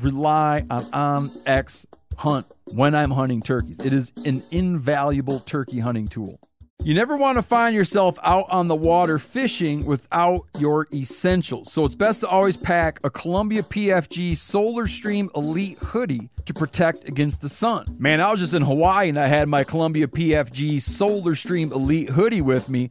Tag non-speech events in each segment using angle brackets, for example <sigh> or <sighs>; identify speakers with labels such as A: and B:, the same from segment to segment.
A: rely on OnX Hunt when I'm hunting turkeys. It is an invaluable turkey hunting tool. You never want to find yourself out on the water fishing without your essentials. So it's best to always pack a Columbia PFG Solar Stream Elite hoodie to protect against the sun. Man, I was just in Hawaii and I had my Columbia PFG Solar Stream Elite hoodie with me.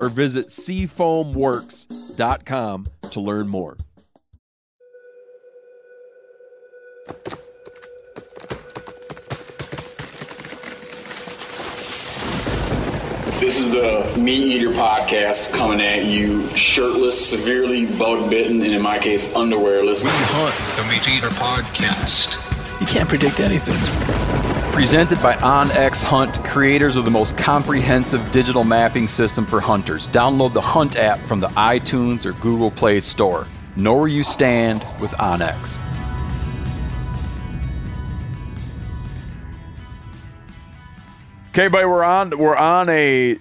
B: or visit seafoamworks.com to learn more.
C: This is the Meat Eater podcast coming at you shirtless, severely bug bitten, and in my case, underwearless.
D: We hunt the Meat Eater podcast.
E: You can't predict anything.
A: Presented by OnX Hunt, creators of the most comprehensive digital mapping system for hunters. Download the Hunt app from the iTunes or Google Play Store. Know where you stand with OnX. Okay, buddy, we're on. We're on a.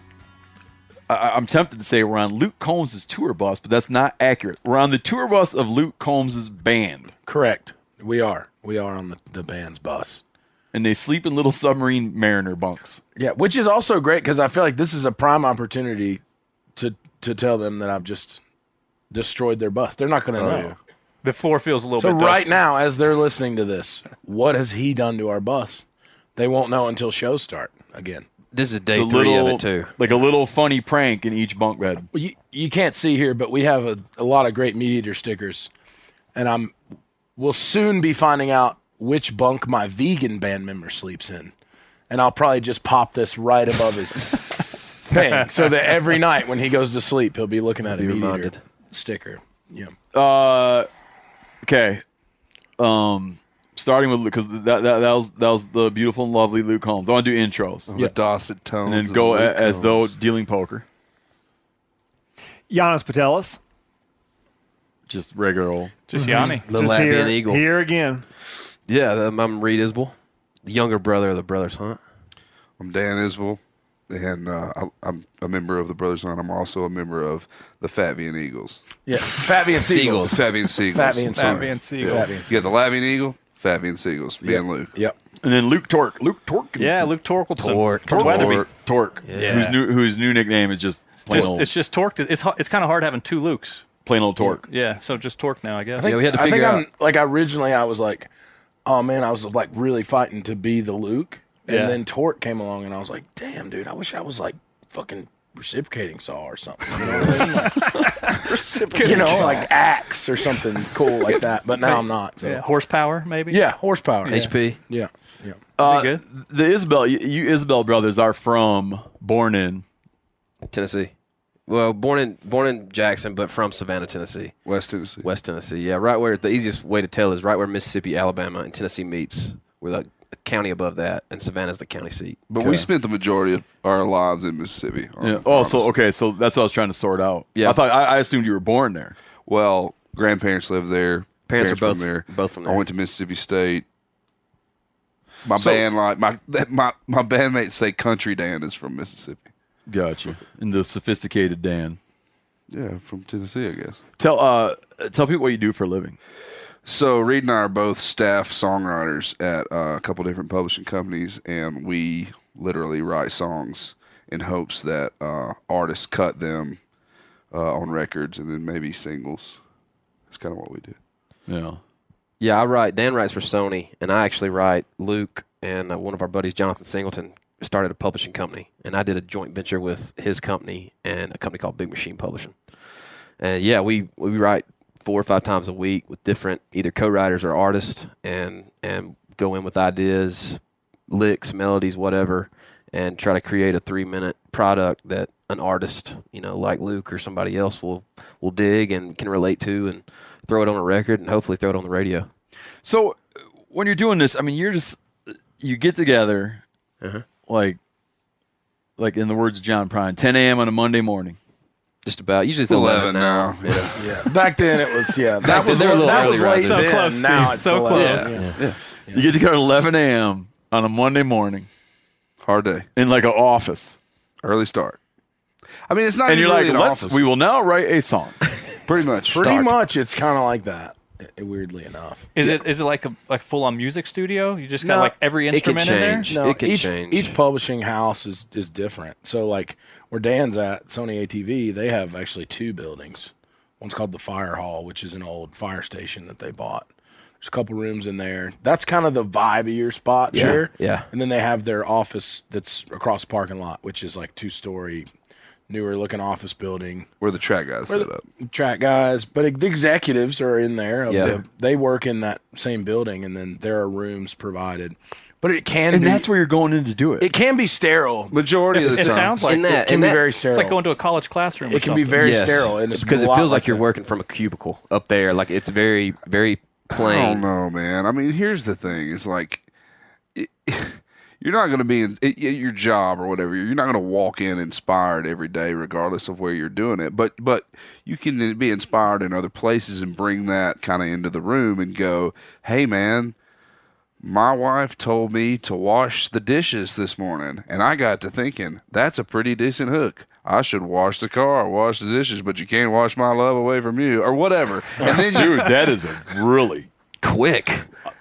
A: I- I'm tempted to say we're on Luke Combs' tour bus, but that's not accurate. We're on the tour bus of Luke Combs' band,
F: Correct. We are. We are on the, the band's bus.
A: and they sleep in little submarine mariner bunks.
F: Yeah, which is also great because I feel like this is a prime opportunity to to tell them that I've just destroyed their bus. They're not going to know.
G: The floor feels a little
F: So
G: bit
F: right
G: dusty.
F: now, as they're listening to this, what has he done to our bus? They won't know until shows start again.
H: This is day
A: It's a
H: three
A: little,
H: of it too.
A: like a little funny prank in each bunk bed.
F: Well, you, you can't see here, but we have a, a lot of great meat eater stickers, and I'm we'll soon be finding out which bunk my vegan band member sleeps in, and I'll probably just pop this right above <laughs> his thing so that every night when he goes to sleep, he'll be looking at a meat
H: reminded.
F: eater sticker. Yeah,
A: Uh, okay. Um, starting with because that, that that was that was the beautiful and lovely Luke Holmes. I want to do intros
E: Oh,
F: Yeah.
D: The Dawson Tones.
A: and then
D: of
A: go
D: Luke
A: a, as
D: Combs.
A: though dealing poker,
I: Giannis Patelis. Mm-hmm.
A: just regular old.
G: Just Yanni.
H: The
I: Just
H: Latvian
I: here,
H: Eagle.
I: Here again.
H: Yeah, I'm, I'm Reed Isbell, the younger brother of the brothers Hunt.
D: I'm Dan Isbell, and uh, I, I'm a member of the Brothers Hunt. I'm also a member of the Fatvian Eagles.
F: yeah. Fabian Siegels.
H: Seagulls.
D: Fatvian Seagulls.
F: Fatvian
G: Fatvian
F: Siegels.
G: Seagulls.
F: Fatvian
D: You got the Lavian Eagle, Fatvian Seagulls, me and Luke.
F: Yep.
A: And then Luke Torque, Luke Torque,
G: Yeah, Luke Torkelson.
H: Torque.
G: From Weatherby.
D: Torque.
A: Torque,
G: Yeah.
A: whose new whose new nickname is just plain
G: Just,
A: old
G: it's just torqued. It's hu- it's kind of hard having two Lukes.
A: plain old Torque.
G: Yeah, so just torque now, I guess.
H: Yeah, we had to
F: I think
H: figure
F: I'm
H: out.
F: like originally I was like, oh man, I was like really fighting to be the Luke, and
G: Yeah.
F: then Torque came along, and I was like, damn, dude, I wish I was like fucking reciprocating saw or something, you know,
H: <laughs>
F: what I mean? like, you know, like axe or something cool like that. But now I'm not. So.
G: Yeah,
F: Yeah.
G: horsepower maybe.
F: horsepower. Yeah.
H: HP.
F: Yeah, yeah.
A: Uh,
G: Pretty
A: the Isbell, you, you Isbell brothers are from born in
H: Tennessee. Well, born in born in Jackson, but from Savannah, Tennessee,
D: West Tennessee.
H: West Tennessee. Yeah, right where the easiest way to tell is right where Mississippi, Alabama, and Tennessee meets. We're the county above that, and Savannah's the county seat.
D: But we spent the majority of our lives in Mississippi.
A: Yeah.
D: Um,
A: Oh, so okay, so that's what I was trying to sort out.
H: Yeah.
A: I thought I, I assumed you were born there.
D: Well, grandparents live there.
H: Parents are both-
D: from there.
H: both from
D: I
H: there.
D: went to Mississippi State. My band like my <laughs> that- my my bandmates say Country Dan is from Mississippi.
A: Gotcha. And the sophisticated Dan.
D: Yeah, from Tennessee, I guess.
A: Tell uh tell people what you do for a living.
D: So Reed and I are both staff songwriters at uh, a couple different publishing companies, and we literally write songs in hopes that uh, artists cut them uh, on records and then maybe singles. That's kind of what we do.
B: Yeah.
H: Yeah, I write. Dan writes for Sony, and I actually write. Luke and uh, one of our buddies, Jonathan Singleton, started a publishing company, and I did a joint venture with his company and a company called Big Machine Publishing. And yeah, we we write four or five times a week with different either co-writers or artists, and and go in with ideas, licks, melodies, whatever, and try to create a three-minute product that an artist, you know, like Luke or somebody else will will dig and can relate to, and throw it on a record, and hopefully throw it on the radio.
B: So uh, when you're doing this, I mean, you're just you get together, like, like in the words of John Prine, 10 a.m. on a Monday morning.
H: Just about usually it's
D: Eleven
H: eleven, now.
D: now. Yeah.
F: Yeah. Back then it was yeah. That was
H: they were a little
F: that
H: early
F: was
H: rather
F: late
G: So
F: then.
G: close,
F: now
G: Steve.
F: it's
G: So
F: 11.
G: close.
F: Yeah.
B: <laughs> You get together at 11 a.m. on a Monday morning
D: <laughs> Hard day.
B: in like an office,
D: Early start. I mean, it's not.
B: and
D: even
B: you're like,
D: really an
B: "Let's
D: office.
B: we will now write a song."
D: pretty much
F: Pretty much, it's kind of like that. i- Weirdly enough,
G: Is it is it like a like full on music studio? You just got
F: No.
G: like every
H: It can
G: instrument in there.
H: change.
F: no.
H: it can
F: each
H: change.
F: each publishing house is is different. So like where Dan's at, Sony ATV, they have actually two buildings. One's called the Fire Hall, which is an old fire station that they bought. There's a couple rooms in there. That's kind of the vibe of your spot,
H: Yeah,
F: sure.
H: yeah.
F: And then they have their office that's across the parking lot, which is like two story, newer looking office building.
D: where the track guys set up.
F: track guys, but the executives are in there. of
H: Yeah.
F: the- they work in that same building, and then there are rooms provided. But it can
B: and
F: be,
B: that's where you're going in to do it.
F: it can be sterile.
D: Majority of the
G: It
D: time,
G: sounds like
H: In that-
F: It can
H: and
F: be
H: that-
F: very
G: it's
F: sterile.
G: like going to a college classroom. or
F: it can be
G: something.
F: very
H: Yes.
F: sterile, and it's
H: because
F: a
H: it
F: lot
H: feels like you're
F: that.
H: working from a cubicle up there. Like it's very, very
D: I don't
H: plain.
D: know, man. I mean, here's the thing: is like, it- <laughs> you're not going to be in it, y- your job or whatever. You're not going to walk in inspired every day, regardless of where you're doing it. But but you can be inspired in other places and bring that kind of into the room and go, "Hey, man." My wife told me to wash the dishes this morning, and I got to thinking, that's a pretty decent hook. I should wash the car, wash the dishes, but you can't wash my love away from you, or whatever. And then you
B: Dude, that is a really
H: Quick.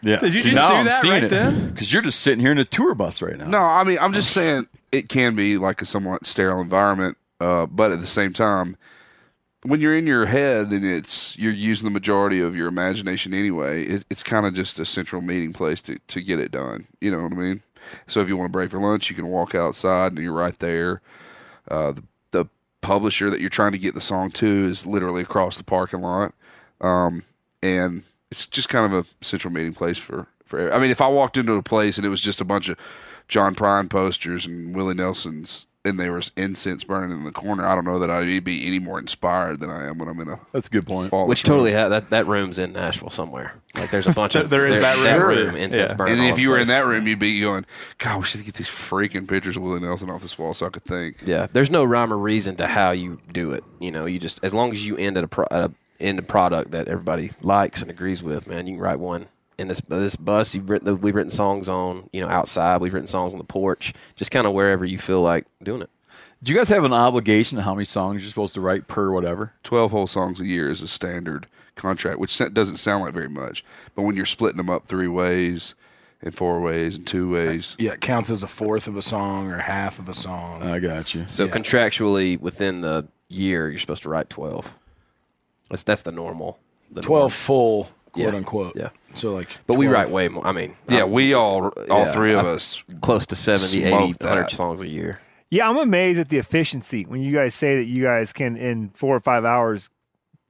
B: yeah.
G: Did you just do that right
B: <laughs>
G: then?
B: Because you're just sitting here in a tour bus right now.
D: No, I mean, I'm just saying it can be like a somewhat sterile environment, uh, but at the same time, when you're in your head and it's you're using the majority of your imagination anyway, it, it's kind of just a central meeting place to, to get it done. You know what I mean? So if you want to break for lunch, you can walk outside and you're right there. Uh, the, the publisher that you're trying to get the song to is literally across the parking lot, um, and it's just kind of a central meeting place for for. I mean, if I walked into a place and it was just a bunch of John Prine posters and Willie Nelson's, and there was incense burning in the corner, I don't know that I'd be any more inspired than I am when I'm in a
B: That's a good point.
D: ball.
H: Which totally ha- that that room's in Nashville somewhere. Like there's a bunch of
G: There is that room.
H: in
G: Yeah.
H: Pittsburgh
D: And
H: all
D: if
H: over
D: you were
H: the
D: in
H: place.
D: that room, you'd be going, "God, we should get these freaking pictures of Willie Nelson off this wall so I could think."
H: yeah, there's no rhyme or reason to how you do it. You know, you just as long as you end at a, pro- at a end a product that everybody likes and agrees with, man, you can write one. In this this bus, you've written we've written songs on you know outside. We've written songs on the porch, just kind of wherever you feel like doing it.
B: Do you guys have an obligation to how many songs you're supposed to write per whatever?
D: Twelve whole songs a year is a standard contract, which sa- doesn't sound like very much, but when you're splitting them up three ways, and four ways, and two ways,
F: Yeah, it counts as a fourth of a song or half of a song.
B: I got you.
H: So contractually, within the year, you're supposed to write twelve. That's that's the normal. The
F: Twelve
H: norm.
F: full,
H: Yeah,
F: quote unquote.
H: yeah.
F: So like,
H: but we
F: 12
H: write way more. I mean,
D: yeah,
H: I'm
D: we all, all
H: yeah,
D: three of
H: I-
D: us,
H: close to 70, 80,
D: smoked
H: 100
D: that.
H: songs a year.
E: Yeah, I'm amazed at the efficiency when you guys say that you guys can in four or five hours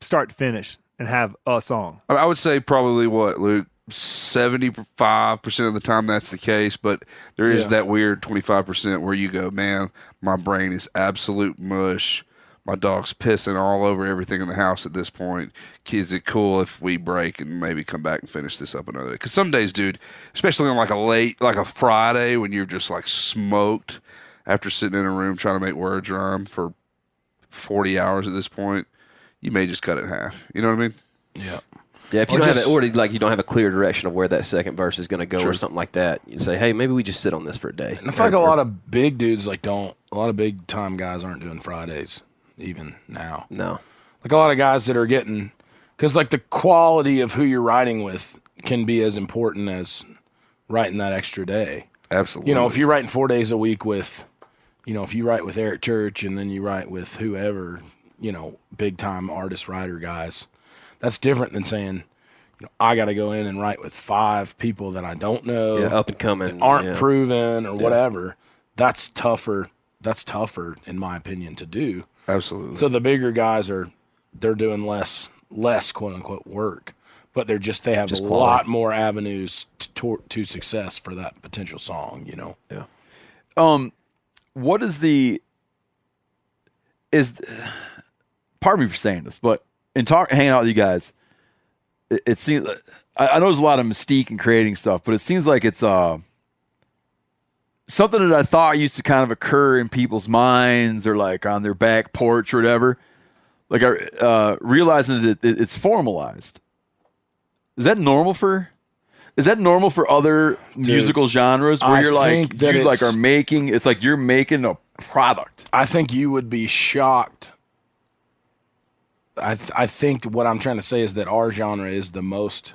E: start to finish and have a song.
D: I I would say probably what Luke seventy five percent of the time that's the case, but there is
F: Yeah.
D: that weird twenty five percent where you go, man, my brain is absolute mush. My dog's pissing all over everything in the house at this point. Is it cool if we break and maybe come back and finish this up another day? Because some days, dude, especially on like a late, like a Friday when you're just like smoked after sitting in a room trying to make words rhyme for 40 hours at this point, you may just cut it in half. You know what I mean?
F: Yeah.
H: Yeah, if you
F: Or
H: don't have
F: just-
H: it, or like you don't have a clear direction of where that second verse is going to go, or something like that, you say, "Hey, maybe we just sit on this for a day."
F: And I feel like a lot of big dudes like don't a lot of big time guys aren't doing Fridays even now.
H: no,
F: Like a lot of guys that are getting because like the quality of who you're riding with can be as important as writing that extra day.
D: Absolutely.
F: You know, if you're writing four days a week with, you know, if you write with Eric Church and then you write with whoever, you know, big time artist writer guys, that's different than saying, you know, I got to go in and write with five people that I don't know,
H: Yeah, up and coming.
F: aren't
H: yeah.
F: proven or whatever. That's tougher. That's tougher, in my opinion, to do.
D: absolutely.
F: So the bigger guys are they're doing less less quote unquote work, but they're just they have
H: Just
F: a
H: quality.
F: lot more avenues to, to to success for that potential song. You know,
B: Um, what is the is? Pardon me for saying this, but in talk hanging out with you guys, it, it seems I, I know there's a lot of mystique in creating stuff, but it seems like it's uh something that I thought used to kind of occur in people's minds or like on their back porch or whatever. Like I uh, realizing that it, it's formalized. Is that normal for? Is that normal for other musical genres where
F: I
B: you're like
F: think that
B: you like
F: it's-
B: are making it's like you're making a product.
F: I think you would be shocked. I th- I think what I'm trying to say is that our genre is the most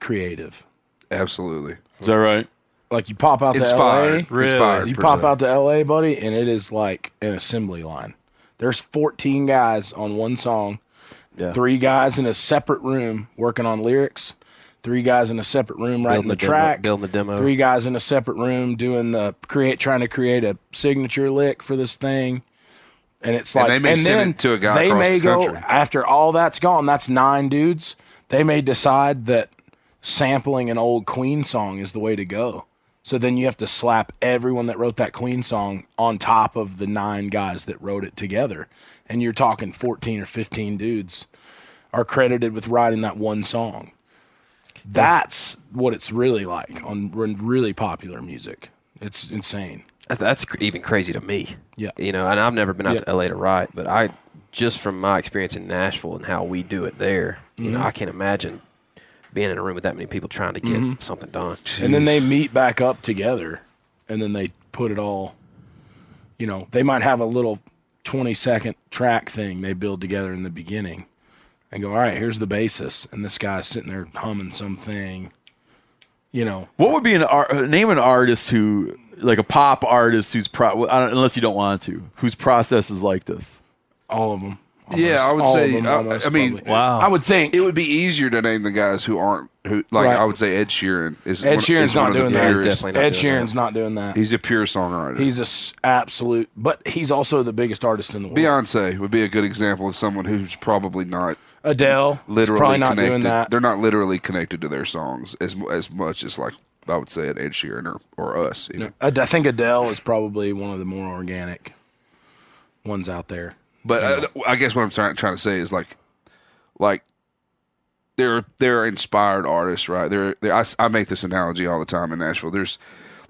F: creative.
D: absolutely.
B: Is that right?
F: Like you pop out to LA,
D: Inspired.
G: Really?
D: Inspired.
F: You
D: per
F: pop
D: se.
F: out to LA, buddy, and it is like an assembly line. There's 14 guys on one song,
H: Yeah.
F: three guys in a separate room working on lyrics, three guys in a separate room writing
H: Building
F: the,
H: demo-
F: track,
H: building the demo.
F: three guys in a separate room doing the create, trying to create a signature lick for this thing. And it's
D: And
F: like,
D: they may send
F: then
D: it to a guy
F: they
D: across
F: may
D: the
F: go
D: country.
F: after all that's gone. That's nine dudes. They may decide that sampling an old Queen song is the way to go. So then you have to slap everyone that wrote that Queen song on top of the nine guys that wrote it together. And you're talking 14 or 15 dudes are credited with writing that one song. That's what it's really like on re- really popular music. It's insane.
H: That- That's cr- even crazy to me.
F: Yeah.
H: You know, and I've never been out
F: Yeah.
H: to LA to write, but I just from my experience in Nashville and how we do it there, you
F: Mm-hmm.
H: know, I can't imagine being in a room with that many people trying to get something done.
F: Mm-hmm. And then they meet back up together and then they put it all, you know, they might have a little 20 second track thing they build together in the beginning and go, all right, here's the basis. And this guy's sitting there humming something, you know.
B: What would be an ar- uh, name an artist who like a pop artist who's pro- I don't, unless you don't want to whose process is like this?
F: All of them.
D: Yeah, I would
F: all
D: say.
F: Of them,
D: I,
F: almost,
D: I mean,
F: probably.
G: Wow.
D: I would think it would be easier to name the guys who aren't who. Like
F: Right.
D: I would say Ed Sheeran is.
F: Ed
D: one-
F: Sheeran's
D: is one
F: not
D: of the
F: doing that.
D: purest-
H: definitely not
F: Ed
H: doing that.
F: Sheeran's not doing that.
D: He's a pure songwriter.
F: He's a s- absolute, but he's also the biggest artist in the world.
D: Beyonce would be a good example of someone who's probably not
F: Adele, literally
D: literally
F: probably not
D: connected.
F: doing that.
D: They're not literally connected to their songs as mu- as much as like I would say an Ed Sheeran or, or us. even.
F: Ad- I think Adele is probably one of the more organic ones out there.
D: But uh, I guess what I'm trying trying to say is like, like they're they're inspired artists, right? They're, they're I, s- I make this analogy all the time in Nashville. There's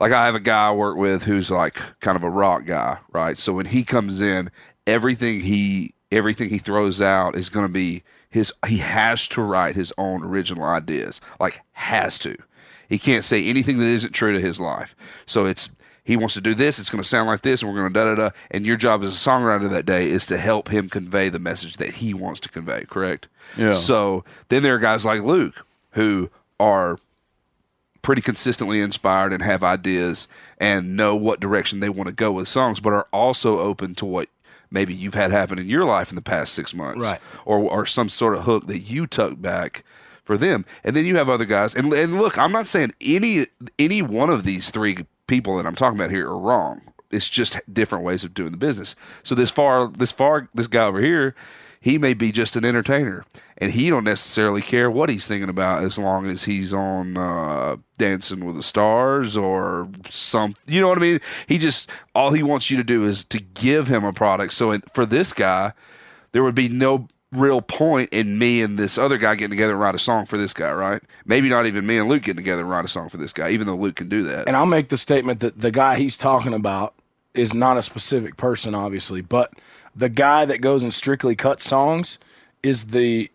D: like I have a guy I work with who's like kind of a rock guy, right? So when he comes in, everything he everything he throws out is going to be his. He has to write his own original ideas, like has to. He can't say anything that isn't true to his life. So it's he wants to do this. It's going to sound like this, and we're going to da da da. And your job as a songwriter that day is to help him convey the message that he wants to convey. Correct.
B: Yeah.
D: So then there are guys like Luke who are pretty consistently inspired and have ideas and know what direction they want to go with songs, but are also open to what maybe you've had happen in your life in the past six months,
F: Right.
D: Or or some sort of hook that you tuck back for them, and then you have other guys. And, and look, I'm not saying any any one of these three people that I'm talking about here are wrong. It's just different ways of doing the business. So this far, this far, this guy over here, he may be just an entertainer, and he don't necessarily care what he's thinking about as long as he's on uh, Dancing with the Stars or some. You know what I mean? He just all he wants you to do is to give him a product. So in, for this guy, there would be no real point in me and this other guy getting together and write a song for this guy, right? Maybe not even me and Luke getting together and write a song for this guy, even though Luke can do that.
F: And I'll make the statement that the guy he's talking about is not a specific person, obviously, but the guy that goes and strictly cuts songs is the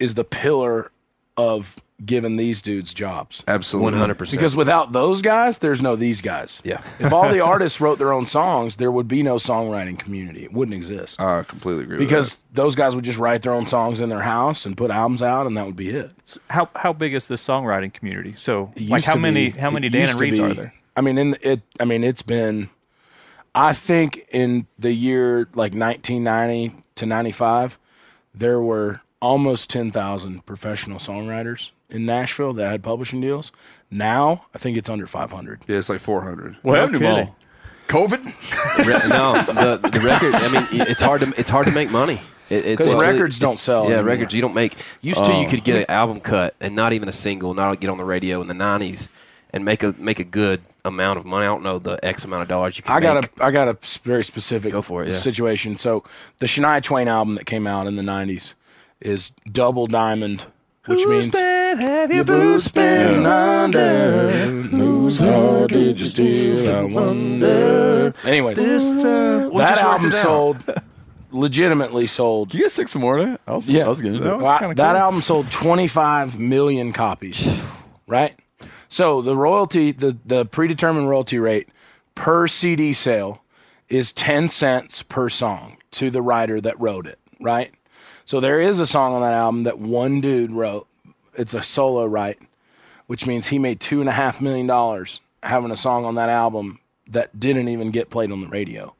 F: is the pillar of giving these dudes jobs.
D: Absolutely.
H: One hundred percent.
F: Because without those guys, there's no these guys.
H: yeah,
F: <laughs> If all the artists wrote their own songs, there would be no songwriting community. It wouldn't exist.
D: I completely agree
F: because
D: with
F: those guys would just write their own songs in their house and put albums out, and that would be it.
G: How how big is this songwriting community? So
F: It
G: like
F: used
G: how
F: to
G: many
F: be-
G: how
F: it
G: many Dan
F: used
G: and
F: to
G: Reeds
F: be-
G: are there?
F: I mean, in it, I mean, it's been, I think in the year like 1990 to 95, there were almost 10,000 professional songwriters in Nashville that had publishing deals. Now I think it's under 500.
D: that. Yeah, it's like 400.
G: What happened to all?
D: COVID?
H: Re- no, the, the record. I mean, i- it's hard to it's hard to make money. It- it's-
F: 'Cause
H: it's really-
F: records don't
H: it's-
F: sell um,
H: Yeah,
F: anymore.
H: records you don't make. Used to you could get an album cut and not even a single, not get on the radio in the '90s and make a make a good amount of money. I don't know the X amount of dollars you could.
F: I got
H: make.
F: a I got a s- very specific
H: Go for it, yeah.
F: situation. So the Shania Twain album that came out in the '90s is double diamond, which means your boots been under. Lose how did you steal? I wonder. Anyway, that album sold legitimately sold.
I: You get six more of that? I was, yeah. I was getting that.
F: Well, that album sold 25 million copies, right? So the royalty, the, the predetermined royalty rate per CD sale is 10 cents per song to the writer that wrote it, right? So there is a song on that album that one dude wrote. It's a solo right, which means he made two and a half million dollars having a song on that album that didn't even get played on the radio.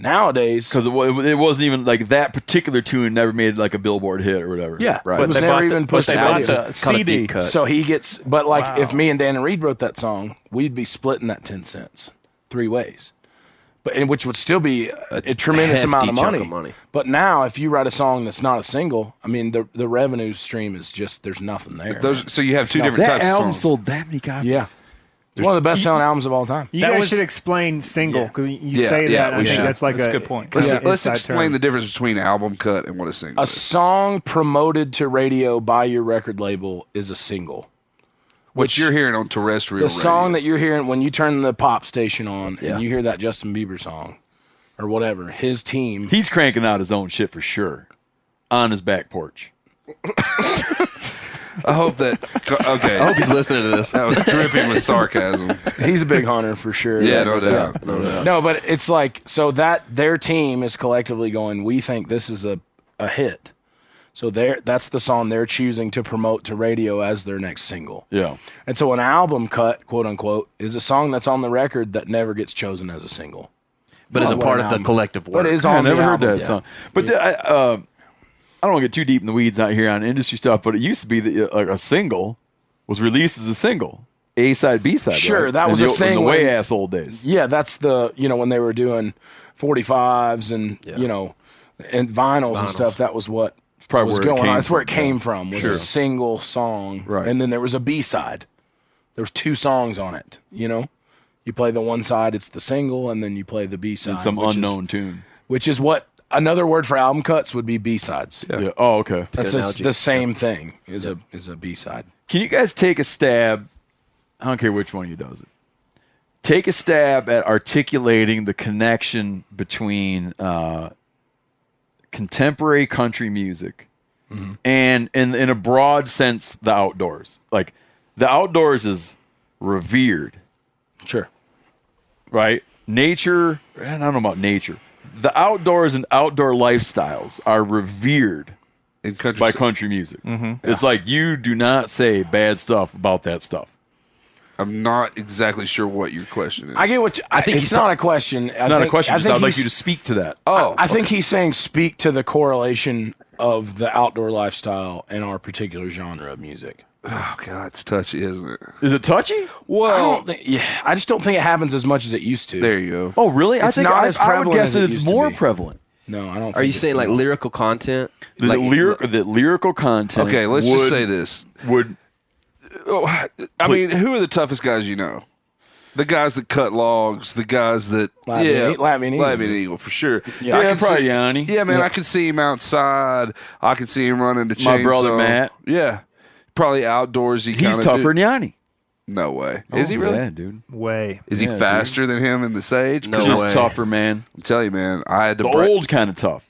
F: Nowadays,
I: Because it, wa- it wasn't even like that particular tune never made like a Billboard hit or whatever.
F: yeah,
H: Right.
F: it was
G: But they
F: never
G: bought
F: even
G: the- but
F: pushed
G: they
F: to
G: bought
F: radio.
G: the-
H: It's called a
G: CD.
H: deep cut.
F: So he gets, but like if me and Dan and Reed wrote that song, we'd be splitting that ten cents three ways, but and which would still be a, a tremendous
H: hefty
F: amount of
H: chunk
F: money.
H: of money.
F: But now, if you write a song that's not a single, I mean the the revenue stream is just there's nothing there.
D: Those, so you have two different
I: That
D: types
I: album
D: of songs.
I: sold that many copies.
F: yeah, it's one of the best selling albums of all time.
C: You
G: That
C: guys
G: was-
C: should explain single because you
D: Yeah,
C: say that.
D: yeah,
C: and I
D: we
C: think
D: should.
C: that's like
G: That's a
C: a
G: good point.
C: kinda
D: Let's, let's
C: inside
D: explain
C: term.
D: the difference between album cut and what a single
F: A
D: is.
F: song promoted to radio by your record label is a single.
D: Which you're hearing on terrestrial
F: the song that you're hearing when you turn the pop station on and you hear that Justin Bieber song or whatever, his team.
I: He's cranking out his own shit for sure on his back porch.
D: I hope that. Okay. I hope he's listening to this. That was dripping with sarcasm.
F: He's a big hunter for sure.
D: Yeah, no doubt. No doubt.
F: No, but it's like so that their team is collectively going. We think this is a a hit, so there that's the song they're choosing to promote to radio as their next single.
I: Yeah.
F: And so an album cut, quote unquote, is a song that's on the record that never gets chosen as a single,
H: but it's a
F: Well,
H: part of the
F: um,
H: collective work.
F: but is
I: I
F: on
I: never
F: the
I: heard
F: album.
I: that song. But th- I, uh, I don't want to get too deep in the weeds out here on industry stuff, but it used to be that uh, like a single was released as a single. A side, B side.
F: Sure,
I: right?
F: that
I: In
F: was
I: the,
F: a
I: o- in
F: thing
I: the way
F: when-
I: ass old days.
F: Yeah, that's the you know when they were doing forty fives and you know and vinyls, and stuff. That was what
I: probably
F: was
I: where it
F: going
I: came
F: on. That's where it
I: from,
F: came from. Was a single song,
I: Right.
F: And then there was a B side. There was two songs on it. You know, you play the one side, it's the single, and then you play the B side,
I: And some
F: which is-
I: unknown tune.
F: which is what another word for album cuts would be B sides.
I: Yeah. Oh, okay.
F: That's just the same thing. Is a is a B side.
I: Can you guys take a stab? I don't care which one of you does it. Take a stab at articulating the connection between uh, contemporary country music and, in in a broad sense, the outdoors. Like the outdoors is revered,
F: Sure.
I: right? Nature. I don't know about nature. The outdoors and outdoor lifestyles are revered
D: In country,
I: by country music. It's like you do not say bad stuff about that stuff.
D: I'm not exactly sure what your question is.
F: I get what you, I, think. It's not a question.
I: It's not a question. just I would like you to speak to that. Uh,
D: oh,
F: I think he's saying speak to the correlation of the outdoor lifestyle and our particular genre of music.
D: oh God, it's touchy, isn't it?
I: Is it touchy?
F: Well, I don't think, yeah, I just don't think it happens as much as it used to.
D: There you go.
I: Oh, really? I
F: It's
I: think
F: not
I: I,
F: as
I: I would
F: prevalent
I: guess
F: as
I: that
F: it
I: it's
F: used to
I: more
F: be.
I: prevalent.
F: No, I don't.
H: Are you saying like lyrical content?
I: The,
H: like,
I: lyric, the lyrical content.
D: okay, let's
I: would-
D: just say this.
I: would
D: Oh, I mean, who are the toughest guys you know? The guys that cut logs, the guys that
F: Lightning
D: yeah,
F: E- Lightning Eagle.
D: Lightning Eagle for sure.
I: I
D: I
I: could
D: can
I: probably
D: see-
I: Yanni.
D: Yeah, man, I could see him outside. I could see him running to
I: My brother, Matt.
D: Yeah, probably outdoorsy.
I: he's
D: kinda
I: tougher
D: dude.
I: than Yanni?
D: No way. Is he really?
I: Yeah, dude.
C: way.
D: Is he faster than him in the sage?
H: No
D: Cause
H: way.
D: I'm
I: He's tougher, man.
D: telling you, man. I had to
I: The
D: break.
I: old kind of tough.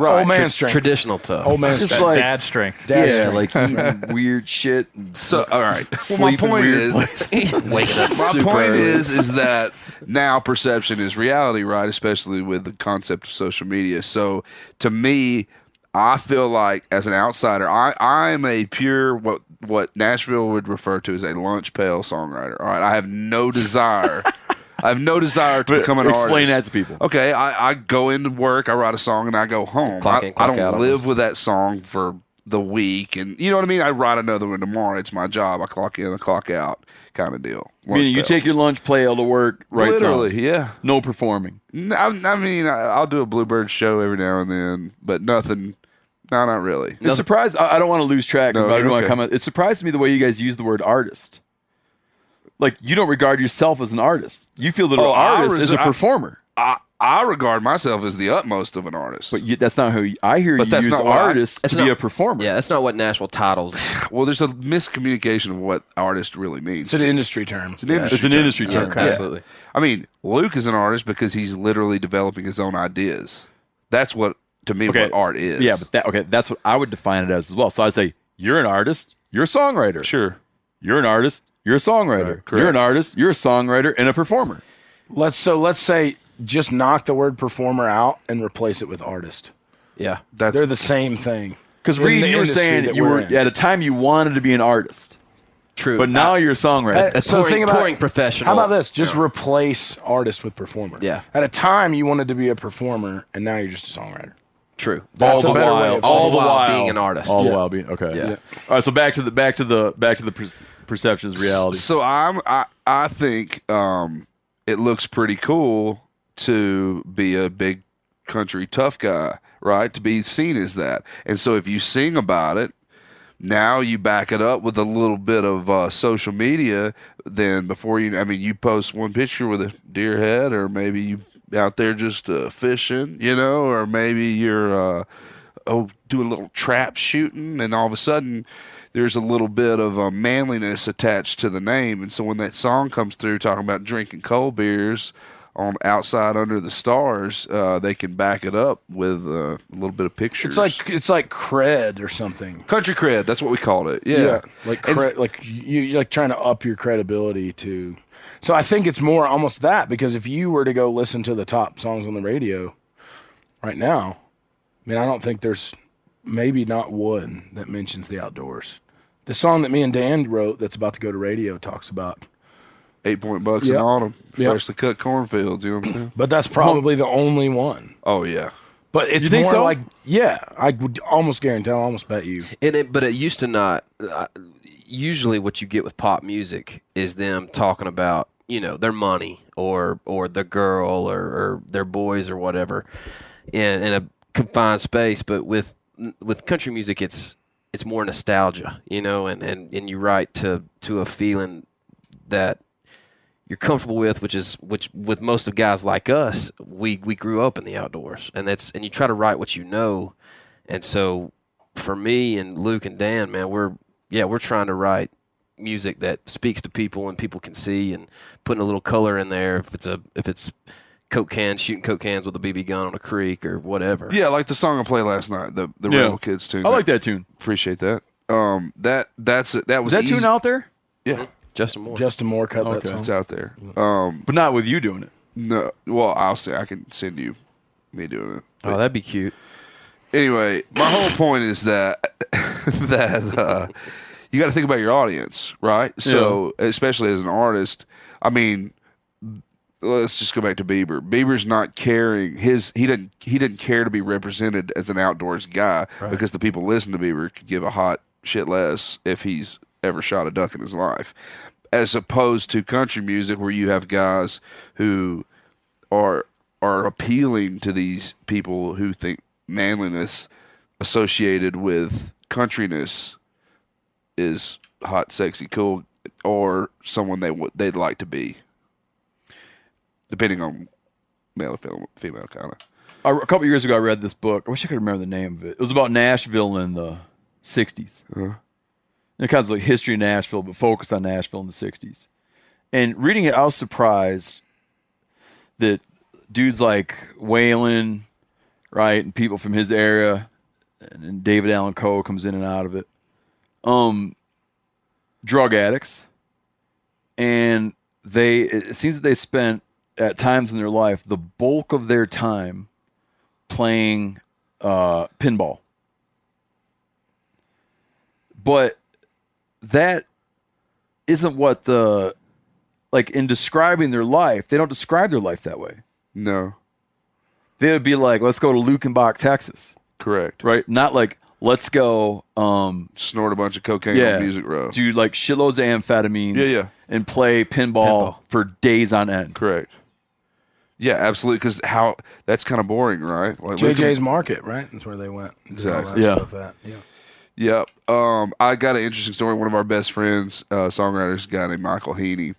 F: Old man
H: Tra-
F: strength.
H: Traditional tough.
F: Old man
I: Just
F: strength.
I: like
G: dad strength.
I: yeah, like <laughs> eating weird shit. And
D: So all right.
I: Sleep
D: well, my
I: in
D: point
I: weird
D: is, <laughs>
I: waking up
D: my
I: super
D: point
I: early.
D: is, is that now perception is reality, right? Especially with the concept of social media. So to me, I feel like as an outsider, I I am a pure what what Nashville would refer to as a lunch pail songwriter. All right, I have no
I: <laughs>
D: desire. I have no desire to become an artist.
I: Explain that to people.
D: Okay, I, I go into work, I write a song, and I go home.
H: Clock
D: I,
H: in, clock
D: I don't
H: out
D: live
H: almost.
D: with that song for the week, and you know what I mean. I write another one tomorrow. It's my job. I clock in, I clock out, kind of deal. Lunch
I: Meaning you
D: pail.
I: take your lunch pail to work, right?
D: literally, yeah.
I: No performing.
D: N- I, I mean, I, I'll do a Bluebird show every now and then, but nothing. No, not really.
I: It's surprised. I, I don't want to lose track.
D: No,
I: but I do
D: you're
I: want
D: okay.
I: to comment. It surprised me the way you guys use the word artist. Like you don't regard yourself as an artist. You feel that
D: Oh,
I: an
D: I
I: artist is a
D: res- I-
I: performer.
D: I, I regard myself as the utmost of an artist.
I: But you, that's not how you, I hear
D: But
I: you
D: that's
I: use
D: not what I-
I: artist
H: That's
I: to be
H: not-
I: a performer.
H: Yeah, that's not what Nashville titles. <sighs>
D: well, there's a miscommunication of what artist really means.
F: It's an industry term.
D: It's an industry
I: It's an
D: term.
I: industry term.
H: Yeah, absolutely.
D: I mean, Luke is an artist because he's literally developing his own ideas. That's what to me
I: Okay.
D: what art is.
I: Yeah, but that okay, that's what I would define it as as well. So I say you're an artist, you're a songwriter.
D: sure.
I: You're an artist, you're a songwriter. you're an artist, you're a songwriter and a performer.
F: Let's so let's say just knock the word performer out and replace it with artist.
H: Yeah.
D: That's
F: They're the same thing.
I: Because
F: In
I: Reed,
F: the
I: you were
F: industry
I: saying
F: that
I: you
F: we're
I: were
F: in.
I: at a time you wanted to be an artist,
H: True.
I: but now you're a songwriter.
F: Uh,
H: a touring, touring professional.
F: How about this? Just replace artist with performer.
H: Yeah.
F: At a time you wanted to be a performer, and now you're just a songwriter.
H: True.
F: That's
I: all
F: a
I: the
F: better way
I: while,
F: of saying
I: all
F: it.
I: the
H: While
I: while
H: being an artist.
I: All the
F: Yeah.
I: while being okay.
H: Yeah.
I: All right. So back to the back to the back to the perce- perceptions reality.
D: So I'm I I think um it looks pretty cool to be a big country tough guy, right? To be seen as that. And so if you sing about it, now you back it up with a little bit of uh, social media. Then before you, I mean, you post one picture with a deer head, or maybe you out there just uh, fishing, you know, or maybe you're uh, oh do a little trap shooting, and all of a sudden there's a little bit of uh, manliness attached to the name. And so when that song comes through talking about drinking cold beers. On outside under the stars, uh, they can back it up with uh, a little bit of
F: It's
D: pictures.
F: like it's like cred or something.
D: country cred. That's what we called it. Yeah,
F: Like
D: And
F: cre- like you you're like trying to up your credibility to. So I think it's more almost that because if you were to go listen to the top songs on the radio right now, I mean I don't think there's maybe not one that mentions the outdoors. The song that me and Dan wrote that's about to go to radio talks about,
D: eight point bucks
F: Yep.
D: in autumn,
F: Yep.
D: freshly cut cornfields. You know what I'm
I: <clears throat>
D: saying?
F: but that's probably the only one.
D: Oh yeah,
F: But it's
I: Uh-huh. You think
F: more
I: so?
F: like yeah, I would almost guarantee, I'll almost bet you.
H: And it, but it used to not. Uh, usually, what you get with pop music is them talking about you know their money or or the girl or, or their boys or whatever in, in a confined space. But with with country music, it's it's more nostalgia, you know, and, and, and you write to to a feeling that you're comfortable with, which is which with most of guys like us, we we grew up in the outdoors, and that's and you try to write what you know, and so for me and Luke and Dan, man, we're yeah we're trying to write music that speaks to people and people can see, and putting a little color in there if it's a if it's coke cans shooting coke cans with a BB gun on a creek or whatever.
D: yeah. Like the song I played last night, the the
I: Yeah.
D: Rebel Kids tune.
I: I like that tune.
D: Appreciate that. Um, that that's that was
I: Is that
D: easy.
I: tune out there?
D: Yeah,
H: Justin Moore.
F: Justin Moore cut that song.
D: it's out there. Um,
I: But not with you doing it.
D: no, well, I'll say I can send you me doing it.
H: oh, that'd be cute.
D: anyway, my whole point is that <laughs> that uh, you got to think about your audience, right? So, especially as an artist, I mean, let's just go back to Bieber. Bieber's not caring his he didn't he didn't care to be represented as an outdoors guy because the people listen to Bieber could give a hot shit less if he's ever shot a duck in his life, as opposed to country music where you have guys who are are appealing to these people who think manliness associated with countryness is hot, sexy, cool, or someone they would they'd like to be, depending on male or female, female kind of.
I: I- A couple years ago, I read this book. I wish I could remember the name of it. It was about Nashville in the '60s. And it kind of like history of Nashville, but focused on Nashville in the '60s. And reading it, I was surprised that dudes like Waylon, right? And people from his area, and, then David Allen Coe comes in and out of it. Um, drug addicts, and they it seems that they spent at times in their life the bulk of their time playing uh, pinball, but that isn't what the like in describing their life. They don't describe their life that way
D: No,
I: they would be like, let's go to Lukenbach, Texas,
D: correct.
I: right? Not like, let's go, um,
D: Snort a bunch of cocaine
I: yeah,
D: on Music Row.
I: do like shitloads of amphetamines,
D: Yeah, yeah.
I: and play pinball, for days on end.
D: Correct. Yeah, absolutely. Because how that's kind of boring, right? Like look at-
F: JJ's Market, right? That's where they went.
D: Exactly.
I: Yeah.
F: At. yeah.
D: Yep. Um, I got an interesting story. One of our best friends, uh, songwriters, a guy named Michael Heaney,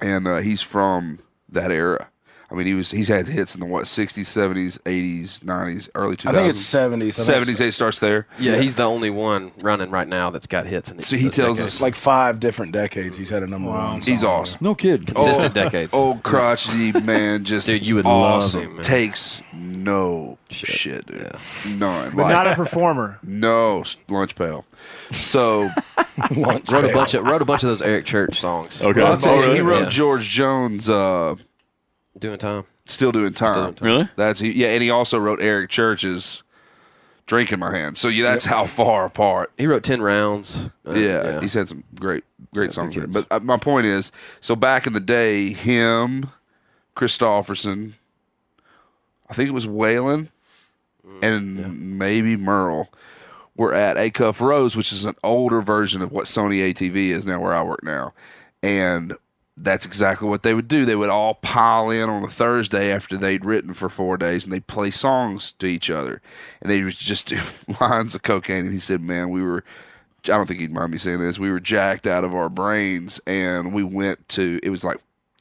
D: and uh, he's from that era. I mean, he was he's had hits in the what sixties, seventies, eighties, nineties, early two
F: I think it's
D: thousands.
F: seventies.
D: Seventies, eight starts there.
H: Yeah, he's the only one running right now that's got hits. In these-
D: So he
H: those
D: tells
H: decades.
D: us
F: Like five different decades, he's had a number one.
D: he's
F: song.
D: awesome.
I: No kid.
H: consistent
D: Oh.
H: decades.
D: Old crotchety man, just
H: Dude, you would love
D: awesome.
H: him, man.
D: Takes no shit, dude. None.
E: But
D: Like,
E: not a
F: <laughs>
E: performer.
D: no s- lunch pail.
E: <laughs>
D: So
F: Lunch
H: wrote a
F: pail.
H: bunch of wrote a bunch of those Eric Church songs.
I: Okay.
D: I'll tell you,
I: Oh,
D: he
I: really?
D: wrote
H: Yeah.
D: George Jones. Uh,
H: Doing time.
D: Still doing time.
H: Doing Time.
I: Really?
D: That's yeah, and he also wrote Eric Church's "Drink in My Hand." So yeah, that's how far apart.
H: He wrote ten rounds. Uh,
D: Yeah, he's had some great, great songs.
H: good
D: in it. But uh, my point is, so back in the day, him, Christofferson, I think it was Waylon,
H: Mm,
D: and maybe Merle, were at A Cuff Rose, which is an older version of what Sony ATV is now, where I work now, and. That's exactly what they would do. They would all pile in on a Thursday after they'd written for four days, and they'd play songs to each other, and they would just <laughs> do lines of cocaine. And he said, "Man, we were I don't think he'd mind me saying this. We were jacked out of our brains, and we went to. It was like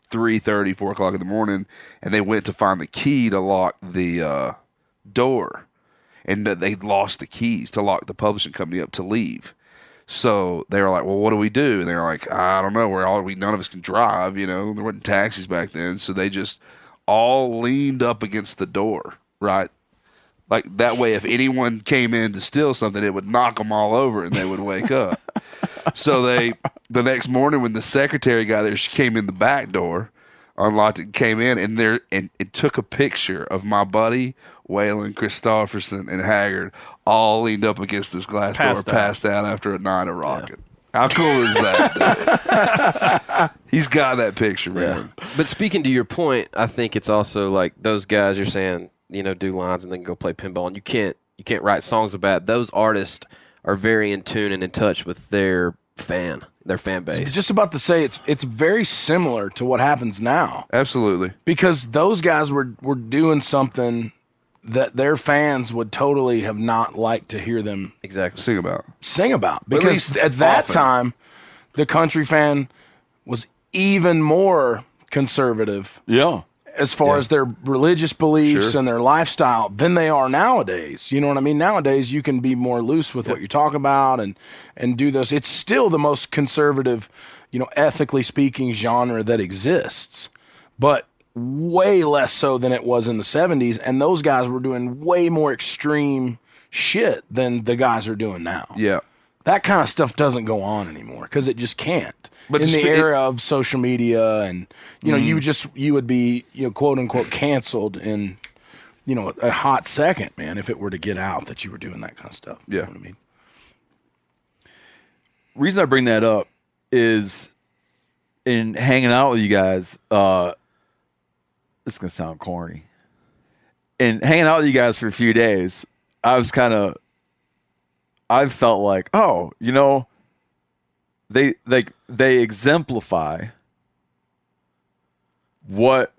D: three thirty, four o'clock in the morning, and they went to find the key to lock the uh, door, and that they lost the keys to lock the publishing company up to leave. So they were like, "Well, what do we do?" And they were like, "I don't know. We're all we none of us can drive. You know, there weren't taxis back then, so they just all leaned up against the door, right." Like that way, if anyone came in to steal something, it would knock them all over and they would
G: <laughs>
D: wake up. so they, the next morning when the secretary got there, she came in the back door, unlocked it, came in, and there and it took a picture of my buddy Waylon Christofferson and Haggard all leaned up against this glass
G: Passed
D: door,
G: out.
D: passed out after a night of rocking. How cool is that?
G: <laughs>
D: dude? He's got that picture, man.
H: But speaking to your point, I think it's also like those guys you're saying, you know, do lines and then go play pinball, and you can't you can't write songs about it. those artists are very in tune and in touch with their fan, their fan base.
F: Just about to say, it's it's very similar to what happens now
D: Absolutely.
F: because those guys were were doing something that their fans would totally have not liked to hear them
H: exactly.
D: Sing about.
F: sing about because
D: least
F: at that
D: often.
F: time the country fan was even more conservative
I: Yeah.
F: as far as their religious beliefs
D: Sure.
F: and their lifestyle than they are nowadays. You know what I mean? Nowadays you can be more loose with what you're talking about and and do those. It's still the most conservative, you know, ethically speaking genre that exists. But way less so than it was in the 70s and those guys were doing way more extreme shit than the guys are doing now
D: Yeah.
F: that kind of stuff doesn't go on anymore because it just can't.
D: But
F: But in
D: it's-
F: the
D: it-
F: era of social media, and you know, you just you would be you know quote unquote canceled in you know a hot second, man, if it were to get out that you were doing that kind of stuff. You
D: Yeah.
F: know what I mean,
I: reason I bring that up is in hanging out with you guys, uh it's gonna sound corny. And hanging out with you guys for a few days, I was kind of I felt like, oh, you know, they like they exemplify what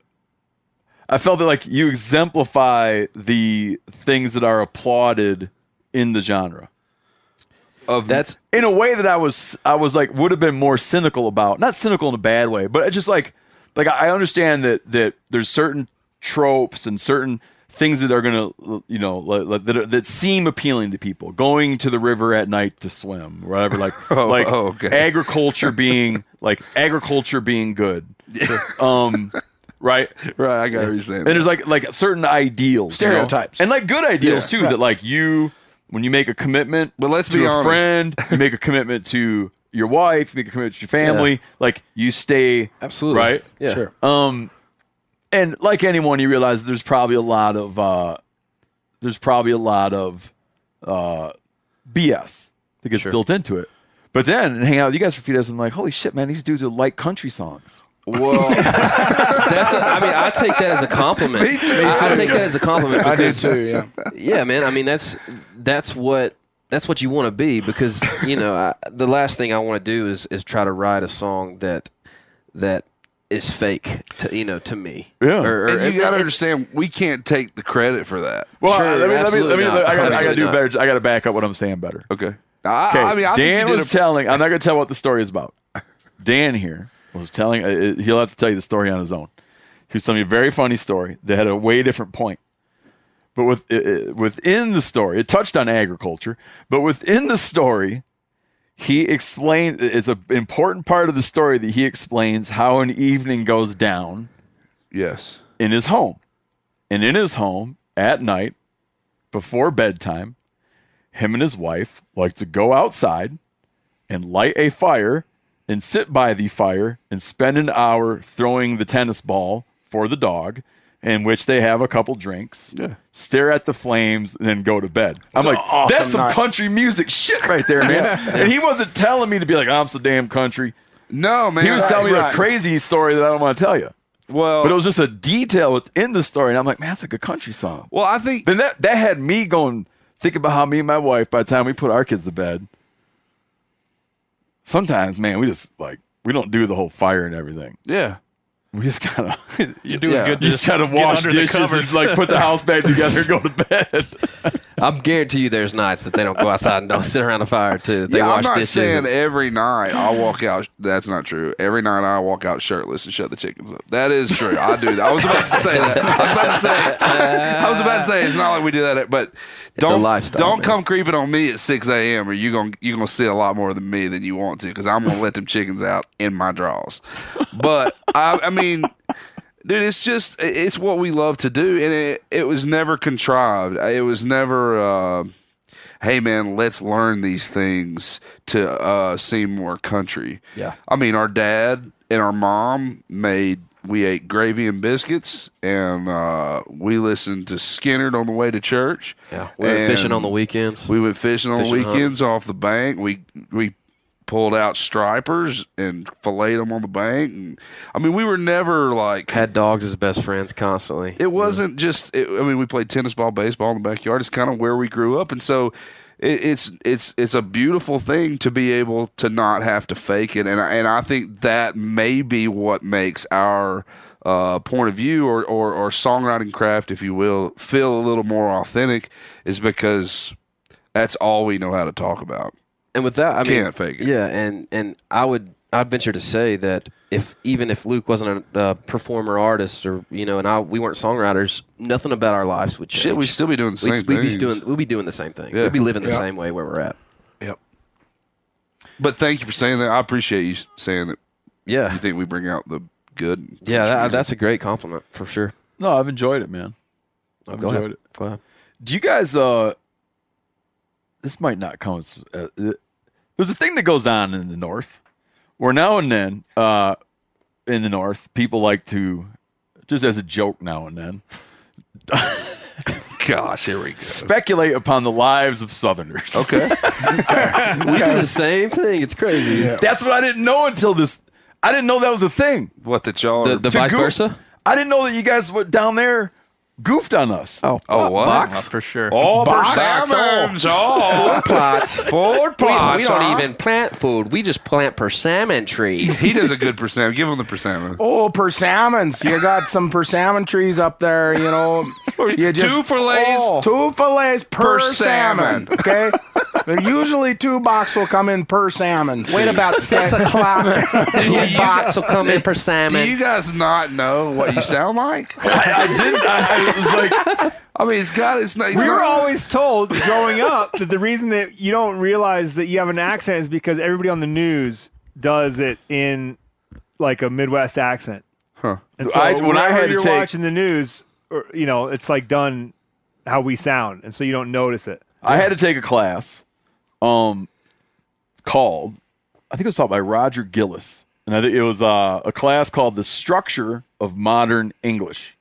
I: I felt that like you exemplify the things that are applauded in the genre
D: Of
H: That's
I: in a way that I was I was like would have been more cynical about. Not cynical in a bad way, but just like like I understand that that there's certain tropes and certain things that are gonna you know like, like, that, are, that seem appealing to people. Going to the river at night to swim, or whatever.
D: <laughs>
I: Like
D: Oh,
I: like
D: oh, okay.
I: agriculture being like agriculture being good. Um, right?
D: Right, I got what you're saying.
I: And there's like like certain ideals, you know?
F: Stereotypes.
I: and like good ideals too. That like you, when you make a commitment,
D: But let's
I: to
D: be
I: a
D: honest.
I: friend, you make a commitment to your wife, you make a commitment to your family. Like you stay
H: Absolutely.
I: right.
H: Yeah.
F: Sure.
I: Um, and like anyone, you realize there's probably a lot of uh, there's probably a lot of uh, BS that gets built into it. But then and hang out with you guys for a few days, I'm like, holy shit, man, these dudes are like country songs.
D: Well,
H: That's a, I mean, I take that as <laughs> a compliment. me too. I, I take that as a compliment
F: I did
H: because
F: too. Yeah.
H: yeah, man. I mean, that's that's what that's what you want to be because you know I, the last thing I want to do is is try to write a song that that is fake to you know to me.
I: Yeah.
H: Or, or-
D: and you got to
H: and-
D: understand, we can't take the credit for that.
I: Well,
H: Sure,
I: let me, let me, let
H: absolutely
I: me,
H: not.
I: I gotta, I gotta
H: Absolutely
I: do
H: not.
I: better. I gotta back up what I'm saying better.
D: Okay. I,
I: Okay,
D: I mean, I
I: Dan
D: think you
I: was
D: did a,
I: telling. I'm not going to tell what the story is about. Dan here was telling. uh, Uh, he'll have to tell you the story on his own. He was telling me a very funny story that had a way different point. But with uh, uh, within the story, it touched on agriculture. But within the story, he explained. It's an important part of the story that he explains how an evening goes down
D: yes.
I: in his home. And in his home at night, before bedtime, him and his wife like to go outside and light a fire and sit by the fire and spend an hour throwing the tennis ball for the dog, in which they have a couple drinks, stare at the flames, and then go to bed. I'm like,
F: awesome
I: that's some
F: night."
I: country music shit right there, man. And he wasn't telling me to be like, I'm so damn country.
D: No, man.
I: He was telling me
D: right.
I: a crazy story that I don't want to tell you.
D: Well,
I: But it was just a detail within the story, and I'm like, man, that's like a country song.
D: well, I think
I: Then that that had me going think about how me and my wife, by the time we put our kids to bed, sometimes, man, we just like we don't do the whole fire and everything.
D: yeah.
I: We
G: <laughs>
I: just gotta
G: You're doing
D: Yeah.
G: good. To
I: you just gotta
G: get
I: wash
G: under the
I: dishes and
G: covers.
I: like
G: <laughs>
I: put the house back together and go to bed.
H: I'm guarantee you, there's nights that they don't go outside and don't <laughs> sit around a fire too. They
D: yeah,
H: wash
D: I'm not
H: dishes.
D: saying
H: and-
D: every night I walk out. That's not true. Every night I walk out shirtless and shut the chickens up. That is true. I do that. I was about to say that. I was about to say. I was about to say it's not like we do that, but
H: a
D: don't
H: lifestyle,
D: don't
H: man.
D: come creeping on me at 6 a.m. or you gonna you gonna see a lot more than me than you want to because I'm gonna let them chickens out in my draws. But I, I mean. Dude, it's just it's what we love to do, and it it was never contrived. It was never. Uh, hey man, let's learn these things to uh, seem more country.
H: Yeah.
D: I mean, our dad and our mom made we ate gravy and biscuits, and uh, we listened to Skinner on the way to church.
H: yeah, we were fishing
D: And
H: on the weekends.
D: We went fishing on
H: Fishing hunt.
D: weekends off the bank. We we pulled out stripers and filleted them on the bank. And I mean, we were never like
H: had dogs as best friends constantly.
D: it wasn't just. It, I mean, we played tennis ball, baseball in the backyard. It's kind of where we grew up, and so it, it's it's it's a beautiful thing to be able to not have to fake it, and I, and I think that may be what makes our uh, point of view or, or or songwriting craft, if you will, feel a little more authentic, is because that's all we know how to talk about.
H: and with that, I mean,
D: Can't fake it.
H: Yeah, and and I would I'd venture to say that if even if Luke wasn't a uh, performer artist or you know, and I we weren't songwriters, nothing about our lives would change.
D: Shit, we'd still be doing the same
H: we'd, we'd be
D: things.
H: doing we'd be doing the same thing.
D: Yeah.
H: We'd be living the
F: Yeah.
H: same way where we're at.
F: Yep.
D: But thank you for saying that. I appreciate you saying that.
H: Yeah,
D: You think we bring out the good?
H: yeah, that, that's a great compliment for sure.
I: No, I've enjoyed it, man. I've
H: Go
I: enjoyed
H: ahead.
I: it.
H: Go ahead.
I: Do you guys? uh This might not come. As, uh, uh, there's a thing that goes on in the north, where now and then, uh in the north, people like to, just as a joke now and then,
D: <laughs> gosh. Here we go.
I: speculate upon the lives of Southerners.
D: Okay.
H: We do the same thing. It's crazy.
I: <laughs> that's what I didn't know until this. I didn't know that was a thing.
D: What that y'all
H: The,
D: are-
H: the
I: To
H: vice
I: goof-
H: versa.
I: I didn't know that you guys went down there, goofed on us. <laughs>
H: Oh,
D: Oh, what?
G: Uh, for sure.
D: All
F: Box?
D: oh. persimmons,
H: oh.
D: <laughs> all
H: plots.
D: four <laughs> plots.
H: we, we don't
D: huh?
H: even plant food. We just plant persimmon
D: <laughs>
H: trees.
D: He does a good persimmon. Give him the persimmon.
F: Oh, persimmons! You got some persimmon trees up there. You know, you Oh,
D: Two fillets.
F: two fillets per,
D: Per
F: salmon. Okay, They're usually two box will come in per salmon.
H: Wait about six
D: <laughs>
H: o'clock. Two box will come in
D: Do
H: persimmon.
D: you guys not know what you sound like?
I: I, I didn't. I, I was like,
D: I mean, it's got it's not. It's
E: We were
D: not-
E: always told growing up that the reason that you don't realize that you have an accent is because everybody on the news does it in like a Midwest accent.
D: Huh.
E: And so
I: I- when
E: when
I: I
E: I
I: had to
E: you're
I: take-
E: watching the news, or, you know, it's like done how we sound, and so you don't notice it.
I: I had to take a class um, called, I think it was taught by Roger Gillis. And I think it was uh, a class called The Structure of Modern English.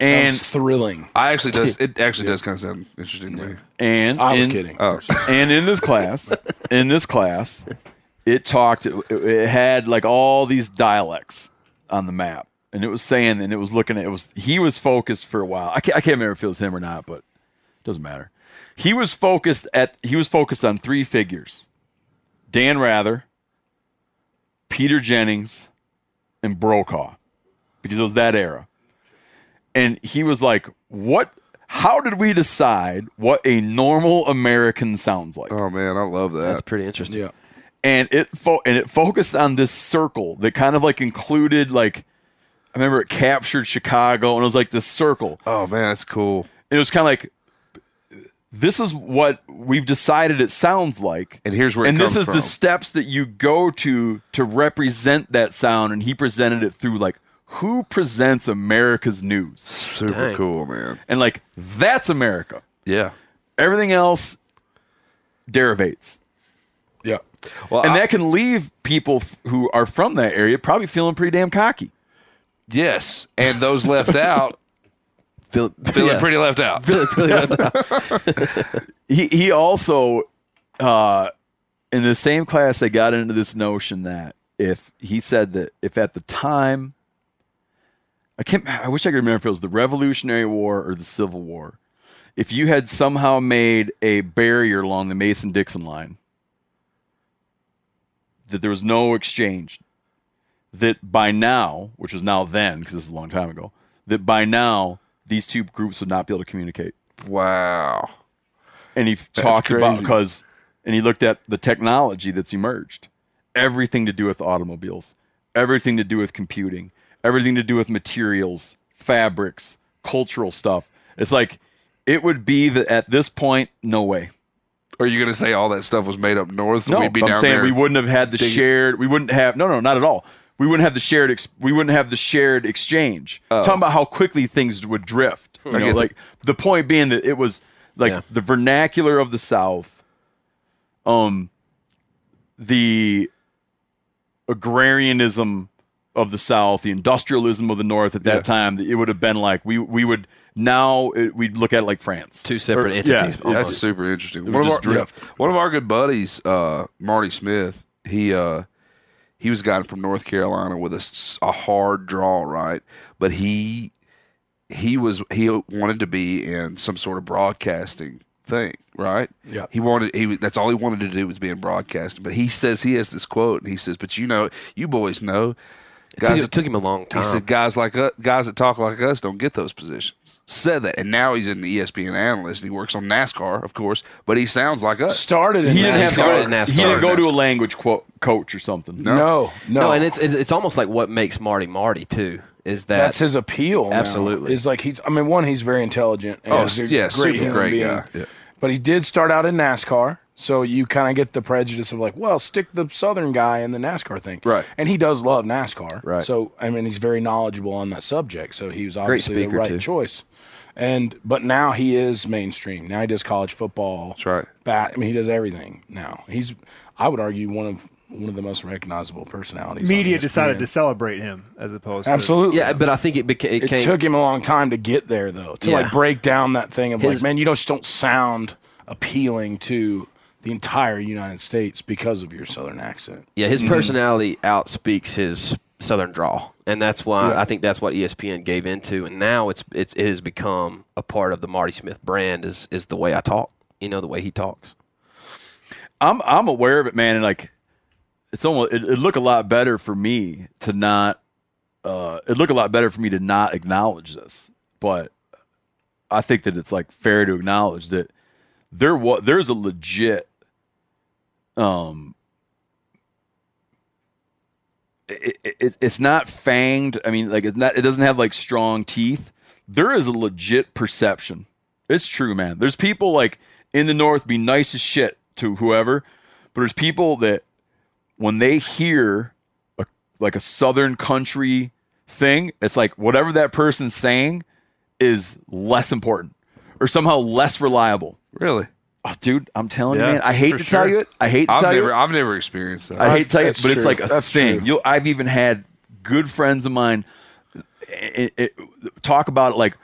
F: And
I: And,
F: thrilling.
D: I actually does. It actually does kind of sound interesting to me.
I: and
F: I was
I: in-
F: kidding.
D: Oh,
I: and in this class, in this class, it talked. It, it had like all these dialects on the map, and it was saying, and it was looking at. It was he was focused for a while. I can't, I can't remember if it was him or not, but it doesn't matter. He was focused at. He was focused on three figures: Dan Rather, Peter Jennings, and Brokaw, because it was that era and he was like, "What? How did we decide what a normal American sounds like?"
D: oh man, I love that.
H: That's pretty interesting.
F: Yeah.
I: And it fo- and it focused on this circle that kind of like included like I remember it captured Chicago and it was like this circle.
D: oh man, that's cool.
I: And it was kind of like this is what we've decided it sounds like.
D: And here's where it
I: and this
D: comes
I: is the
D: from.
I: steps that you go to to represent that sound and he presented it through like who presents America's news?
D: Super
H: Dang.
D: cool, man.
I: And like that's America.
D: Yeah.
I: everything else derivates
F: Yeah.
D: Well,
I: and
D: I-
I: that can leave people f- who are from that area probably feeling pretty damn cocky
D: yes, and those left out
H: Phil-
D: feeling
I: <laughs>
D: pretty <laughs> left out.
I: he, he also uh, in the same class they got into this notion that if he said that if at the time i can't i wish i could remember if it was the revolutionary war or the civil war if you had somehow made a barrier along the mason-dixon line that there was no exchange that by now which was now then because this is a long time ago that by now these two groups would not be able to communicate
D: Wow.
I: and he talked about
D: crazy.
I: because and he looked at the technology that's emerged everything to do with automobiles everything to do with computing everything to do with materials fabrics cultural stuff it's like it would be that at this point no way
D: Are you going to say all that stuff was made up north? So
I: no
D: we'd be
I: i'm
D: down
I: saying
D: there.
I: we wouldn't have had the shared we wouldn't have no no not at all we wouldn't have the shared ex, we wouldn't have the shared exchange talking about how quickly things would drift you know,
D: Oh. get that.
I: like the point being that it was like
H: Yeah.
I: the vernacular of the south um the agrarianism of the South, the industrialism of the North at that time, it would have been like we we would now it, we'd look at it like France.
H: Two separate
I: Or-
H: entities.
I: yeah,
H: almost.
D: That's super interesting.
I: would
D: One of, our,
I: just drift.
D: yeah. one of our good buddies, uh, Marty Smith, he uh, he was a guy from North Carolina with a, s- a hard draw, right? But he he was he wanted to be in some sort of broadcasting thing, right?
F: Yeah.
D: He wanted he was- that's all he wanted to do was be in broadcasting. But he says he has this quote, and he says, "But you know, you boys know,
H: It took, it took him a long time.
D: he said, "Guys like us, guys that talk like us don't get those positions." Said that, and now he's an E ESPN analyst. And he works on NASCAR, of course, but he sounds like us.
F: Started in
I: He didn't have to go to
H: NASCAR.
I: He didn't go to a
D: NASCAR.
I: language quo- coach or something.
F: No. no, no.
H: no, and it's, it's it's almost like what makes Marty Marty too is that
F: that's his appeal. now,
H: Absolutely.
F: is like he's. I mean, one, he's very intelligent. And
D: Oh,
F: he's a
D: yeah, super
F: human
D: great
F: being.
D: guy, yeah.
F: But he did start out in NASCAR, so you kind of get the prejudice of like, well, stick the Southern guy in the NASCAR thing,
D: Right.
F: And he does love NASCAR,
D: Right.
F: So I mean, he's very knowledgeable on that subject. So he was obviously the
H: speaker,
F: right
H: too.
F: choice. And but now he is mainstream. Now he does college football. That's
D: right.
F: Bat. I mean, he does everything now. He's, I would argue, one of one of the most recognizable personalities. on E
E: Media
F: ESPN.
E: decided to celebrate him as opposed to
F: absolutely.
H: yeah, but I think it became it,
F: It
H: came,
F: took him a long time to get there, though, to
H: Yeah.
F: like break down that thing of
H: His-
F: like, man, you just don't sound appealing to the entire United States because of your Southern accent.
H: Yeah, his personality outspeaks his southern drawl, and that's why I think that's what E ESPN gave into, and now it's it's it has become a part of the Marty Smith brand is is the way I talk. You know, the way he talks.
I: I'm I'm aware of it, man, and like it's almost it, it look a lot better for me to not uh it look a lot better for me to not acknowledge this. But I think that it's like fair to acknowledge that there was there's a legit um it, it, it's not fanged. I mean, like it's not. It doesn't have like strong teeth. There is a legit perception. It's true, man. There's people like in the north be nice as shit to whoever, but there's people that when they hear a, like a southern country thing. It's like whatever that person's saying is less important or somehow less reliable.
D: Really?
I: Oh, dude, I'm telling
G: Yeah,
I: you, man. I hate
G: for
I: to tell
G: sure.
I: you it. I hate to
D: I've
I: tell
D: never,
I: you.
D: I've never experienced that.
I: I hate to tell you, it,
F: That's
I: but it's
F: true.
I: like a
F: That's
I: thing.
F: true.
I: You'll, I've even had good friends of mine it, it, talk about like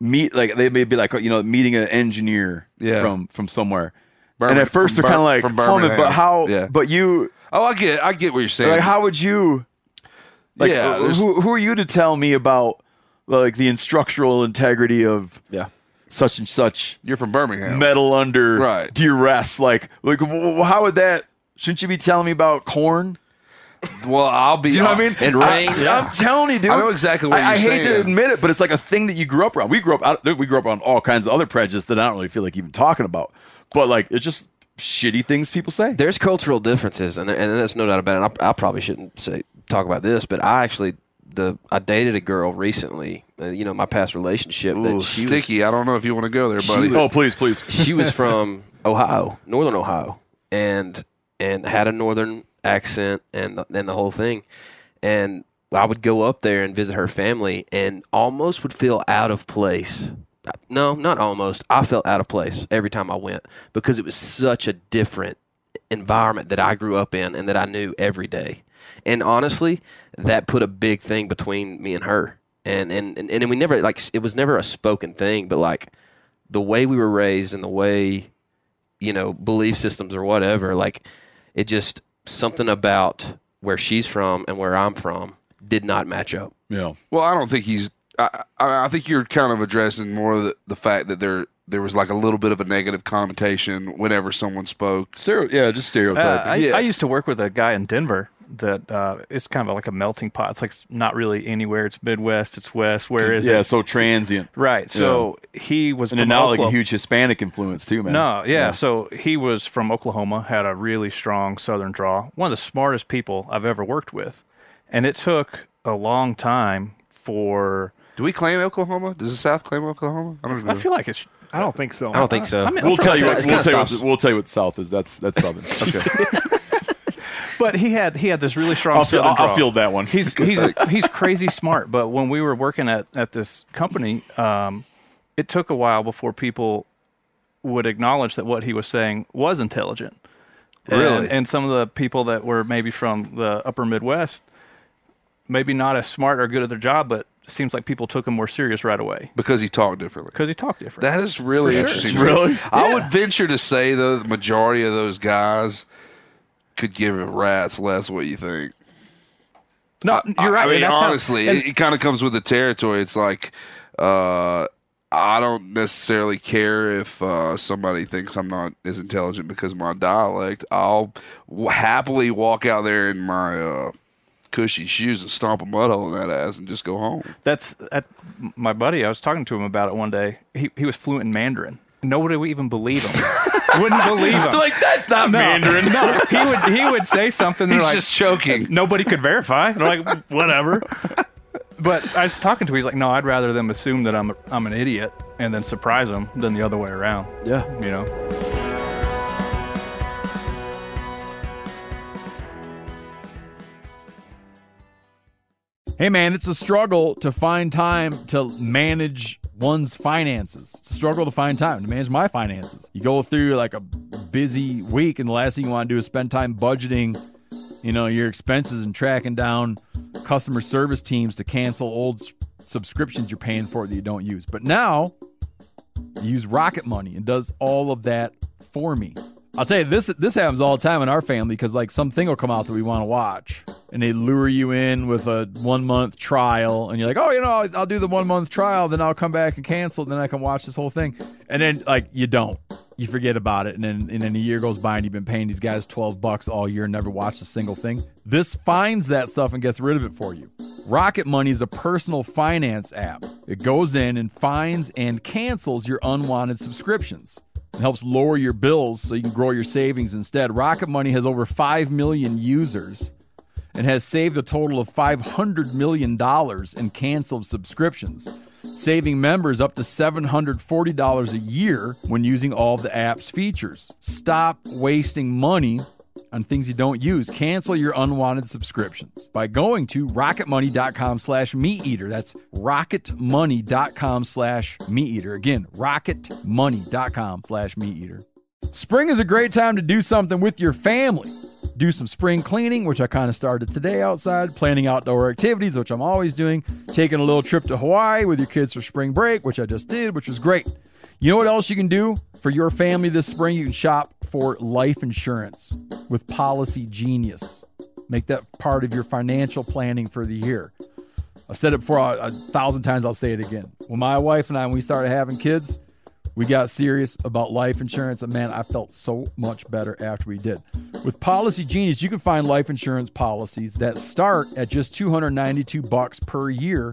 I: meet, like they may be like you know meeting an engineer
D: Yeah.
I: from from somewhere,
D: Birmingham-
I: and at first
D: from
I: they're kind
D: Bir-
I: of like,
D: from
I: "Homie,
D: Birmingham."
I: but how?
D: Yeah.
I: But you
D: oh, I get, I get what you're saying.
I: like, how would you? Like,
D: Yeah, there's-
I: who who are you to tell me about like the instructional integrity of
H: Yeah.
I: such and such
D: you're from Birmingham.
I: metal under
D: Right.
I: duress? Like, like w- w- how would that? Shouldn't you be telling me about corn?
D: well, I'll be.
I: Do you know what I mean?
H: And rain.
I: I, am telling you, dude.
D: I know exactly what
I: I, I
D: you're
I: hate to
D: saying.
I: admit it, but it's like a thing that you grew up around. We grew up, I, dude, we grew up on all kinds of other prejudice that I don't really feel like even talking about. But like, it's just shitty things people say.
H: There's cultural differences, and and there's no doubt about it. I, I probably shouldn't say talk about this, but I actually the I dated a girl recently. Uh, you know, my past relationship
D: Ooh,
H: that she was-
D: sticky. I don't know if you want to go there, buddy.
I: Oh, please, please.
H: she was from Ohio, Northern Ohio, and and had a northern accent and and the whole thing. And I would go up there and visit her family, and almost would feel out of place. No, not almost. I felt out of place every time I went because it was such a different environment that I grew up in and that I knew every day. And honestly, that put a big thing between me and her. And and and, and we never like it was never a spoken thing, but like the way we were raised and the way you know belief systems or whatever like it just something about where she's from and where i'm from did not match up
I: Yeah.
D: Well, I don't think he's. I, I, I think you're kind of addressing more the, the fact that there there was like a little bit of a negative connotation whenever someone spoke.
I: Stereo, yeah, just
G: Uh,
I: stereotype.
G: I,
D: Yeah.
G: I used to work with a guy in Denver that uh, it's kind of like a melting pot. It's like s- not really anywhere. It's Midwest. It's West. Where is
I: yeah,
G: it?
I: so transient.
G: Right. So he was
I: And
G: from
I: then now like a
G: Oklahoma.
I: huge Hispanic influence too, man.
G: No, yeah, So he was from Oklahoma, had a really strong Southern draw, one of the smartest people I've ever worked with. And it took a long time for.
D: Do we claim Oklahoma? Does the South claim Oklahoma? I don't even
G: I
D: know.
G: feel like it's.
E: I don't think so.
H: i don't think so
G: I mean, I'm
I: Mm-hmm. We'll
G: from
I: tell you.
G: South-
I: What,
H: it's
I: we'll,
H: kinda
I: tell you what,
H: stops.
I: we'll tell you what South is. That's
G: <laughs>
I: that's Southern. Okay,
G: But he had he had this really strong
I: I'll, feel,
G: Southern
I: I'll,
G: draw.
I: I'll field that one.
G: he's he's he's crazy smart. But when we were working at at this company, um, it took a while before people would acknowledge that what he was saying was intelligent.
D: Really?
G: And, and some of the people that were maybe from the upper Midwest, maybe not as smart or good at their job, but it seems like people took him more serious right away
D: because he talked differently.
G: because he talked different.
D: That is really interesting.
I: Really?
D: I would venture to say though the majority of those guys could give a rat's less what you think.
G: no, you're right.
D: I mean,
G: and that's how-
D: honestly,
G: and
D: it, it kind of comes with the territory. It's like, uh, I don't necessarily care if uh, somebody thinks I'm not as intelligent because of my dialect. I'll w- happily walk out there in my uh, cushy shoes and stomp a mud hole in that ass and just go home.
G: that's at my buddy. I was talking to him about it one day. He he was fluent in Mandarin. Nobody would even believe him. <laughs> Wouldn't believe him.
I: that's not
G: no, No, he would he would say something. They're
D: He's
G: like,
D: just choking.
G: nobody could verify. And They're like, whatever. But I was talking to him. He's like, no, I'd rather them assume that I'm I'm an idiot and then surprise them than the other way around.
H: yeah
G: You know.
A: Hey man, it's a struggle to find time to manage one's finances. It's a struggle to find time to manage my finances. You go through like a busy week, and the last thing you want to do is spend time budgeting, you know, your expenses and tracking down customer service teams to cancel old s- subscriptions you're paying for that you don't use. But now, you use Rocket Money and does all of that for me. I'll tell you this this happens all the time in our family because like something will come out that we want to watch and they lure you in with a one month trial and you're like oh you know I'll, I'll do the one month trial then I'll come back and cancel then I can watch this whole thing and then like you don't you forget about it and then and then a year goes by and you've been paying these guys twelve bucks all year and never watched a single thing this finds that stuff and gets rid of it for you. Rocket Money is a personal finance app. It goes in and finds and cancels your unwanted subscriptions. It helps lower your bills so you can grow your savings instead. Rocket Money has over 5 million users and has saved a total of $500 million in canceled subscriptions, saving members up to $740 a year when using all of the app's features. Stop wasting money on things you don't use. Cancel your unwanted subscriptions by going to rocketmoney.com slash meat eater. That's rocketmoney.com slash meat eater. Again, rocketmoney.com slash meat eater. Spring is a great time to do something with your family. Do some spring cleaning, which I kind of started today outside, planning outdoor activities, which I'm always doing, taking a little trip to Hawaii with your kids for spring break, which I just did, which was great. You know what else you can do for your family this spring? You can shop for life insurance with Policy Genius. Make that part of your financial planning for the year. I've said it before a, a thousand times, I'll say it again. When my wife and I, when we started having kids, we got serious about life insurance, and man, I felt so much better after we did. With Policy Genius, you can find life insurance policies that start at just 292 bucks per year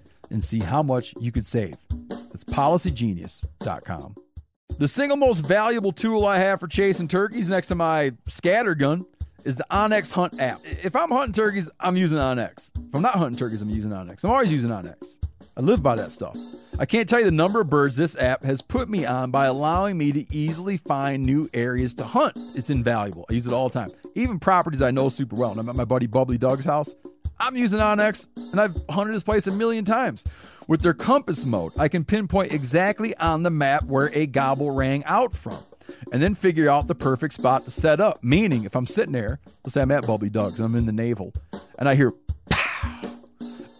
A: and see how much you could save. That's policygenius.com. The single most valuable tool I have for chasing turkeys next to my scatter gun is the Onyx Hunt app. If I'm hunting turkeys, I'm using Onyx. If I'm not hunting turkeys, I'm using Onyx. I'm always using Onyx. I live by that stuff. I can't tell you the number of birds this app has put me on by allowing me to easily find new areas to hunt. It's invaluable. I use it all the time. Even properties I know super well. And I'm at my buddy Bubbly Doug's house. I'm using Onyx, and I've hunted this place a million times. With their compass mode, I can pinpoint exactly on the map where a gobble rang out from and then figure out the perfect spot to set up. Meaning, if I'm sitting there, let's say I'm at Bubbly Doug's, I'm in the navel, and I hear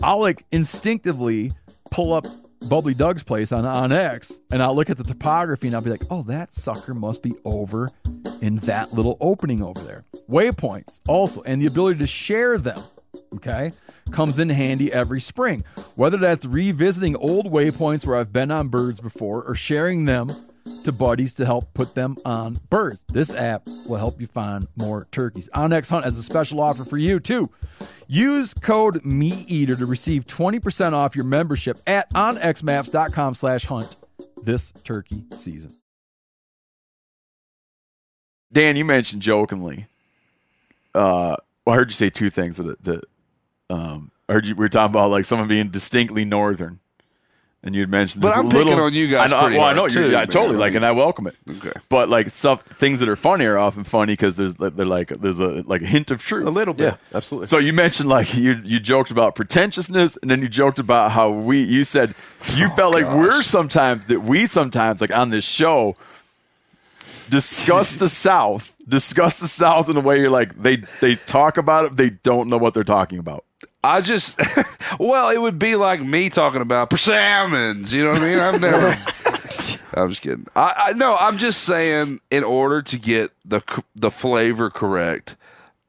A: I'll like instinctively pull up Bubbly Doug's place on on X, and I'll look at the topography and I'll be like, oh, that sucker must be over in that little opening over there. Waypoints also, and the ability to share them, okay, comes in handy every spring. Whether that's revisiting old waypoints where I've been on birds before or sharing them to buddies to help put them on birds. This app will help you find more turkeys. Onyx Hunt has a special offer for you too. Use code MeatEater to receive 20% off your membership at onxmaps.com slash hunt this turkey season.
I: Dan, you mentioned jokingly. Uh, well, I heard you say two things with it. That um, I heard you we were talking about like someone being distinctly northern, and you had mentioned.
D: But
I: there's a
D: I'm picking
I: little-
D: on you guys
I: I know,
D: pretty
I: well,
D: hard,
I: I know you
D: too,
I: yeah,
D: man.
I: totally like, and I welcome it.
D: <laughs> Okay.
I: But like stuff, things that are funny are often funny because there's they're like there's a like a hint of truth.
E: a little bit.
H: Yeah, absolutely.
I: So you mentioned like you you joked about pretentiousness, and then you joked about how we you said you
H: Oh,
I: felt like we're sometimes that we sometimes like on this show
H: <laughs>
I: discuss the South, discuss the South in a way you're like they they talk about it, they don't know what they're talking about.
D: I just, <laughs> well, it would be like me talking about persimmons. You know what I mean? I've
I: <laughs>
D: never. I'm just kidding. I, I no, I'm just saying. In order to get the c- the flavor correct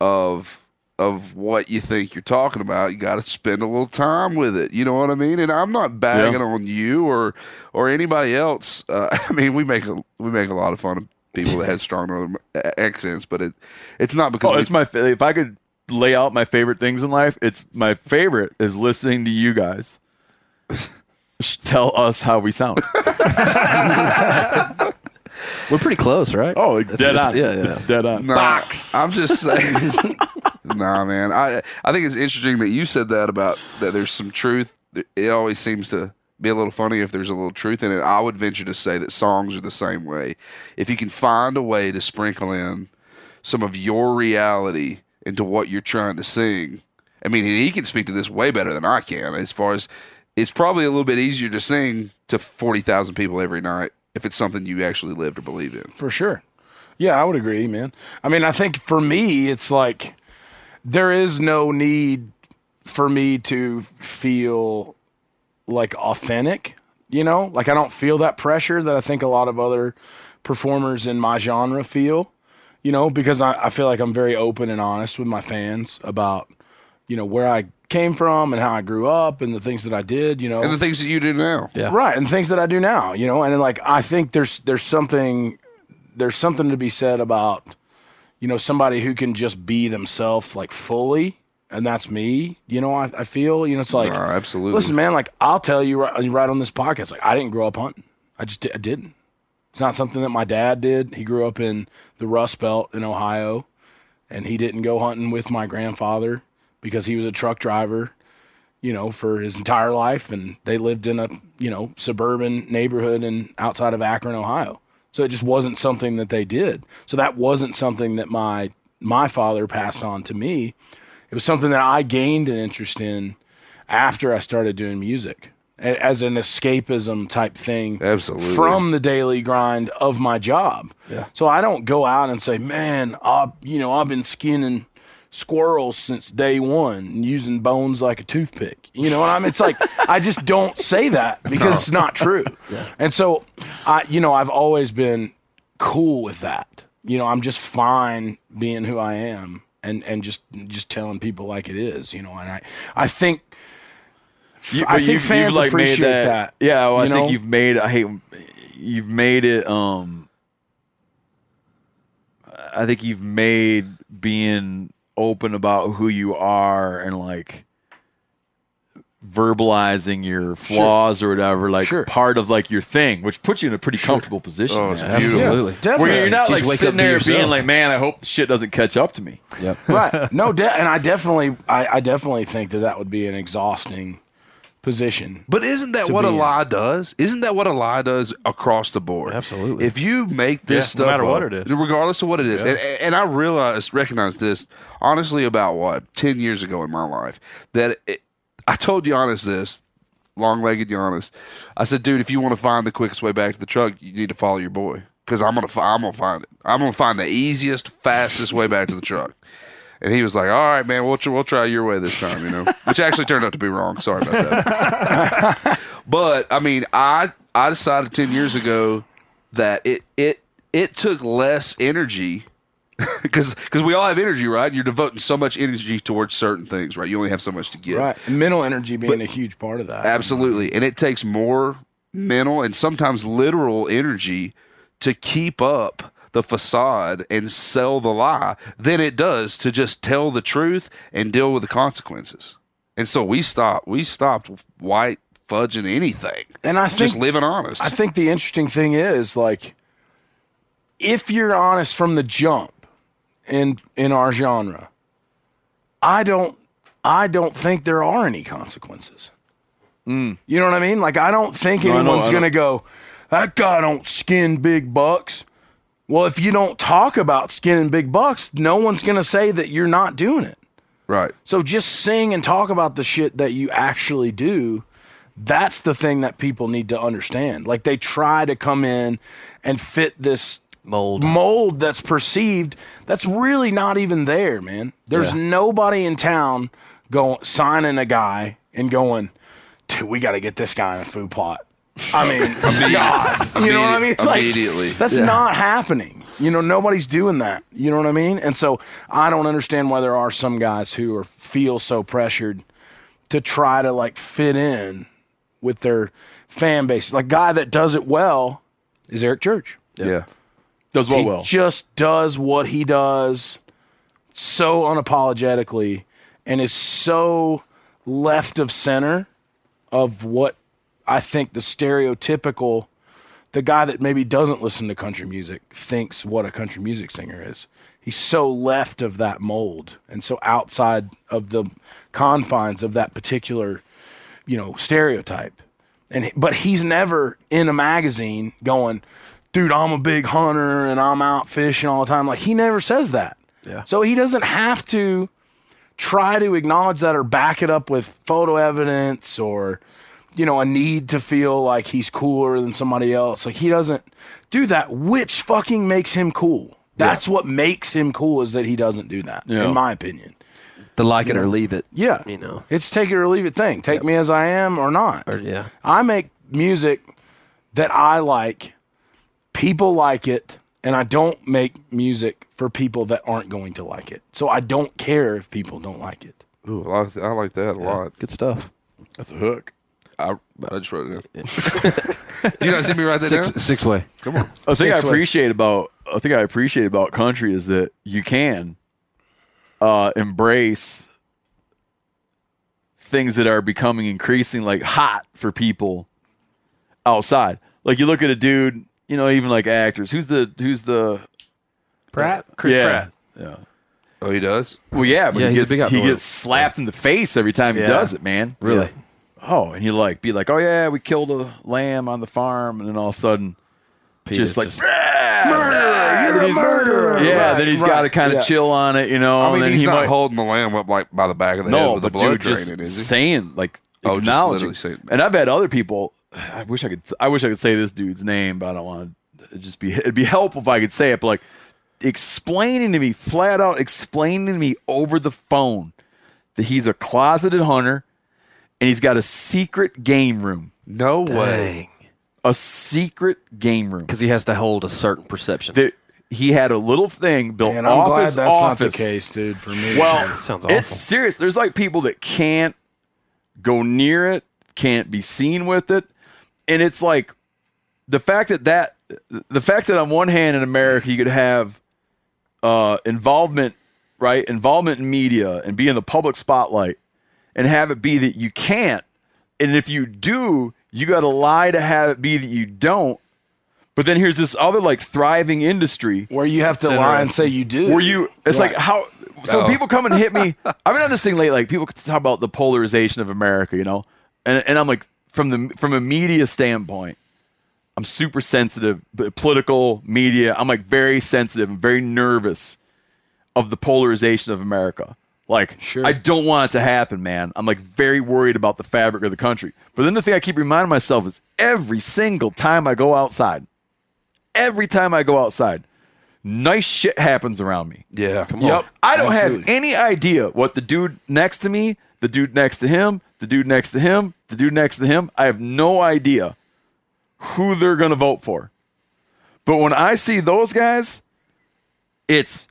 D: of of what you think you're talking about, you got to spend a little time with it. You know what I mean? And I'm not bagging on you or or anybody else. Uh, <laughs> I mean, we make a, we make a lot of fun of people that have strong northern uh, accents, but it it's not because
I: Oh,
D: we
I: it's my fa- if I could lay out my favorite things in life, it's my favorite is listening to
H: <laughs>
I: you guys tell us how we sound.
H: We're pretty close, right?
I: Oh, it's
H: That's-
I: dead
H: that's-
I: on.
H: Yeah, yeah.
I: It's dead on.
D: No, I'm just saying. <laughs> nah, man. I I think it's interesting that you said that about that. There's some truth. It always seems to be a little funny if there's a little truth in it. I would venture to say that songs are the same way. If you can find a way to sprinkle in some of your reality into what you're trying to sing, I mean, and he can speak to this way better than I can. As far as it's probably a little bit easier to sing to forty thousand people every night if it's something you actually lived or believe in.
F: for sure. Yeah, I would agree, man. I mean, I think for me, it's like there is no need for me to feel like authentic, you know? Like I don't feel that pressure that I think a lot of other performers in my genre feel, you know, because I, I feel like I'm very open and honest with my fans about, you know, where I came from and how I grew up and the things that I did, you know.
D: And the things that you do now. Yeah.
F: Right, and things that I do now, you know, and then like I think there's there's something there's something to be said about you know somebody who can just be themselves like fully and that's me. You know, I, I feel you know it's like
D: Nah, Oh, absolutely.
F: Listen, man, like I'll tell you right, right on this podcast, like I didn't grow up hunting. I just di- I didn't. It's not something that my dad did. He grew up in the Rust Belt in Ohio, and he didn't go hunting with my grandfather because he was a truck driver, you know, for his entire life, and they lived in a you know suburban neighborhood and outside of Akron, Ohio. So it just wasn't something that they did. So that wasn't something that my my father passed on to me. It was something that I gained an interest in after I started doing music a- as an escapism type thing
D: Absolutely.
F: from the daily grind of my job. Yeah. So I don't go out and say, "Man, I you know, I've been skinning squirrels since day 1 and using bones like a toothpick." You know what I mean? It's like I just don't say that because it's not true. And so I you know, I've always been cool with that. You know, I'm just fine being who I am and and just just telling people like it is, you know, and I I think
I: You-
F: I
I: but
F: think
I: you've-
F: fans
I: you've, like, made
F: appreciate that.
I: Yeah, well, I
F: you
I: think
F: know?
I: you've made. I hate. You've made it. Um, I think you've made being open about who you are and like verbalizing your flaws or whatever, like
F: Sure.
I: part of like your thing, which puts you in a pretty comfortable position.
D: Oh,
I: man.
D: it's beautiful.
H: Absolutely.
I: Where you're not
H: Just
I: like
H: wake up
I: sitting
H: to
I: there being
H: yourself.
I: like, "Man, I hope the shit doesn't catch up to me."
H: Yep.
I: <laughs>
F: right no de- and i definitely I, I definitely think that that would be an exhausting position
D: But isn't that what a
F: be-
D: lie does? Isn't that what a lie does across the board?
H: Absolutely.
D: If you make this
G: Yeah,
D: stuff
G: no matter
D: up,
G: what it is.
D: regardless of what it is, and, and I realized, recognized this honestly about what ten years ago in my life that it, I told Giannis this, long-legged Giannis. I said, dude, if you want to find the quickest way back to the truck, you need to follow your boy because I'm gonna, fi- I'm gonna find it. I'm gonna find the easiest, fastest way back to the truck. And he was like, "All right, man, we'll tr- we'll try your way this time," you know, which actually turned out to be wrong. Sorry about that. <laughs> But I mean, I I decided ten years ago that it it it took less energy <laughs> because we all have energy, right? You're devoting so much energy towards certain things, right? You only have so much to give,
F: right mental energy being a huge part of that
D: Absolutely, and it takes more mental and sometimes literal energy to keep up the facade and sell the lie than it does to just tell the truth and deal with the consequences. And so we stopped. We stopped white fudging anything.
F: and i think
D: just living honest.
F: I think the interesting thing is like if you're honest from the jump in in our genre, I don't I don't think there are any consequences. You know what I mean? Like I don't think
I: Hmm. I know,
F: anyone's
I: I know.
F: gonna go, that guy don't skin big bucks. Well, if you don't talk about skinning big bucks, no one's gonna say that you're not doing it.
D: right.
F: So just sing and talk about the shit that you actually do. That's the thing that people need to understand. Like they try to come in and fit this
H: Mold.
F: mold that's perceived that's really not even there, man. There's nobody in town going signing a guy and going, dude, we got to get this guy in a food plot. I mean, God, you know what I mean? It's like
D: Immediately.
F: that's not happening. You know, nobody's doing that. You know what I mean? And so I don't understand why there are some guys who are feel so pressured to try to like fit in with their fan base. Like guy that does it well is Eric Church.
D: Yeah.
I: Does well,
F: He
I: well.
F: just does what he does so unapologetically and is so left of center of what I think the stereotypical the guy that maybe doesn't listen to country music thinks what a country music singer is. He's so left of that mold and so outside of the confines of that particular, you know, stereotype. And but he's never in a magazine going, "Dude, I'm a big hunter and I'm out fishing all the time." Like he never says that. Yeah. So he doesn't have to try to acknowledge that or back it up with photo evidence or you know a need to feel like he's cooler than somebody else like he doesn't do that which fucking makes him cool that's what makes him cool is that he doesn't do that
I: Yeah.
F: in my opinion
H: To like it or leave it.
F: yeah
H: You know.
F: it's take it or leave it thing take me as i am or not
H: Or, yeah.
F: I make music that I like. People like it, and I don't make music for people that aren't going to like it. So I don't care if people don't like it.
D: Ooh, I like, I like that a lot.
H: Good stuff.
I: That's a hook.
D: I, I just wrote it down. <laughs> you not see me write that
H: Six
D: down?
H: six way.
D: Come on.
I: I think I
F: Six way.
I: appreciate about I think I appreciate about country is that you can uh, embrace things that are becoming increasing like hot for people outside. Like you look at a dude, you know, even like actors. Who's the who's the
E: Pratt.
G: Chris
I: yeah.
G: Pratt.
D: Oh, he does.
I: Well, yeah, but
H: Yeah,
I: he
H: he's a
I: gets
H: big
I: he
H: outdoor.
I: gets slapped in the face every time
G: Yeah.
I: he does it, man.
H: Really?
I: Oh, and he like be like, oh yeah, we killed a lamb on the farm, and then all of a sudden,
H: Pete
I: just
H: is
I: like murder, you're a murderer. Yeah,
F: Right,
I: then he's
F: right,
I: got to kind of
F: yeah.
I: chill on it, you know.
D: I mean,
I: Um, and then
D: he's
I: he
D: not
I: might,
D: holding the lamb up like by the back of the head
I: no,
D: with the
I: but
D: blood
I: dude, just
D: draining, is he?
I: saying like
D: Oh, just
I: acknowledging.
D: literally saying-
I: And I've had other people. I wish I could. I wish I could say this dude's name, but I don't want to. Just be. It'd be helpful if I could say it, but like explaining to me flat out, explaining to me over the phone that he's a closeted hunter and he's got a secret game room,
D: no way.
I: a secret game room.
H: because he has to hold a certain perception.
I: That he had a little thing built
F: And I'm
I: off
F: glad
I: his
F: that's
I: office.
F: not the case, dude. For me,
I: Well,
H: sounds
I: it's
H: awful.
I: serious. There's like people that can't go near it, can't be seen with it, and it's like the fact that that the fact that on one hand in America you could have uh, involvement, right, involvement in media and be in the public spotlight, and have it be that you can't, and if you do, you got to lie to have it be that you don't. But then here's this other like thriving industry
F: where you have to lie and say you do.
I: were you? It's like how. So
D: Oh.
I: people come and hit me. I've been on this thing lately. Like people talk about the polarization of America, you know, and and I'm like from the from a media standpoint, I'm super sensitive. But political media, I'm like very sensitive and very nervous of the polarization of America. Like
F: Sure.
I: I don't want it to happen, man. I'm like very worried about the fabric of the country. But then the thing I keep reminding myself is every single time I go outside, every time I go outside, nice shit happens around me.
D: Yeah. Come
I: Yep. I don't have any idea what the dude next to me, the dude next to him, the dude next to him, the dude next to him. I have no idea who they're going to vote for. But when I see those guys, it's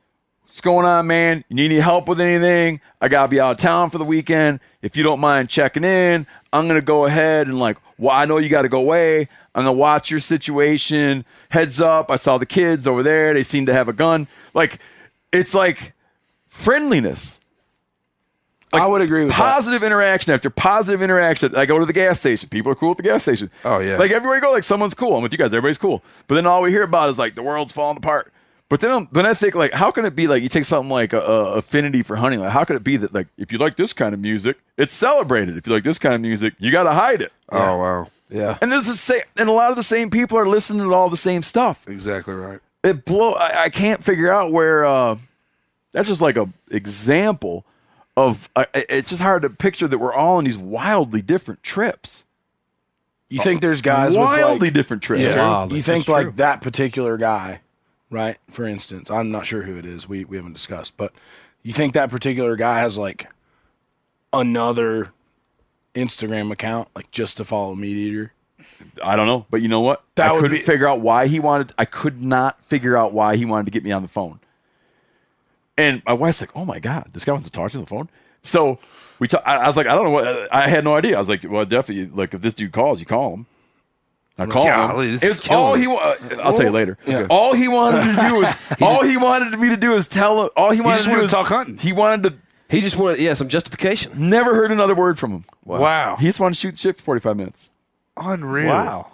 I: what's going on, man? You need any help with anything? I got to be out of town for the weekend. If you don't mind checking in, I'm going to go ahead and, like, well, I know you got to go away. I'm going to watch your situation. Heads up. I saw the kids over there. They seem to have a gun. Like, it's like friendliness,
F: I would agree
D: uh,
F: with that.
I: positive interaction after positive interaction. I go to the gas station. People are cool at the gas station.
D: Oh, yeah.
I: Like everywhere you go, like someone's cool. I'm with you guys. Everybody's cool. But then all we hear about is like the world's falling apart. But then, then I think like, how can it be like you take something like a, a affinity for hunting? Like, how could it be that like if you like this kind of music, it's celebrated. If you like this kind of music, you got to hide it.
D: Oh wow. Yeah.
I: And there's the same, and a lot of the same people are listening to all the same stuff
D: Exactly right.
I: it blow I, I can't figure out where uh that's just like a example of I I- it's just hard to picture that we're all on these wildly different trips
F: You think there's guys
I: wildly
F: with like,
I: different trips
F: Yeah.
H: Wild,
F: you
H: that's
F: think
H: true.
F: like that particular guy, right? For instance, I'm not sure who it is. We we haven't discussed, but you think that particular guy has like another Instagram account, like just to follow Meat Eater.
I: i don't know but you know what
F: That
I: i
F: would
I: couldn't
F: be-
I: figure out why he wanted i could not figure out why he wanted to get me on the phone and my wife's like oh my god this guy wants to talk to you on the phone so we ta- I, I was like i don't know what i had no idea i was like well definitely like if this dude calls you call him I call
D: Golly,
I: him.
D: this
I: It
D: is
I: was
D: killing
I: all
D: me.
I: he. Wa- I'll
F: Oh,
I: tell you later. All he wanted to do
D: <laughs>
I: was. all he wanted me to do is tell him. All he wanted
D: just
I: to do
D: wanted to
I: was
D: talk hunting.
I: He wanted to.
H: he just wanted, yeah, some justification.
I: Never heard another word from him.
D: Wow.
I: He just wanted to shoot shit for forty five minutes.
D: Unreal.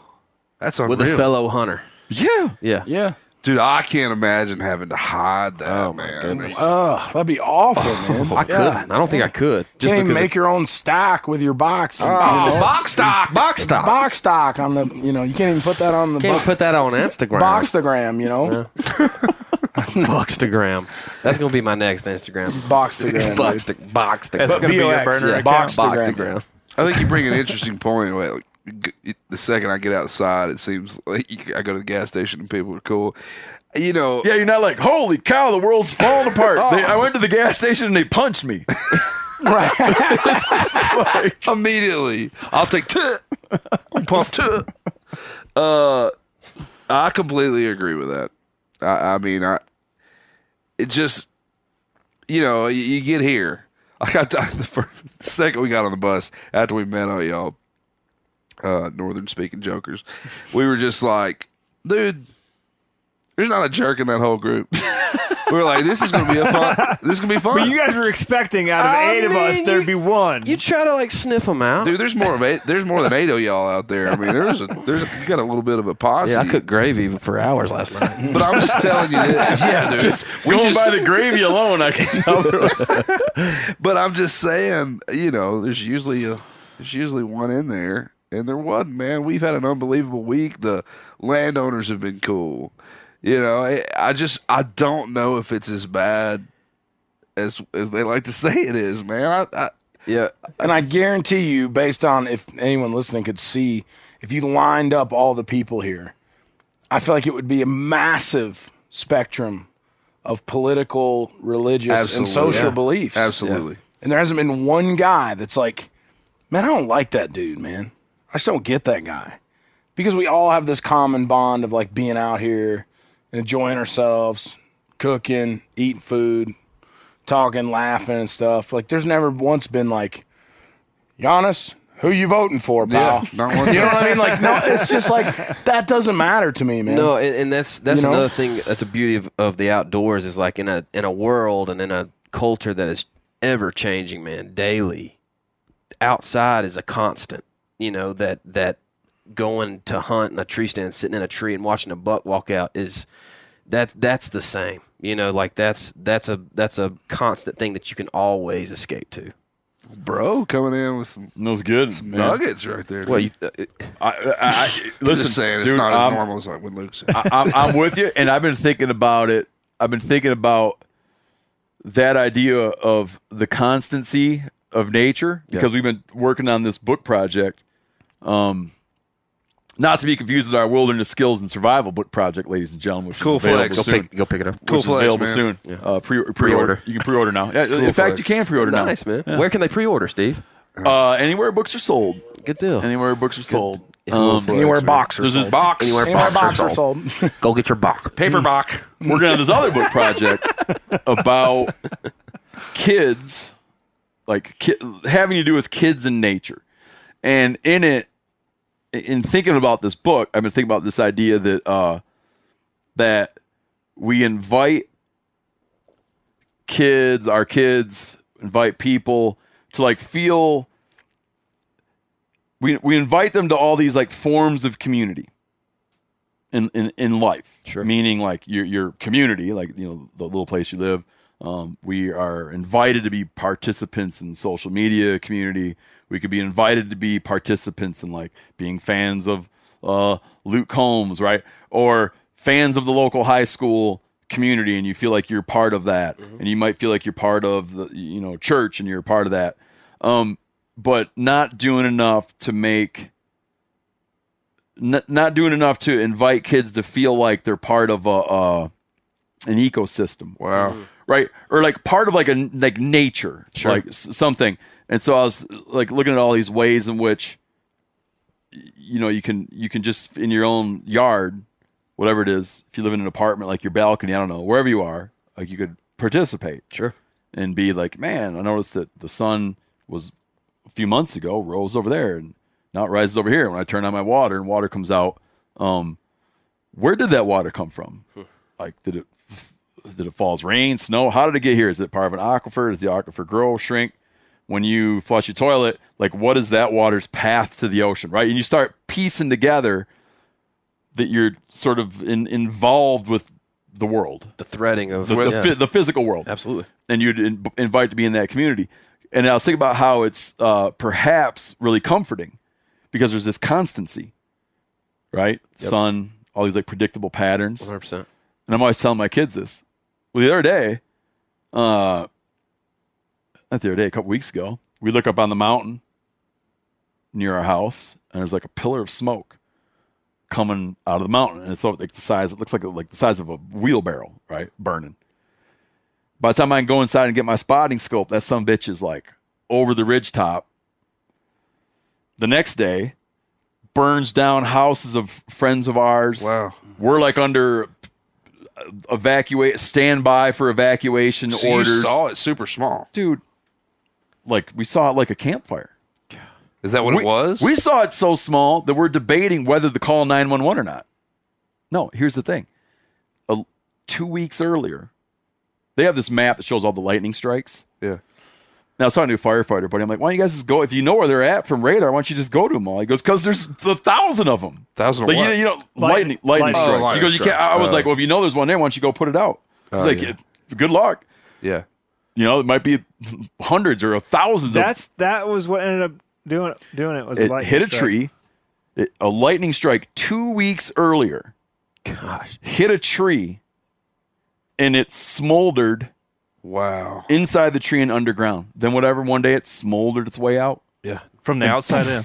D: That's unreal.
H: With a fellow hunter.
I: Yeah.
H: Yeah.
F: Yeah.
D: Dude, I can't imagine having to hide that,
H: Oh, my
D: man.
H: goodness.
F: Ugh, that'd be awful, <laughs> man.
H: I couldn't. I don't think I could. Just
F: can't even
H: because
F: make
H: it's-
F: your own stock with your box.
D: Oh, box stock. Box stock.
F: box stock on the you know you can't even put that on the
H: can't
F: bo-
H: even put that on Instagram. <laughs>
F: boxtagram you know
H: Boxtagram. That's gonna be my next Instagram.
F: boxtagram dude.
H: Boxta- Boxtagram.
G: That's gonna be your
F: BOX,
G: burner
F: yeah.
G: account.
F: Box-
H: Boxtagram.
D: I think you bring an interesting point. Where, like, g- the second I get outside, it seems like you- I go to the gas station and people are cool. You know,
I: Yeah. You're not like, holy cow, the world's falling
D: <laughs>
I: apart. They,
D: Oh.
I: I went to the gas station and they punched me.
D: immediately I'll take two. I'm pumped two. Uh, I completely agree with that. I, I mean, I it just you know you, you get here. <laughs> I got to, the first the second we got on the bus after we met all y'all, uh, northern speaking jokers. We were just like, dude, there's not a jerk in that whole group. <laughs> we were like, this is going to be a fun. This is going to be
E: But
D: fun.
E: you guys were expecting out of
H: I
E: eight of us
H: mean,
E: there'd
H: you-
E: be one.
H: You try to like sniff them out.
D: Dude, there's more of eight. There's more than eight of y'all out there. I mean, there's a there's a, you got a little bit of a posse.
H: yeah, I cooked gravy for hours last night.
D: But I'm just telling you, that, yeah, dude. we
I: Going
D: just-
I: by the gravy alone, I can tell. there was-
D: <laughs> But I'm just saying, you know, there's usually a, there's usually one in there, and there wasn't. Man, we've had an unbelievable week. The landowners have been cool. You know, I, I just I don't know if it's as bad as as they like to say it is, man. I, I
H: yeah,
F: And I guarantee you, based on if anyone listening could see, if you lined up all the people here, I feel like it would be a massive spectrum of political, religious, and
D: Absolutely.
F: social
D: Yeah.
F: beliefs.
D: absolutely.
F: And there hasn't been one guy that's like, man, I don't like that dude, man. I just don't get that guy. Because we all have this common bond of like being out here and enjoying ourselves, cooking, eating food, talking, laughing and stuff. Like there's never once been like, Giannis, who you voting for, pal?
D: Not
F: <laughs>
D: one
F: You know what I mean? Like, no, it's just like that doesn't matter to me, man.
H: no, and, and that's that's
F: You know?
H: another thing. That's a beauty of, of the outdoors is like in a in a world and in a culture that is ever changing, man, daily. Outside is a constant. You know that that going to hunt in a tree stand, sitting in a tree and watching a buck walk out is that that's the same. You know, like that's that's a that's a constant thing that you can always escape to.
D: bro coming in with some
I: That was good. man.
D: nuggets right there.
H: Well,
D: dude.
H: you, uh, it-
I: I, I, I,
D: I'm
I: listen,
D: just saying, it's
I: dude,
D: not as
I: I'm-
D: normal as like when Luke <laughs> said.
I: I- I'm, I'm with you, and I've been thinking about it. I've been thinking about that idea of the constancy of nature because we've been working on this book project. Um, not to be confused with our wilderness skills and survival book project, ladies and gentlemen. Which
D: Cool
I: is
D: flex.
I: available
H: go
I: soon.
H: pick go pick it up.
D: Cool
I: which
D: flex,
I: is available
D: man.
I: soon.
H: Yeah.
I: Uh, pre
H: Pre-order.
I: pre-order. You can pre-order now. Yeah, in fact,
D: flex.
I: you can pre-order now.
H: Nice man. Where can they pre-order, Steve?
I: Uh, anywhere books are sold.
H: Good deal.
I: Anywhere books are sold.
F: Anywhere boxers.
I: There's Um, this
F: sold.
I: box.
F: Anywhere boxers sold.
H: Go get your
I: <laughs>
H: box.
D: Paper box.
I: we're gonna have this other book project about kids, like ki- having to do with kids and nature. And in it, in thinking about this book, I've been thinking about this idea that uh, that we invite kids, our kids, invite people to like feel. We we invite them to all these like forms of community in in, in life. Sure. Meaning like your your community, like you know the little place you live. Um, we are invited to be participants in social media community. We could be invited to be participants in like being fans of uh, Luke Combs, right? Or fans of the local high school community, and you feel like you're part of that, and you might feel like you're part of the you know church, and you're a part of that. Um, but not doing enough to make not, not doing enough to invite kids to feel like they're part of a uh, an ecosystem,
D: Wow.
I: right? Or like part of like a like nature, like s- something. And so I was like looking at all these ways in which y- you know you can you can just in your own yard, whatever it is. If you live in an apartment, like your balcony, I don't know, wherever you are, like you could participate
H: Sure.
I: and be like, man, I noticed that the sun was a few months ago rose over there and now it rises over here. When I turn on my water and water comes out, um, where did that water come from? Like, did it did it falls rain, snow? How did it get here? Is it part of an aquifer? Does the aquifer grow, shrink? When you flush your toilet, like what is that water's path to the ocean, right? And you start piecing together that you're sort of in, involved with the world,
H: The threading of
I: the, the,
H: yeah,
I: phy- the physical world
H: absolutely.
I: and you'd in- invite to be in that community. And I was thinking about how it's uh, perhaps really comforting because there's this constancy, right? Sun, all these like predictable patterns.
H: 100. percent
I: And I'm always telling my kids this. Well, the other day, uh, not the other day, a couple weeks ago, we look up on the mountain near our house, and there's like a pillar of smoke coming out of the mountain, and it's sort of like the size. It looks like like the size of a wheelbarrow, right, burning. By the time I can go inside and get my spotting scope, that some bitch is like over the ridge top. The next day, burns down houses of friends of ours.
D: Wow.
I: We're like under uh, evacuate standby for evacuation
D: So
I: orders.
D: you saw it super small.
I: Dude, like we saw it like a campfire.
D: Is that what
I: we,
D: it was?
I: We saw it so small that we're debating whether to call 911 or not. No, here's the thing. A, two weeks earlier, They have this map that shows all the lightning strikes.
D: Yeah.
I: Now I was talking to a firefighter buddy. I'm like, why don't you guys just go? If you know where they're at from radar, why don't you just go to them all? He goes, because there's a thousand of them.
D: Thousand of
I: Like, you,
D: what?
I: know- you know, lightning,
E: Lightning-
I: lightning
E: lightning
I: strikes. Uh,
D: strikes.
I: he goes, you can't. I I was like, well, if you know there's one there, why don't you go put it out? He's like,
D: yeah.
I: "Yeah, good luck.
D: yeah.
I: You know, it might be hundreds or thousands of
E: That's that was what ended up doing doing it was
I: it
E: lightning
I: hit a
E: strike.
I: tree. It- a lightning strike two weeks earlier
H: Gosh.
I: hit a tree, and it smoldered
D: Wow.
I: inside the tree and underground. Then whatever, one day it smoldered its way out.
H: Yeah.
G: from the outside in,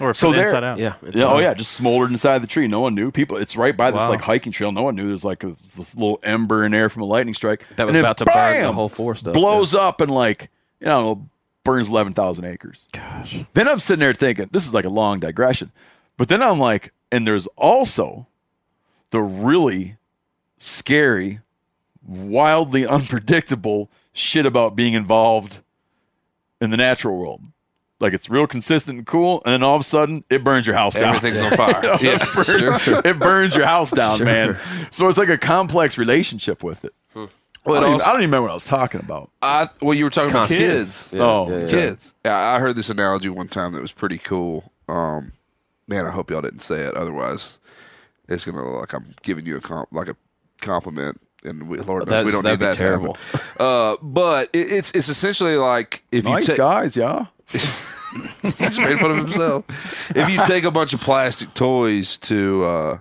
G: or from
I: So
G: the
I: there-
G: inside out.
H: Yeah. it's
I: Yeah, oh
H: on.
I: yeah, just smoldered inside the tree. No one knew. People, it's right by this
G: Wow.
I: like hiking trail. No one knew there's like a, this little ember in there from a lightning strike
H: That was
I: And then,
H: about to burn the
I: bam!
H: whole forest up.
I: blows up and like you know burns 11,000 acres. Gosh. Then I'm sitting there thinking this is like a long digression. But then I'm like and there's also the really scary wildly <laughs> unpredictable shit about being involved in the natural world. Like it's real consistent and cool and then all of a sudden it burns your house down.
D: Everything's <laughs> on fire. yeah. Sure.
I: <laughs> it burns your
D: <laughs>
I: house down, man. So it's like a complex relationship with it. I,
D: Well,
I: don't
D: it
I: even,
D: also-
I: I don't even remember what I was talking about.
D: I, well, you were talking about kids.
H: Yeah,
I: oh,
H: yeah, yeah.
D: Kids. Yeah, I heard this analogy one time that was pretty cool. Um, man, I hope y'all didn't say it. Otherwise, it's gonna look like I'm giving you a comp, like a compliment, and we, Lord knows
H: That's-
D: we don't
H: that'd
D: need
H: be
D: that. to happen.
H: terrible.
D: Uh, but it, it's it's essentially like if
I: Nice
D: you take
I: guys, yeah.
D: he just made fun of himself. If you take a bunch of plastic toys to, uh,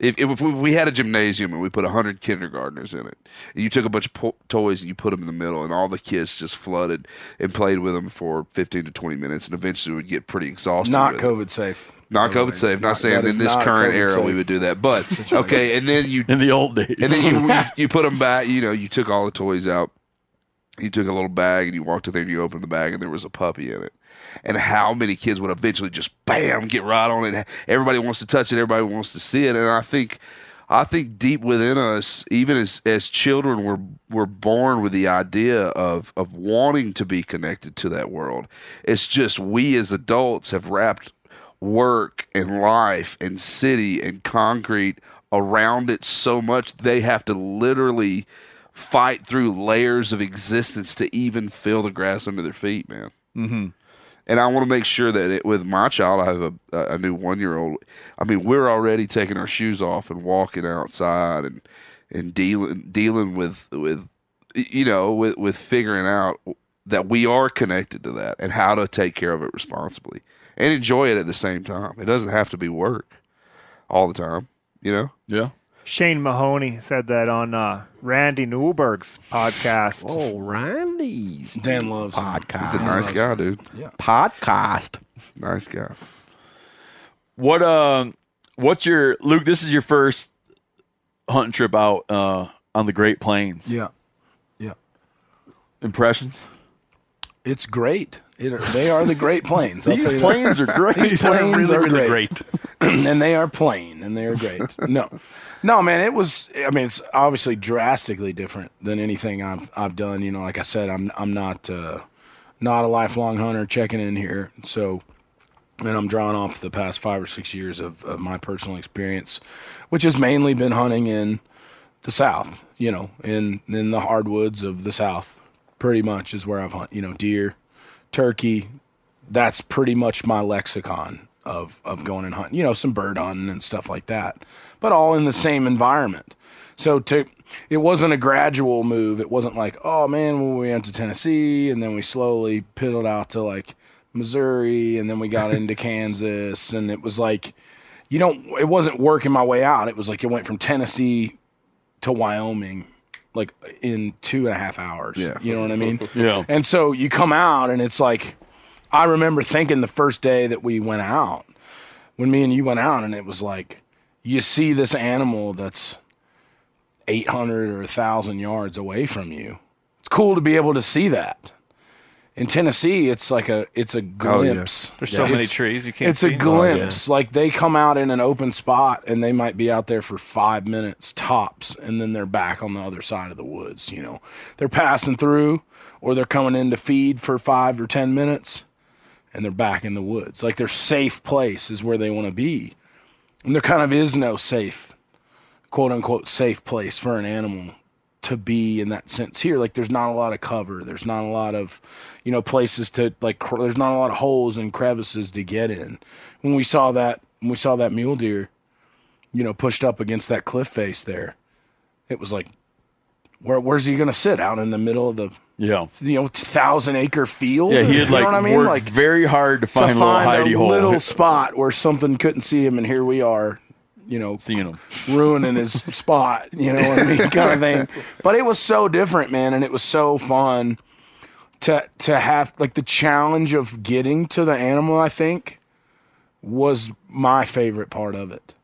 D: if, if we- we had a gymnasium and we put 100 kindergartners in it, and you took a bunch of po- toys and you put them in the middle, and all the kids just flooded and played with them for 15 to 20 minutes, and eventually would get pretty exhausted.
F: Not
D: with it.
F: COVID safe.
D: Not COVID safe. Not,
F: Not-
D: saying
F: that is
D: in this
F: not
D: current
F: COVID
D: era we
F: safe.
D: would do that. But, okay, and then you
I: In the old days.
D: and then you, you you put them back. You know, you took all the toys out. You took a little bag and you walked in there and you opened the bag and there was a puppy in it. And how many kids would eventually just bam get right on it? Everybody wants to touch it. Everybody wants to see it. And I think, I think deep within us, even as as children, we're we're born with the idea of of wanting to be connected to that world. It's just we as adults have wrapped work and life and city and concrete around it so much they have to literally fight through layers of existence to even feel the grass under their feet, man. Mm-hmm. And I want to make sure that it, with my child, I have a, a new one year old. I mean, we're already taking our shoes off and walking outside and and dealing dealing with with you know with with figuring out that we are connected to that and how to take care of it responsibly and enjoy it at the same time. It doesn't have to be work all the time, you know.
I: yeah.
E: Shane Mahoney said that on uh, Randy Newberg's podcast.
H: Oh, Randy's
F: Dan loves him.
D: He's a nice guy, dude.
H: podcast.
D: Nice guy.
I: What um what's your Luke, this is your first hunting trip out uh on the Great Plains.
F: Yeah. Yeah.
I: Impressions?
F: It's great. It, they are the great planes. I'll tell
I: These
F: you that.
I: plains are great. <laughs>
F: These planes
G: really,
F: are
G: really
F: great. <clears throat> and they are plain and they are great. No. No, man, it was I mean, it's obviously drastically different than anything I've I've done. You know, like I said, I'm I'm not uh not a lifelong hunter checking in here. So and I'm drawing off the past five or six years of, of my personal experience, which has mainly been hunting in the South, you know, in in the hardwoods of the South, pretty much is where I've hunted, you know, deer, turkey, that's pretty much my lexicon of of going and hunting. You know, some bird hunting and stuff like that, but all in the same environment. So to it wasn't a gradual move. It wasn't like, oh man, well, we went to Tennessee and then we slowly piddled out to like Missouri and then we got into <laughs> Kansas and it was like, you don't. It wasn't working my way out. It was like it went from Tennessee to Wyoming, like in two and a half hours.
D: Yeah.
F: you know what I mean.
I: Yeah.
F: And so you come out and it's like I remember thinking the first day that we went out, when me and you went out and it was like you see this animal that's 800 or 1000 yards away from you. It's cool to be able to see that. In Tennessee, it's like a it's a glimpse.
G: There's so many
F: It's-
G: trees you can't.
F: It's a
G: see. Oh,
F: glimpse. Like they come out in an open spot and they might be out there for five minutes tops, and then they're back on the other side of the woods. You know, they're passing through or they're coming in to feed for five or ten minutes, and they're back in the woods. Like their safe place is where they want to be, and there kind of is no safe, quote unquote, safe place for an animal to be in that sense here. Like there's not a lot of cover. There's not a lot of, you know, places to like. Cr- there's not a lot of holes and crevices to get in. When we saw that, when we saw that mule deer, you know, pushed up against that cliff face there, it was like, where where's he gonna sit out in the middle of the
I: Yeah.
F: you know thousand acre field?
I: Yeah, he
F: you
I: had
F: know
I: like
F: what I mean?
I: worked
F: Like
I: very hard to
F: to
I: find,
F: find
I: little hidey
F: a
I: hole.
F: little spot where something couldn't see him, and here we are, you know,
I: <laughs> Seeing him.
F: ruining his spot, you know what I mean, kind of thing. But it was so different, man, and it was so fun to to have like the challenge of getting to the animal. I think was my favorite part of it,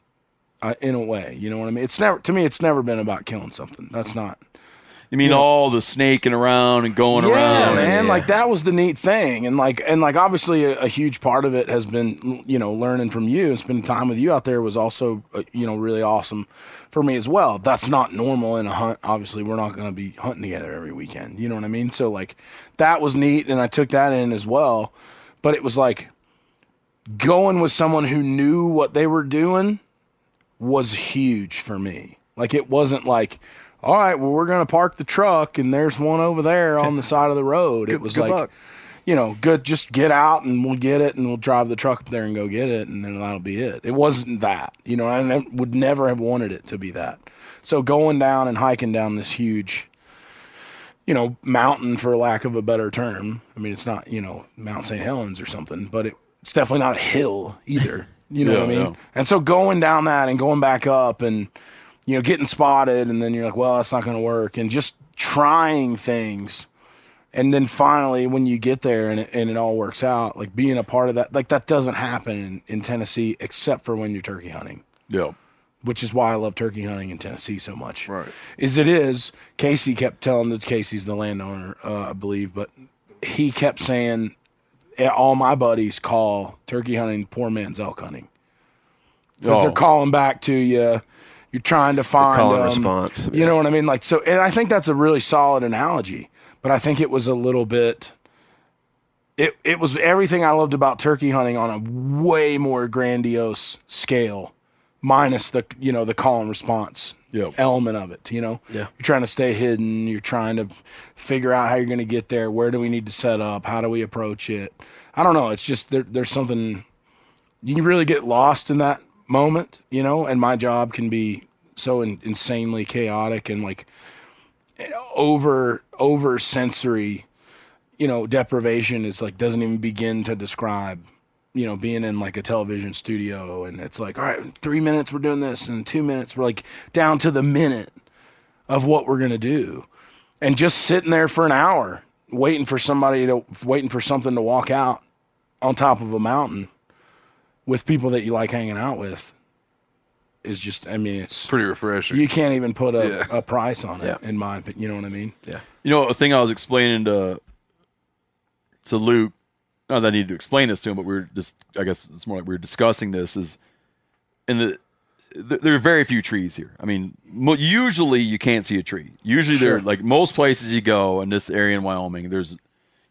F: I, in a way. You know what I mean? It's never to me. It's never been about killing something. That's not.
I: You mean all the snaking around and going
F: yeah,
I: around?
F: man.
I: Yeah.
F: Like that was the neat thing, and like and like obviously a, a huge part of it has been you know learning from you and spending time with you out there was also uh, you know really awesome for me as well. That's not normal in a hunt. Obviously, we're not going to be hunting together every weekend. You know what I mean? So like that was neat, and I took that in as well. But it was like going with someone who knew what they were doing was huge for me. Like it wasn't like, all right, well we're gonna park the truck and there's one over there on the side of the road. it was like, you know, good. Just get out and we'll get it and we'll drive the truck up there and go get it and then that'll be it. It wasn't that, you know. I ne- would never have wanted it to be that. So going down and hiking down this huge, you know, mountain for lack of a better term. I mean, it's not you know Mount St. Helens or something, but it, it's definitely not a hill either. You know what I
I: Yeah,
F: mean?
I: no.
F: And so going down that and going back up and you know getting spotted and then you're like, well, that's not going to work, and just trying things. And then finally, when you get there and it, and it all works out, like being a part of that, like that doesn't happen in, in Tennessee except for when you're turkey hunting
I: Yeah.
F: which is why I love turkey hunting in Tennessee so much.
D: Right.
F: Is it is Casey kept telling that Casey's the landowner, uh, I believe, but he kept saying "Eh, all my buddies call turkey hunting poor man's elk hunting because they're
I: Oh.
F: calling back to you. You're trying to find
H: Call and
F: them.
H: response.
F: You know what I mean? Like so, and I think that's a really solid analogy. But I think it was a little bit. It it was everything I loved about turkey hunting on a way more grandiose scale, minus the you know the call and response
I: Yeah.
F: element of it. You know,
H: Yeah.
F: you're trying to stay hidden. You're trying to figure out how you're going to get there. Where do we need to set up? How do we approach it? I don't know. It's just there, there's something you really get lost in that moment, you know. And my job can be so in, insanely chaotic and like over over sensory, you know, deprivation is like doesn't even begin to describe. You know, being in like a television studio, and it's like, all right, three minutes we're doing this, and two minutes we're like down to the minute of what we're gonna do, and just sitting there for an hour waiting for somebody to waiting for something to walk out on top of a mountain with people that you like hanging out with is just I mean it's
D: Pretty refreshing.
F: you can't even put a,
D: Yeah.
F: a price on it
H: Yeah.
F: in my opinion. You know what I mean? Yeah.
I: You know, a thing I was explaining to to Luke, not that I needed to explain this to him, but we were just, I guess it's more like we were discussing this is, and the, th- there are very few trees here. I mean, mo- usually you can't see a tree. Usually there, like most places you go in this area in Wyoming, there's,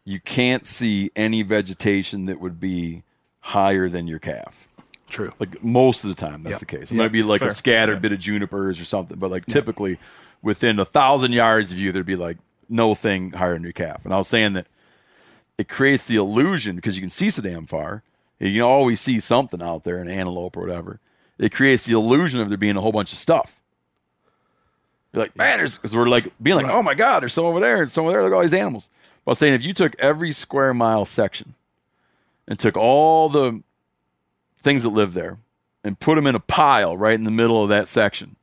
I: you can't see any vegetation that would be higher than your calf.
F: True.
I: Like most of the time, that's the case. It might be like a scattered bit of junipers or something, but like typically within a thousand yards of you, there'd be like no thing higher than your calf. And I was saying that it creates the illusion because you can see so damn far. and You can always see something out there, an antelope or whatever. It creates the illusion of there being a whole bunch of stuff. You're like, man, there's because we're like being like, oh my god, there's some over there and some over there. Look at all these animals. But I was saying if you took every square mile section and took all the things that live there and put them in a pile right in the middle of that section,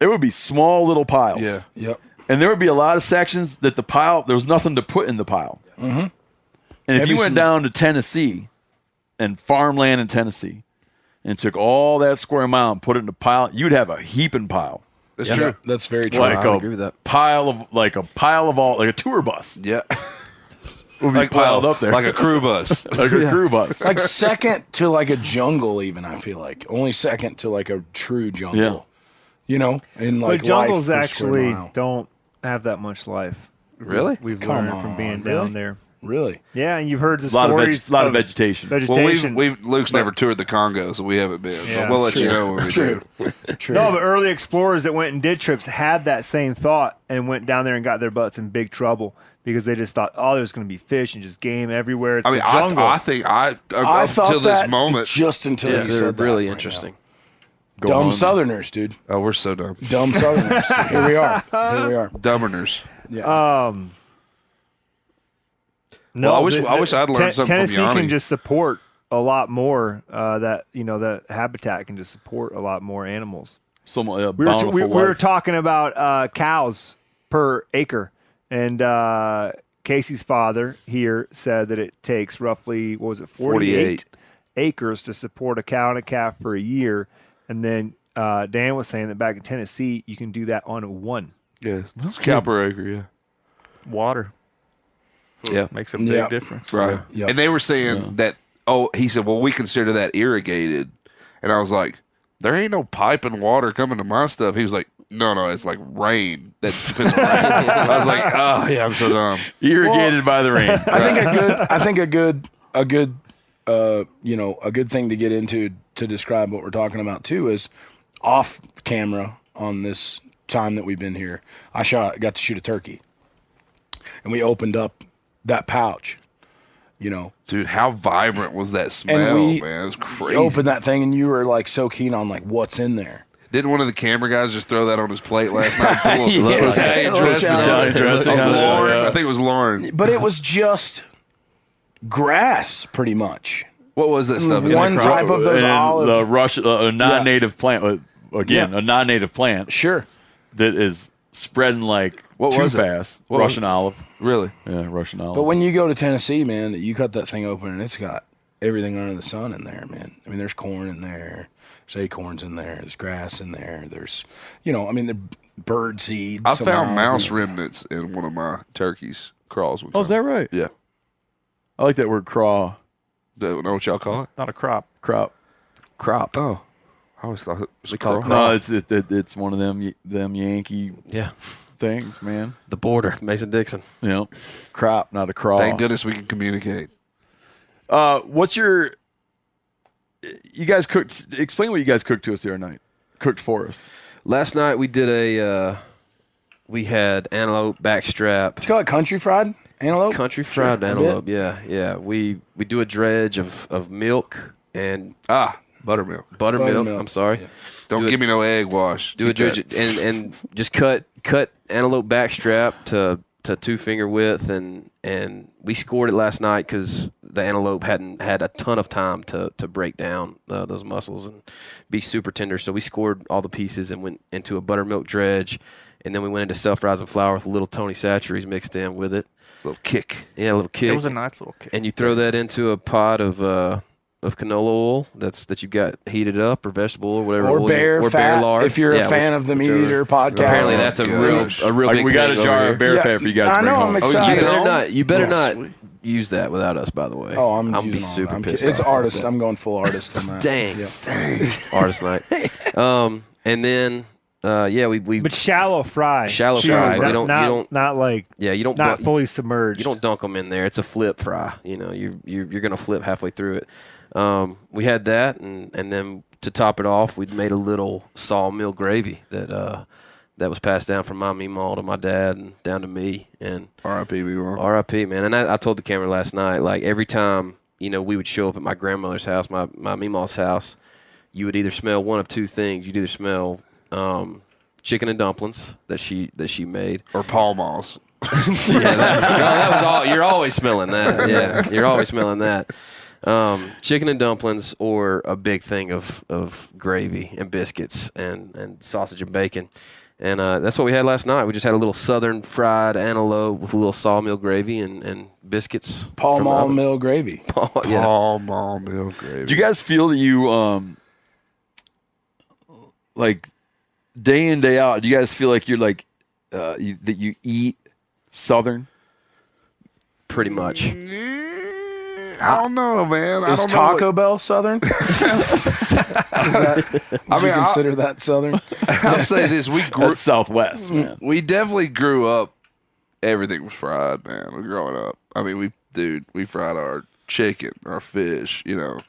I: it would be small little piles.
D: Yeah.
F: Yep.
I: And there would be a lot of sections that the pile, there was nothing to put in the pile. And if
F: Every
I: you went
F: single-
I: down to Tennessee and farmland in Tennessee and took all that square mile and put it in a pile, you'd have a heaping pile.
D: That's
F: Yeah,
D: true.
F: that's very true.
I: Like
H: I
I: a
H: would agree with that.
I: pile of, like a pile of all, like a tour bus
D: Yeah.
I: would be piled up there.
D: Like a crew bus.
I: <laughs> <laughs> like a crew bus.
F: <laughs> like second to like a jungle even I feel like. Only second to like a true jungle.
I: Yeah.
F: You know? In like
E: but jungles
F: life per square
E: actually
F: mile.
E: don't have that much life.
D: really?
E: We've
F: Come
E: learned from being
F: on,
E: down there.
F: Really?
E: Yeah, and you've heard the
I: A lot of, veg-
E: stories.
I: lot of vegetation.
D: Well,
E: vegetation.
D: we've, we've Luke's never toured the Congo, so we haven't been.
E: Yeah.
D: but we'll let you know when we
F: True.
D: do.
F: <laughs> True.
E: no, but early explorers that went and did trips had that same thought and went down there and got their butts in big trouble because they just thought, oh, there's going to be fish and just game everywhere. It's
D: I mean,
E: the
D: I,
E: jungle.
D: I think I, up
F: I thought
D: until
F: that
D: this moment,
F: just until you
H: They're
F: said that
H: really
I: Oh
F: right
H: interesting.
F: now. dumb Southerners, dude.
D: oh, we're so dumb,
F: Dumb Southerners. dude. Here we are. Here we are.
D: dumberners.
E: Um, no,
D: Well, I wish- I wish I'd learned
E: Ten-
D: something from
E: Tennessee
D: Yanni.
E: can just support a lot more. Uh, that you know, that habitat can just support a lot more animals.
I: Some uh,
E: We were,
I: bountiful
E: we, we were
I: life.
E: talking about uh, cows per acre, and uh, Casey's father here said that it takes roughly what was it, forty-eight,
D: 48.
E: acres to support a cow and a calf for a year, and then uh, Dan was saying that back in Tennessee you can do that on one.
D: Yeah, it's Cowper Acre. Yeah,
G: Water
D: yeah.
G: makes a big
F: Yeah.
G: difference.
D: Right.
F: Yeah.
D: And they were saying that, oh, he said, well, we consider that irrigated. And I was like, there ain't no pipe and water coming to my stuff. He was like, no, no, it's like rain. That's been rain. I was like, oh, yeah, I'm so dumb.
I: irrigated by the rain.
F: I think a good I think
I: <laughs>
F: a good a good uh you know a good thing to get into to describe what we're talking about too is off camera on this time that we've been here I shot got to shoot a turkey and we opened up that pouch you know
D: Dude, how vibrant was that smell,
F: we-
D: man? It was
F: we
D: crazy.
F: opened that thing and you were like so keen on like what's in there
D: Didn't one of the camera guys just throw that on his plate last
F: <laughs>
D: night? Full of Italian
F: Little
D: dressing.
F: Italian
D: Of
I: dressing. Yeah,
D: Lauren.
I: yeah.
D: I think it was Lauren.
F: but it
I: <laughs>
F: was just grass pretty much
D: What was that stuff? It was
F: One
D: like-
F: type of those
I: And
F: olive-
I: the Russian, uh, a non-native plant. uh, Again,
F: Yeah.
I: a non-native plant
F: sure
I: that is spreading like
D: What
I: too
D: was it?
I: fast.
D: What was
I: Russian
D: it?
I: olive.
D: Really?
I: Yeah, Russian olive.
F: But when you go to Tennessee, man, you cut that thing open and it's got everything under the sun in there, man. I mean, there's corn in there, there's acorns in there, there's grass in there, there's, you know, I mean, the bird seed.
D: I
F: somehow,
D: found mouse
F: you know.
D: remnants in one of my turkeys crawls. one
I: oh, is
D: time.
I: that right?
D: Yeah.
I: I like that word craw
D: Don't know what y'all call it.
G: Not a crop.
I: crop.
H: Crop.
D: Oh, I always thought it was
H: We call it
D: craw.
I: No, it's it, it, it's one of them them Yankee
H: Yeah.
I: things, man.
H: The border. Mason Dixon.
I: You know, crop, not a craw.
D: Thank goodness we can communicate.
I: Uh, what's your? You guys cooked. Explain what you guys cooked to us the other night. Cooked for us.
H: Last night we did a. Uh, we had antelope backstrap.
F: You call it country fried antelope?
H: Country fried
F: a bit.
H: antelope, yeah, yeah. We we do a dredge of, of milk and
D: Ah, buttermilk.
H: buttermilk.
F: Buttermilk,
H: I'm sorry.
D: Don't
H: Do it-
D: give me no egg wash.
H: Do a
D: Keep
H: dredge
D: that.
H: and, and just cut cut antelope backstrap to to two finger width and and we scored it last night because the antelope hadn't had a ton of time to to break down uh, those muscles and be super tender. So we scored all the pieces and went into a buttermilk dredge, and then we went into self rising flour with a little Tony Satcheries mixed in with it.
D: little kick.
H: Yeah, a little kick
G: It was a nice little cake.
H: and you throw that into a pot of uh, of canola oil that's that you've got heated up or vegetable oil, whatever
F: Or
H: oil you-
F: bear
H: or
F: fat,
H: bear lard.
F: if you're
H: Yeah,
F: a fan of the Meat Eater podcast.
H: which apparently that's a
D: Oh,
H: real
D: gosh.
H: a real
I: Like
H: big
I: we got
H: thing
I: a
H: over
I: jar of
H: here.
I: bear
F: Yeah,
I: fat for you guys.
F: I
I: to bring
F: know, I'm
I: home.
F: excited.
H: Oh, You
F: Sorry.
H: better not. You better
F: Yeah,
H: not use that without us. By the way.
F: Oh, I'm,
H: I'll
F: using
H: be
F: all that.
H: super
F: I'm
H: pissed.
F: kidding. It's
H: off.
F: artist. I'm going full artist on that.
H: Dang.
F: Yeah.
H: <laughs>
F: <laughs>
H: Artist night. Um, and then uh, yeah, we we
E: But shallow fry,
H: Shallow
E: Shoot,
H: fry. We
E: not,
H: don't- you
E: not,
H: don't-
E: not like
H: yeah you don't
E: not
H: bu-
E: fully submerged.
H: you don't dunk them in there. It's a flip fry. You know, you you you're gonna flip halfway through it. Um, we had that, and and then to top it off, we'd made a little sawmill gravy that uh that was passed down from my meemaw to my dad and down to me. And
D: R.I.P. We were.
H: R.I.P. man. And I, I told the camera last night, like every time you know we would show up at my grandmother's house, my my meemaw's house, you would either smell one of two things. You'd either smell um, chicken and dumplings that she that she made,
D: Or Paul Malls.
H: yeah, that, no, that was all. You're always smelling that. Yeah, you're always smelling that. Um, chicken and dumplings, or a big thing of, of gravy and biscuits and, and sausage and bacon, and uh, that's what we had last night. We just had a little southern fried antelope with a little sawmill gravy and, and biscuits.
F: Paul
H: from the
F: Mall
H: oven.
F: Mill Gravy.
H: Paul, yeah.
D: Paul Mall milk gravy.
I: Do you guys feel that you um like day in day out? Do you guys feel like you're like uh, you, that you eat southern?
H: pretty much.
D: I don't know, man. I
F: Is
D: don't
F: Taco
D: know
F: Bell
H: <laughs>
F: Southern? Is that, I
D: mean,
F: you
D: I-
F: consider that
H: <laughs>
F: Southern?
D: what, I'll say this: we grew,
I: That's Southwest, man.
D: we definitely grew up. Everything was fried, man. Growing up, I mean, we dude, we fried our chicken, our fish, you know.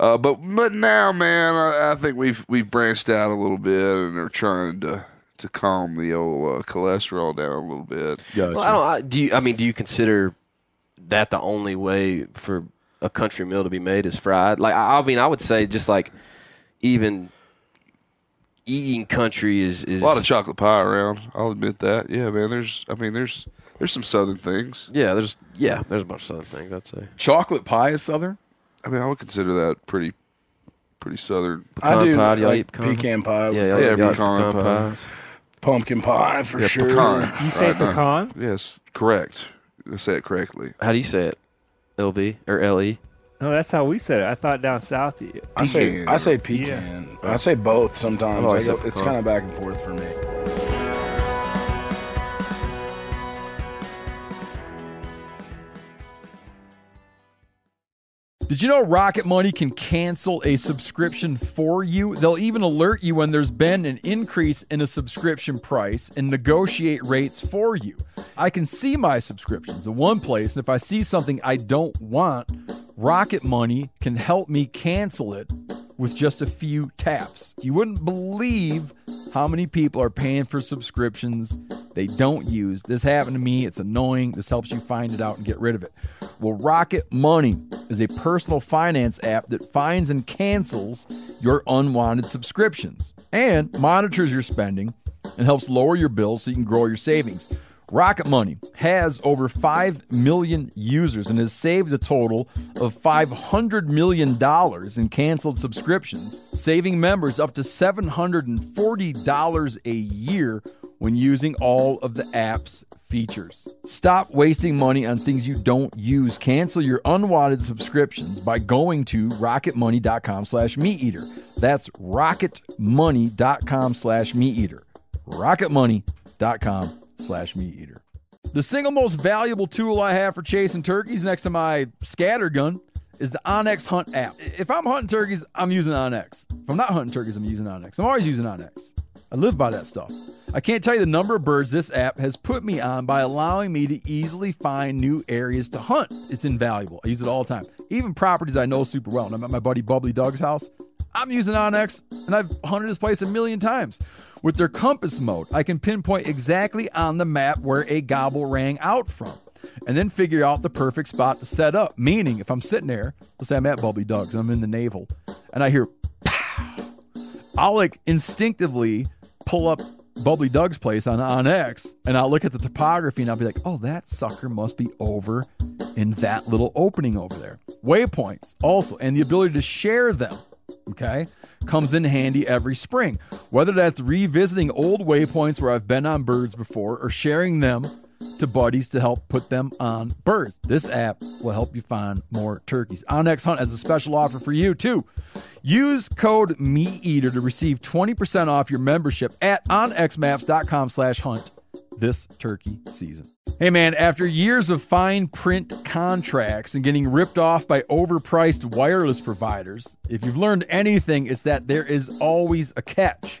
D: Uh, but but now, man, I, I think we've we've branched out a little bit and are trying to to calm the old uh, cholesterol down a little bit.
H: Well, I don't. I, do you? I mean, do you consider that the only way for a country meal to be made is fried? Like, I, I mean, I would say just like even eating country is is
D: A
H: <laughs>
D: lot of chocolate pie around. I'll admit that. Yeah, man. There's I mean there's there's some southern things.
H: yeah. There's yeah. There's a bunch of southern things. I'd say.
I: Chocolate pie is southern.
D: I mean I would consider that pretty pretty southern.
H: Pecan
F: I do
H: pie, do y'all
F: like
H: eat pecan?
F: pecan pie,
H: Yeah, y'all,
D: yeah,
H: y'all eat
D: pecan
H: pecan pies.
F: pumpkin pie for
D: Yeah,
F: sure.
D: pecan.
E: You say
D: Right, no.
E: pecan?
D: Yes, correct. I said it correctly.
H: How do you say it? LB or E? LE?
E: No, that's how we said it. I thought down south. you-
F: I say
D: Pecan.
F: I say pecan. I say both sometimes.
H: always
F: I go-
H: said
F: it's
H: pecan.
F: kind of back and forth for me.
A: Did you know Rocket Money can cancel a subscription for you? They'll even alert you when there's been an increase in a subscription price and negotiate rates for you. I can see my subscriptions in one place, and if I see something I don't want, Rocket Money can help me cancel it with just a few taps. You wouldn't believe how many people are paying for subscriptions they don't use. This happened to me. It's annoying. This helps you find it out and get rid of it. Well, Rocket Money is a personal finance app that finds and cancels your unwanted subscriptions and monitors your spending and helps lower your bills so you can grow your savings. Rocket Money has over 5 million users and has saved a total of $500 million in canceled subscriptions, saving members up to $740 a year when using all of the app's features. Stop wasting money on things you don't use. Cancel your unwanted subscriptions by going to rocketmoney.com slash meat eater. That's rocketmoney.com slash meat eater. rocketmoney.com slash meat eater. The single most valuable tool I have for chasing turkeys next to my scatter gun is the Onyx Hunt app. If I'm hunting turkeys, I'm using Onyx. If I'm not hunting turkeys, I'm using Onyx. I'm always using Onyx. I live by that stuff. I can't tell you the number of birds this app has put me on by allowing me to easily find new areas to hunt. It's invaluable. I use it all the time. Even properties I know super well. And I'm at my buddy Bubbly Doug's house. I'm using Onyx and I've hunted this place a million times. With their compass mode, I can pinpoint exactly on the map where a gobble rang out from and then figure out the perfect spot to set up. Meaning, if I'm sitting there, let's say I'm at Bubbly Doug's, I'm in the navel, and I hear I'll like instinctively pull up Bubbly Doug's place on on X, and I'll look at the topography and I'll be like, oh, that sucker must be over in that little opening over there. Waypoints also, and the ability to share them, okay, comes in handy every spring. Whether that's revisiting old waypoints where I've been on birds before or sharing them to buddies to help put them on birds. This app will help you find more turkeys. Onyx Hunt has a special offer for you too. Use code MeatEater to receive 20% off your membership at onxmaps.com slash hunt this turkey season. Hey man, after years of fine print contracts and getting ripped off by overpriced wireless providers, if you've learned anything, it's that there is always a catch.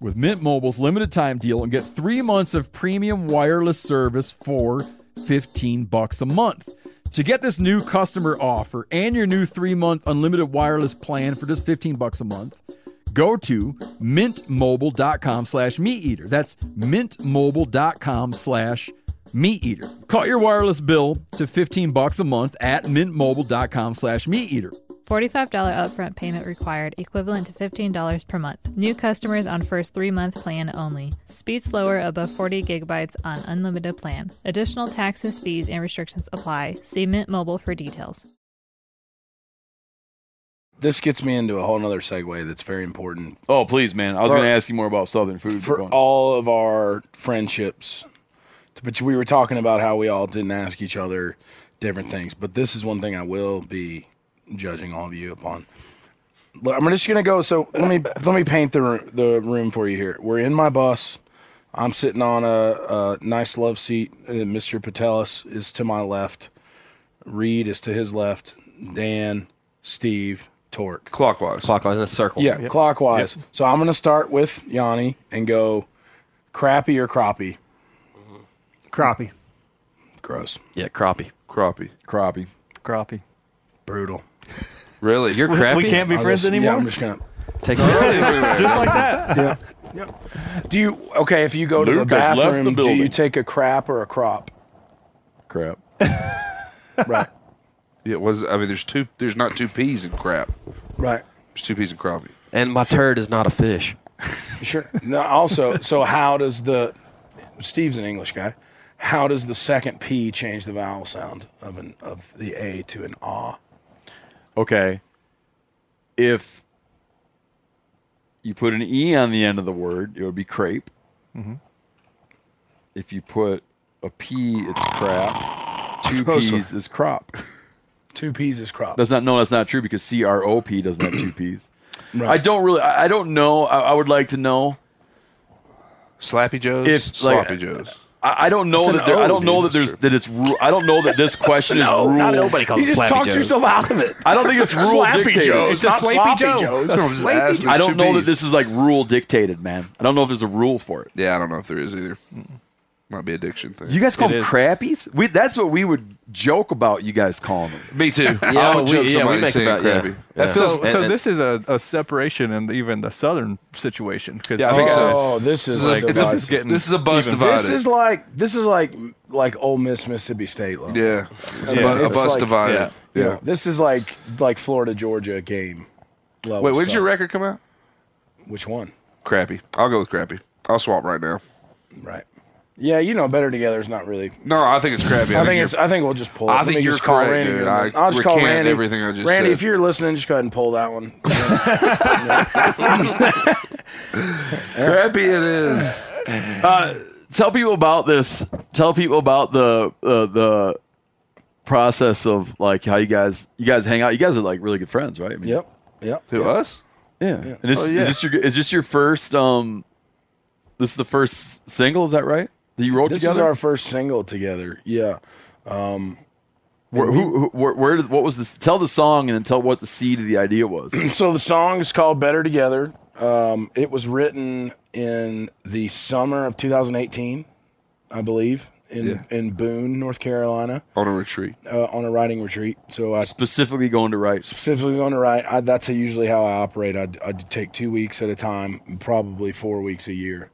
A: with Mint Mobile's limited time deal and get three months of premium wireless service for 15 bucks a month. To get this new customer offer and your new three month unlimited wireless plan for just 15 bucks a month, go to mintmobile.com slash meat eater. That's mintmobile.com slash meat eater. Cut your wireless bill to 15 bucks a month at mintmobile.com slash meat eater.
J: $45 upfront payment required, equivalent to $15 per month. New customers on first three month plan only. Speed slower above 40 gigabytes on unlimited plan. Additional taxes, fees, and restrictions apply. See Mint Mobile for details.
F: This gets me into a whole nother segue that's very important
I: Oh, please, man. I was
F: For-
I: going to ask you more about southern food.
F: for all of our friendships. But we were talking about how we all didn't ask each other different things. But this is one thing I will be judging all of you upon. Look, I'm just gonna go. So let me let me paint the room, the room for you here. We're in my bus. I'm sitting on a, a nice love seat. Uh, Mr. Patelis is to my left. Reed is to his left. Dan, Steve, Torque.
D: Clockwise.
H: Clockwise in a circle.
F: Yeah, clockwise. So I'm gonna start with Yanni and go crappy or crappie.
E: Crappie.
F: Gross.
H: Yeah, crappie.
D: Crappie.
A: Crappie.
G: Crappie.
F: Brutal.
D: Really?
H: You're crappy.
G: We can't be
F: I'll
G: friends
F: just-
G: anymore.
F: Yeah, I'm just gonna.
H: Take it.
G: Just like that.
F: Do you okay? If you go to the
B: Luke has left the
F: bathroom, do you
B: building.
F: take a crap or a crop?
A: Crap.
F: Right.
D: Yeah, was I mean there's two there's not two peas in crap.
F: right.
D: There's two peas in crappie.
H: and my turd is not a fish.
F: Sure. No, also, so how does the Steve's an English guy? How does the second P change the vowel sound of an of the A to an ah?
I: Okay. If you put an E on the end of the word, it would be crepe. If you put a P, it's crap. Two
D: Oh,
I: P's
D: sorry.
I: is crop.
F: Two P's is crop.
I: That's not no, that's not true because C R O P doesn't have two P's.
F: Right.
I: I don't really I, I don't know. I, I would like to know.
D: Slappy Joe's.
I: If, like-
D: sloppy Joe's.
I: I, I don't know
F: It's
I: that
F: an
I: there, I
F: O,
I: don't know
F: dude.
I: that there's that it's ru- I don't know that this question is
H: Oh,
I: rule.
H: not nobody calls
F: you
H: it
F: just
H: Slappy
F: talked
H: Joe's.
F: yourself out of it.
I: I don't think it's rule
F: Slappy
I: dictated.
F: Joe's,
I: It's just
F: not
I: Slappy
F: Sloppy
I: Joe's.
F: Joe's.
D: That's what I'm just asking.
I: I
D: There's
I: don't
D: two
I: know that
D: Ps.
I: this is like rule dictated, man. I don't know if there's a rule for it.
D: Yeah, I don't know if there is either. Might be addiction thing.
I: You guys call them crappies? We that's what we would joke about. You guys calling them.
D: me too. Yeah,
H: Yeah,
D: I would
H: we-
D: joke
H: yeah,
D: somebody
H: we make
D: saying
H: about- yeah.
D: crappy.
H: Yeah.
D: That feels
G: So,
H: And-
G: so
H: and-
G: this is a, a separation in even the southern situation because
D: I think so.
F: Oh, this is
G: Like,
F: like,
G: it's
F: this,
G: a-
F: is,
G: getting
D: this is a bus
G: even-
D: divided.
F: like this is like like Ole Miss Mississippi State level.
D: yeah, It's a, bu- a
F: It's
D: bus
F: like-
D: divided.
F: You
D: Yeah.
F: know, this is like like Florida Georgia game level.
D: Wait, when did
F: stuff.
D: your record come out?
F: Which one?
D: Crappy. I'll go with crappy. I'll swap right now.
F: Right. Yeah, you know, better together is not really
D: No, I think it's crappy.
F: I think
D: you're-
F: it's. I think we'll just pull. It.
D: I
F: Let
D: think
F: me
D: you're
F: just call
D: correct,
F: Randy.
D: dude.
F: and
D: I
F: then- I'll just call
D: recant
F: Randy.
D: everything I just
F: Randy,
D: said.
F: if you're listening, just go ahead and pull that one.
D: crappy. It is.
I: Tell people about this. Tell people about the uh, the process of like how you guys you guys hang out. You guys are like really good friends, right? I mean,
F: yep. Yep.
D: Who us?
I: Yeah. And this,
D: Oh, yeah.
I: is this your is this your first um this is the first single, is that right? That you wrote
F: This
I: together?
F: is our first single together. Yeah.
I: where, who, who, where, where did, what was this? Tell the song and then tell what the seed of the idea was. <clears throat>
F: So the song is called "Better Together." Um, it was written in the summer of 2018, I believe, in in Boone, North Carolina,
D: On a retreat.
F: uh, on a writing retreat. So I
I: Specifically going to write.
F: specifically going to write. I, that's usually how I operate. I'd, I'd take two weeks at a time, probably four weeks a year,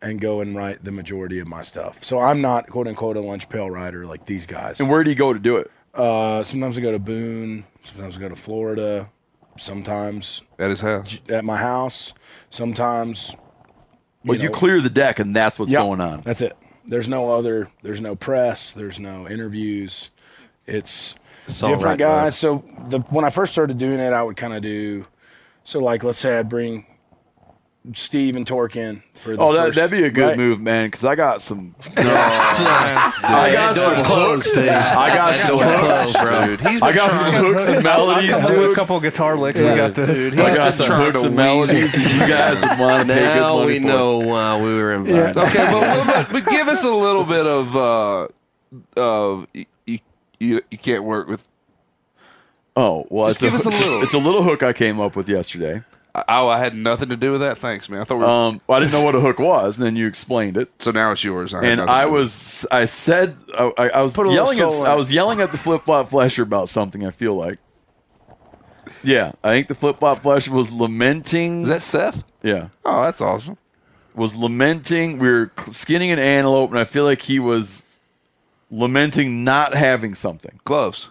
F: and go and write the majority of my stuff. So I'm not quote unquote a lunch pail writer like these guys.
I: And where do you go to do it?
F: Uh, sometimes I go to Boone. Sometimes I go to Florida. Sometimes
D: At his house.
F: at my house. Sometimes.
I: Well, you,
F: know-
I: clear the deck and that's what's
F: Yeah,
I: going on.
F: That's it. There's no other. There's no press. There's no interviews. It's different
H: Songwriting,
F: guys. So the when I first started doing it, I would kind of do. So like, let's say I'd bring Steve and Torque in for the
I: Oh, that,
F: first-
I: that'd be a good
F: right?
I: move, man. Because I
D: <laughs>
I: got some.
H: I
I: got some
H: closed, Steve.
I: I got some.
H: closed, bro.
D: Dude, he's
I: I
D: been
I: got
D: trying-
I: some hooks and melodies,
G: I'll do a
I: dude.
G: couple guitar licks. We got this.
I: I got some hooks and melodies, and you guys
D: <laughs>
I: would want to pay good
H: Now
I: money
H: we
I: for
H: know why we were invited.
D: Okay, but, what about- but give us a little bit of uh, of you, you you can't work with.
I: Oh, well,
D: Just
I: it's
D: give us a
I: hook-
D: little.
I: <laughs> It's a little hook I came up with yesterday.
D: I- Oh, I had nothing to do with that. Thanks, man. I thought we were,
I: Um, well, I didn't know what a hook was, and then you explained it.
D: so. Now it's yours. had
I: And
D: nothing to
I: I
D: do with it.
I: was, I said, I, I- I was
F: a little
I: yelling. At,
F: soul in
I: I
F: it.
I: was yelling at the flip flop flasher about something. I feel like. Yeah, I think the flip flop flasher was lamenting.
D: Is that Seth?
I: yeah,
D: Oh, that's awesome.
I: was lamenting. We were skinning an antelope, and I feel like he was lamenting not having something.
D: Gloves,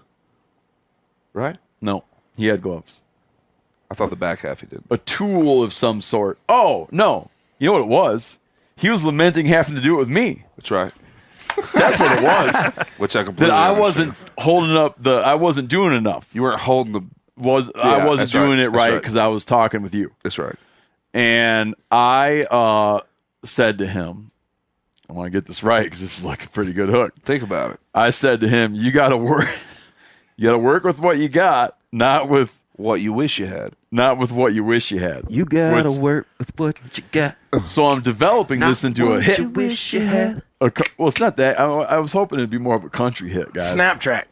D: right?
I: No, he had gloves.
D: I thought the back half he did.
I: a tool of some sort. Oh, no. You know what it was? He was lamenting having to do it with me.
D: That's right.
I: That's what it was.
D: <laughs> Which I completely.
I: that I
D: understand.
I: wasn't holding up the I wasn't doing enough.
D: You weren't holding the.
I: Was
D: Yeah,
I: I wasn't
D: that's right.
I: doing it
D: That's
I: right
D: right.
I: because I was talking with you.
D: That's right.
I: And I uh, said to him, I want to get this right because this is like a pretty good hook.
D: Think about it.
I: <laughs> I said to him, "You got to work. You got to work with what you got, not with
D: what you wish you had.
I: not with what you wish you had.
H: You gotta
I: What's-
H: work with what you got.
I: So I'm developing this into a
H: what
I: hit.
H: you wish you had.
I: A co- well, it's not that. I, I was hoping it'd be more of a country hit, guys.
F: Snap track.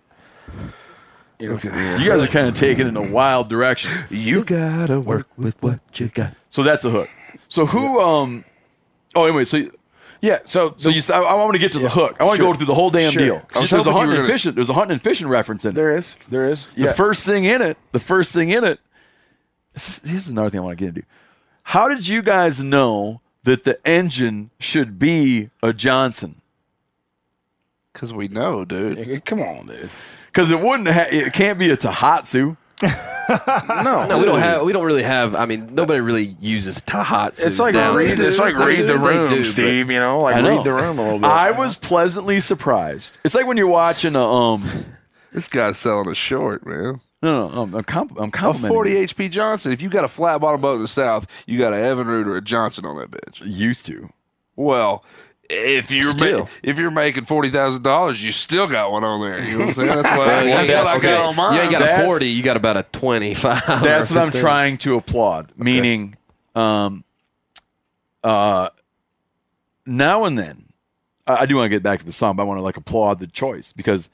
I: You guys are kind of taking it in a wild direction.
H: You gotta work with what you got.
I: So that's a hook. So who? Um. Oh, anyway. So
F: Yeah. So,
I: so you. I, I want to get to the hook. I want to go through the whole damn
F: Sure.
I: deal.
F: I was
I: There's a
F: hoping you
I: hunting
F: were
I: and
F: gonna
I: fishing. There's a hunting and fishing reference in it.
F: there is. There is.
I: The first thing in it, the first thing in it, this this is another thing I want to get into. How did you guys know that the engine should be a Johnson?
D: Because we know, dude.
F: Nigga, Come on, dude.
I: Because it wouldn't. Ha- it can't be a Tahatsu.
H: No, we don't have. We don't really have. I mean, nobody really uses Tahatsu.
F: It's like
H: down
F: read,
H: there.
F: it's like
H: They
F: read
H: do,
F: the
H: they
F: room,
H: do, but-
F: Steve. You know, like
I: I know.
F: read the room a little bit.
I: I was pleasantly surprised. It's like when you're watching a um.
D: This guy's selling a short, man.
I: No, no, um, I'm, comp- I'm
D: A
I: complimenting.
D: 40
I: you.
D: HP Johnson. If you got a flat bottom boat in the South, you got an Evan Root or a Johnson on that bitch.
I: used to.
D: Well, if you're
H: Still.
D: ma- if you're making forty thousand dollars, you still got one on there. You know what I'm saying? That's
I: <laughs>
D: what,
H: Well,
D: I, that's
H: yeah,
D: what I
H: okay.
D: got on mine.
H: You ain't got
I: That's-
H: a forty. You got about a twenty-five.
I: That's what I'm trying to applaud. Meaning, um, uh, now and then, I, I do want to get back to the song, but I want to like applaud the choice because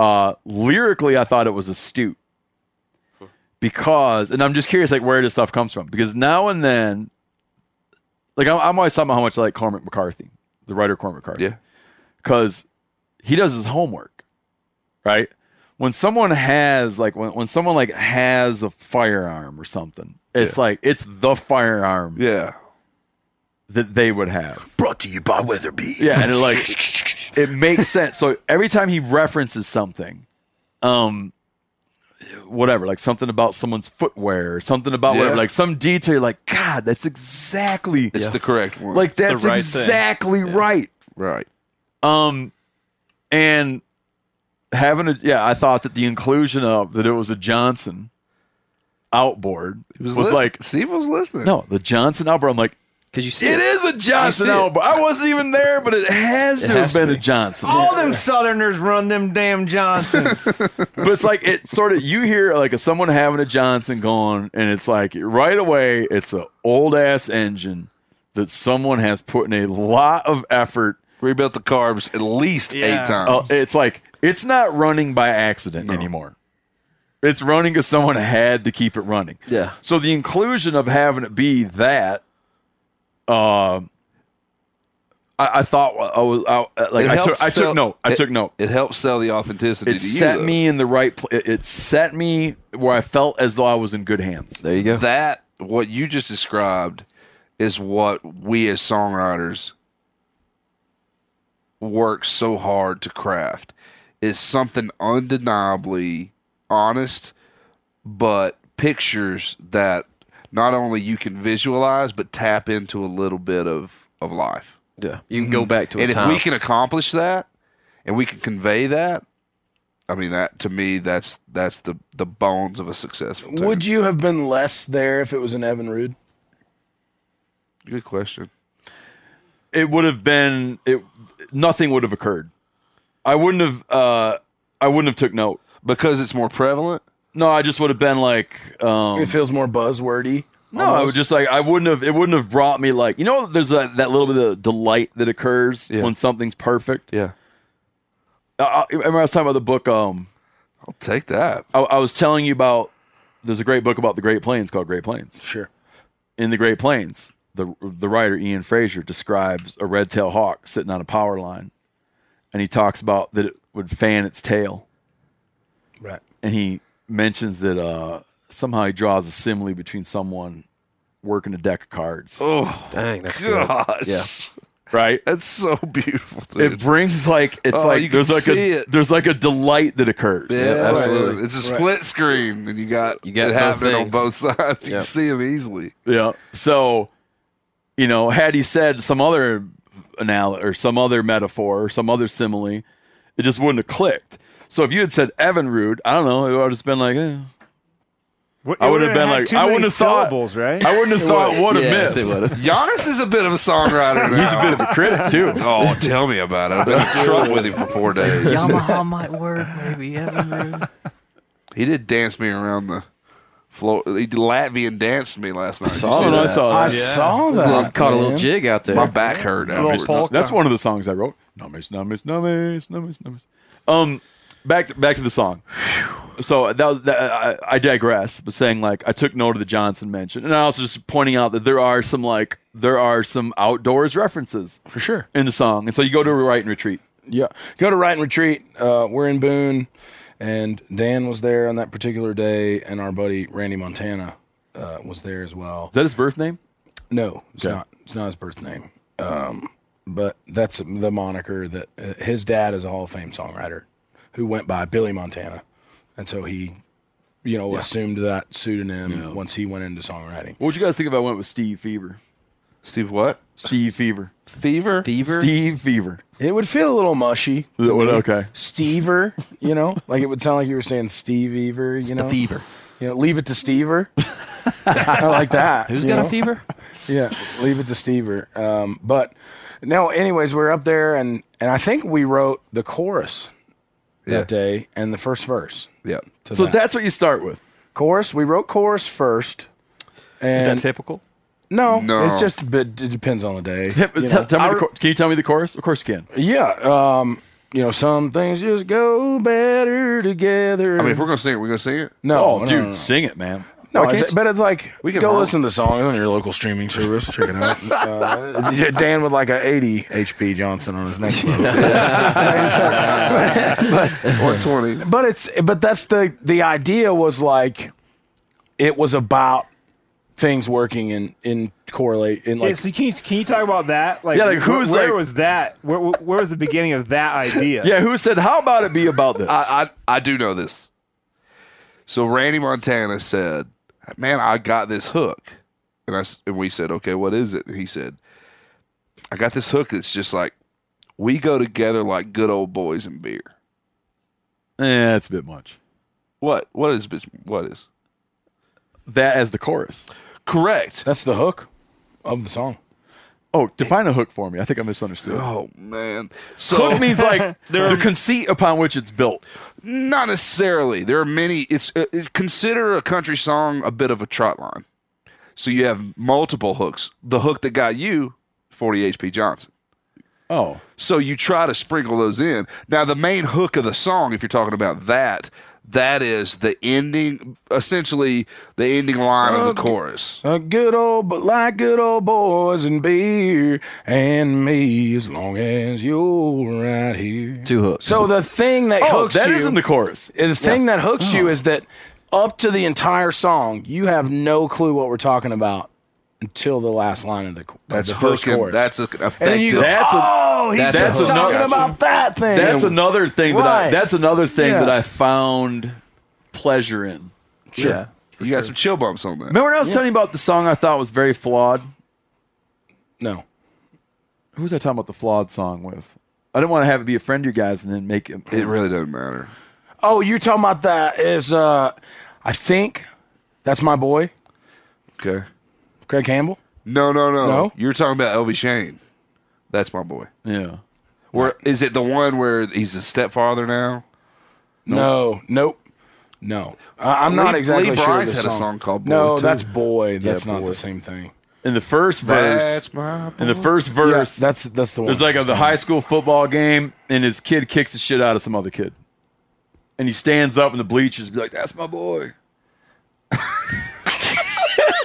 I: uh, lyrically, I thought it was astute. Because, and I'm just curious, like where this stuff comes from. Because now and then, like I'm, I'm always talking about how much I like Cormac McCarthy, the writer Cormac McCarthy.
D: Yeah.
I: because he does his homework, right? When someone has like when, when someone like has a firearm or something, it's like it's the firearm
D: yeah.
I: that they would have.
F: brought to you by Weatherby.
I: Yeah, and it like it makes sense. So every time he references something, um whatever, like something about someone's footwear or something about whatever,
D: Yeah.
I: like some detail, like, God, that's exactly
D: It's the correct one.
I: <laughs> like that's
G: right thing.
I: exactly right.
D: right.
I: Um, and having a yeah, I thought that the inclusion of that it was a Johnson outboard was,
D: listen-
I: like
D: Steve was listening.
I: no, the Johnson outboard. I'm like,
H: because you see
I: it is a Johnson
H: it.
I: outboard. I wasn't even there, but it has to
H: has
I: have been
H: to Oh.
I: a Johnson.
E: All them Southerners run them damn Johnsons.
I: but it's like it sort of you hear like a, someone having a Johnson going, and it's like right away, it's an old ass engine that someone has put in a lot of effort
D: Rebuilt the carbs at least eight times.
H: Oh.
I: Uh, it's like it's not running by accident anymore. It's running because someone had to keep it running.
H: Yeah.
I: So the inclusion of having it be that, um, I, I thought uh, I was I, like
D: It
I: I
D: helps
I: took, I
D: sell-
I: took note. I
D: it-
I: took note.
D: It helps sell the authenticity.
I: It
D: to you,
I: set
D: though.
I: me in the right. Pl- it, it set me where I felt as though I was in good hands.
H: There you go.
D: that what you just described is what we as songwriters work so hard to craft is something undeniably honest but pictures that not only you can visualize but tap into a little bit of of life
H: Yeah, you can go back to a
D: Mm-hmm. and if
H: time.
D: we can accomplish that and we can convey that i mean that to me that's that's the the bones of a successful tune.
F: Would you have been less there if it was an Evan Rude?
D: good question
I: It would have been it. Nothing would have occurred. I wouldn't have. Uh, I wouldn't have took note.
D: because it's more prevalent.
I: No, I just would have been like. Um,
F: It feels more buzzwordy.
I: No, I would just like I wouldn't have. It wouldn't have brought me like you know. There's a, that little bit of delight that occurs when something's perfect.
D: Yeah,
I: I, I remember I was talking about the book. Um,
D: I'll take that.
I: I, I was telling you about. There's a great book about the Great Plains called Great Plains.
F: Sure.
I: In the Great Plains, the the writer Ian Fraser describes a red-tailed hawk sitting on a power line, and he talks about that it would fan its tail,
F: Right.
I: and he mentions that uh, somehow he draws a simile between someone working a deck of cards,
D: Oh
H: Dang, that's good.
D: <laughs> gosh,
H: Yeah.
I: right?
D: that's so beautiful,
I: it
D: dude.
I: brings like it's
D: Oh, you
I: like
D: can
I: there's like
D: see
I: a
D: it.
I: there's like a delight that occurs.
D: yeah,
H: absolutely.
D: It's a split screen, and you got
H: You got
D: it
H: both
D: happening on
H: things.
D: both sides. You
H: Yep.
D: can see them easily.
I: Yeah. So, you know, had he said some other anal or some other metaphor or some other simile, it just wouldn't have clicked. So if you had said Evan Rude, I don't know, it would have just been like, eh. I would have been like, I wouldn't have thought,
E: syllables, right?
I: I wouldn't have thought what a
H: Yes,
I: miss.
H: it would.
D: Giannis is a bit of a <laughs> songwriter. He's a bit of a critic <laughs> too. Oh, tell me about it. I've been in truck with him for four days.
G: Yamaha might work, maybe Evan Rude.
D: He did dance me around the Flo- the Latvian danced to me last night.
I: Oh,
D: You see
I: no, I
D: that?
I: saw
F: I
I: that.
F: saw that.
H: I caught a little
F: man.
H: jig out there.
D: My back hurt afterwards.
E: polka.
I: That's one of the songs I wrote. Numbers, numbers, numbers, numbers, numbers. Um, back to, back to the song. So that, was- that I, I digress, but saying like I took note of the Johnson mention, and I also just pointing out that there are some like there are some outdoors references
F: for sure.
I: in the song, and so you go to a write and retreat.
F: Yeah. Go to Right and Retreat. Uh, we're in Boone, and Dan was there on that particular day, and our buddy Randy Montana uh, was there as well.
I: Is that his birth name?
F: No, it's not. It's not his birth name. Um, but that's the moniker that uh, his dad is a Hall of Fame songwriter who went by Billy Montana, and so he, you know, assumed that pseudonym once he went into songwriting.
I: What would you guys think if I went with Steve Fever?
D: Steve, what?
I: Steve Fever.
F: Fever.
H: Fever.
I: Steve Fever.
F: It would feel a little mushy.
I: Is it
F: to
I: what-
F: me.
I: okay.
F: Stever, you know, <laughs> like it would sound like you were saying Steve Ever, you know,
H: fever.
F: you know, leave it to Stever. I like that.
H: Who's
F: you
H: got
F: know?
H: a fever?
F: Yeah, leave it to Stever. Um, but no, anyways, we were up there, and and I think we wrote the chorus
D: Yeah.
F: that day and the first verse.
D: Yeah.
F: to
I: So
F: that.
I: that's what you start with.
F: chorus, we wrote chorus first.
G: Is
F: And
G: that typical?
F: no,
D: No.
F: it's just but it depends on the day.
I: Hip-
F: you
I: tell-
F: know?
I: tell me the chor- can you tell me the chorus? Of course you can.
F: yeah, um, you know, some things just go better together.
D: I mean, if we're gonna sing it, we're gonna sing
H: <laughs>
D: it.
F: no,
I: oh,
F: no, no,
I: dude,
F: no.
I: sing it, man.
F: No,
I: Why
F: it's,
I: can't you-
F: but it's like we
D: can
F: can go
D: borrow-
F: listen to the song on your local streaming service. Check it <laughs> out. Uh, Dan with like a 80 HP Johnson on his neck.
D: Or twenty.
F: but it's but that's the the idea was like it was about things working in in correlate in like
E: yeah, so can you, can you talk about that? Like,
I: Yeah, like,
E: wh-
I: who's,
E: where
I: like-
E: was that? Where, where where was the beginning of that idea?
I: Yeah, who said how about it be about this?
D: I, I I do know this. So Randy Montana said, "Man, I got this hook," and I s- and we said, "Okay, what is it?" And he said, "I got this hook. that's just like we go together like good old boys and beer."
I: Eh, that's a bit much.
D: What what is bitch- what is
I: That as the chorus.
D: correct?
F: that's the hook of the song.
I: Oh, define a hook for me. I think I misunderstood.
D: Oh man, so
I: Hook means <laughs> like the conceit upon which it's built.
D: not necessarily. There are many. It's uh, uh, consider a country song a bit of a trot line. So you have multiple hooks. The hook that got you, forty HP Johnson.
I: Oh,
D: So you try to sprinkle those in. Now, the main hook of the song, if you're talking about that, that is the ending, essentially the ending line
F: Oh,
D: of the chorus.
F: A good old, but like good old boys and beer and me, as long as you're right here.
H: Two hooks.
F: So the thing that
I: oh,
F: hooks
I: that
F: you,
I: is in the chorus.
F: the thing that hooks you is that up to the entire song, you have no clue what we're talking about until the last line of the, of
D: That's
F: the first
D: hooking.
F: chorus.
D: That's a,
F: and then you go,
D: effective.
I: That's a-
F: oh, he's
D: that's
I: a hook.
F: talking
I: Gotcha.
F: about that thing.
I: That's another thing that I.
F: Right.
I: That's another thing
F: Yeah.
I: that I found pleasure in.
G: Yeah.
D: you got some chill bumps on that.
I: Remember when I was telling you about the song I thought was very flawed?
F: no.
I: Who was I talking about the flawed song with? I didn't want to have it be a friend to you guys and then make it.
D: It really doesn't matter.
F: Oh, you're talking about that is, uh, I think that's my boy,
D: Okay.
F: Craig Campbell.
D: No, no, no.
F: No?
D: You're talking about Elvie Shane. That's my boy.
I: yeah.
D: Where is it the one where he's the stepfather now?
F: No, nope, no. I, I'm not
D: Lee-
F: exactly
D: Lee
F: sure.
D: Bryce
F: of the
D: had a song called Boy,
F: No,
D: too.
F: that's boy. That's not
D: Boy.
F: the same thing.
I: In the first verse.
D: That's my boy.
I: In the first
F: Yeah,
I: verse.
F: that's that's the one.
I: There's like a, the
F: Stop.
I: high school football game, and his kid kicks the shit out of some other kid, and he stands up in the bleachers, be like, "That's my boy."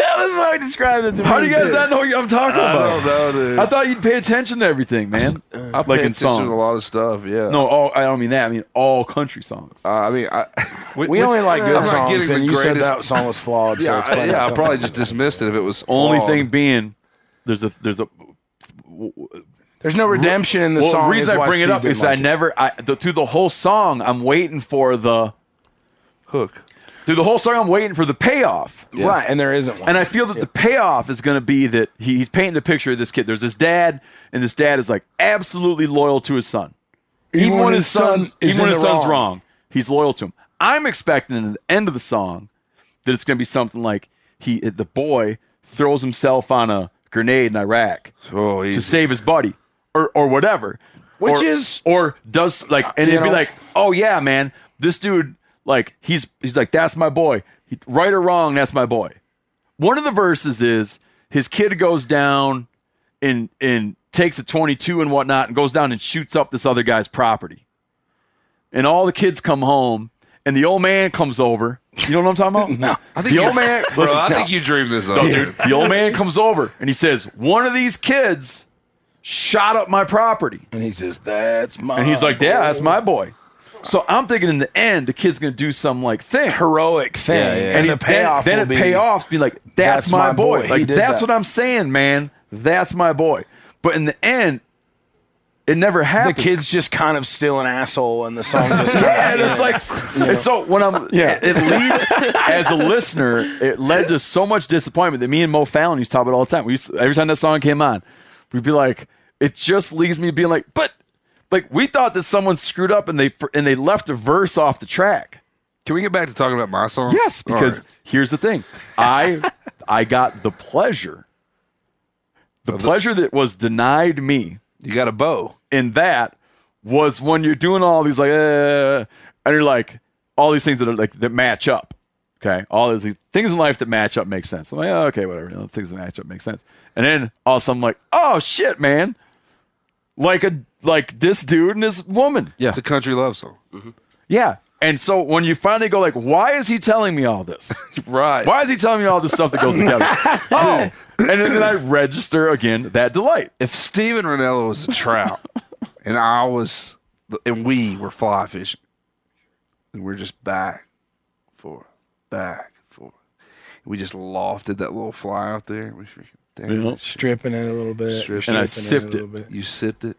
F: That's how he described it to
I: How
F: me,
I: do you guys
F: too.
I: not know what I'm talking
D: I
I: about?
D: don't know, dude.
I: I thought you'd pay attention to everything, man.
D: I pay
I: like in
D: attention to
I: songs.
D: a lot of stuff. Yeah.
I: no, all, I don't mean that. I mean all country songs.
D: Uh, I mean, I. <laughs>
F: We only
G: <laughs>
F: like good
D: I'm not
F: songs,
D: getting
F: and
D: the
F: you said
D: greatest-
F: that song was <laughs> flawed. so
D: Yeah,
F: it's
D: I,
F: playing
D: yeah, I
F: something.
D: probably just dismissed it if it <laughs> was
I: Only
D: flawed.
I: thing being, there's a there's a.
F: There's no redemption in the
I: well,
F: song.
I: the reason
F: is
I: I
F: why
I: bring it
F: Steve
I: up
F: didn't
I: is I
F: like it.
I: never I the, through the whole song I'm waiting for the
D: hook.
I: through the whole song I'm waiting for the payoff.
F: right, and there isn't one.
I: And I feel that the payoff is going to be that he, he's painting the picture of this kid. There's this dad, and this dad is like absolutely loyal to his son, even, when his son's
F: is
I: even when
F: in
I: his
F: the
I: son's
F: wrong.
I: wrong. He's loyal to him. I'm expecting at the end of the song that it's going to be something like he the boy throws himself on a grenade in Iraq
D: Oh,
I: to
D: he's
I: save his buddy or or whatever.
F: Which
I: Or-
F: is-
I: or does like and
F: You
I: it'd be
F: know-
I: like, "Oh yeah, man, this dude like he's he's like that's my boy. right or wrong, that's my boy. One of the verses is his kid goes down and and takes a 22 and whatnot and goes down and shoots up this other guy's property. And all the kids come home and the old man comes over. You know what I'm
F: <laughs>
I: talking about? no.
D: I think
I: the
D: <laughs>
I: old
D: you're-
I: man,
D: Bro,
I: listen,
D: I
I: no.
D: think you dreamed this up, dude.
I: the old man comes over and he says, "One of these kids shot up my property."
F: And he says, "That's my."
I: And he's like, "Yeah, that's my boy." So I'm thinking in the end, the kid's gonna do some like thing,
F: heroic thing,
I: and, he
F: the payoff
I: then,
F: will
I: then
F: be,
I: it payoffs be like, "That's, my, boy."
F: He
I: Like
F: did
I: that's
F: that.
I: what I'm saying, man. That's my boy. But in the end, it never
F: The
I: happens.
F: kid's just kind of still an asshole, and the song <laughs> just
I: yeah, and it's like, and so when I'm, yeah, it, it leads as a listener, it led to so much disappointment that me and Mo Fallon used to talk about all the time. We used to- every time that song came on, we'd be like, it just leaves me being like, but like we thought that someone screwed up and they and they left a verse off the track.
D: Can we get back to talking about my song?
I: Yes,
D: All
I: because
D: right.
I: here's the thing, I I got the pleasure, the pleasure that was denied me
D: you got a bow.
I: and that was when you're doing all these like uh, and you're like all these things that are like that match up okay all these things in life that match up make sense i'm like oh, okay whatever you know, things that match up make sense and then all of a sudden i'm like oh shit man like a like this dude and this woman
D: It's a country love song.
I: yeah and so when you finally go like why is he telling me all this
D: Right.
I: why is he telling me all this stuff that goes together oh and then i register again that delight
D: If Steven Ranella was a trout and I was, and we were fly fishing, and we're just back, forth, back, forth. We just lofted that little fly out there. We freaking, damn,
I: Yeah.
F: stripping it a little bit,
D: Stripping
I: and i
F: stripping
I: sipped
F: a
I: it
F: little bit.
D: You sipped it.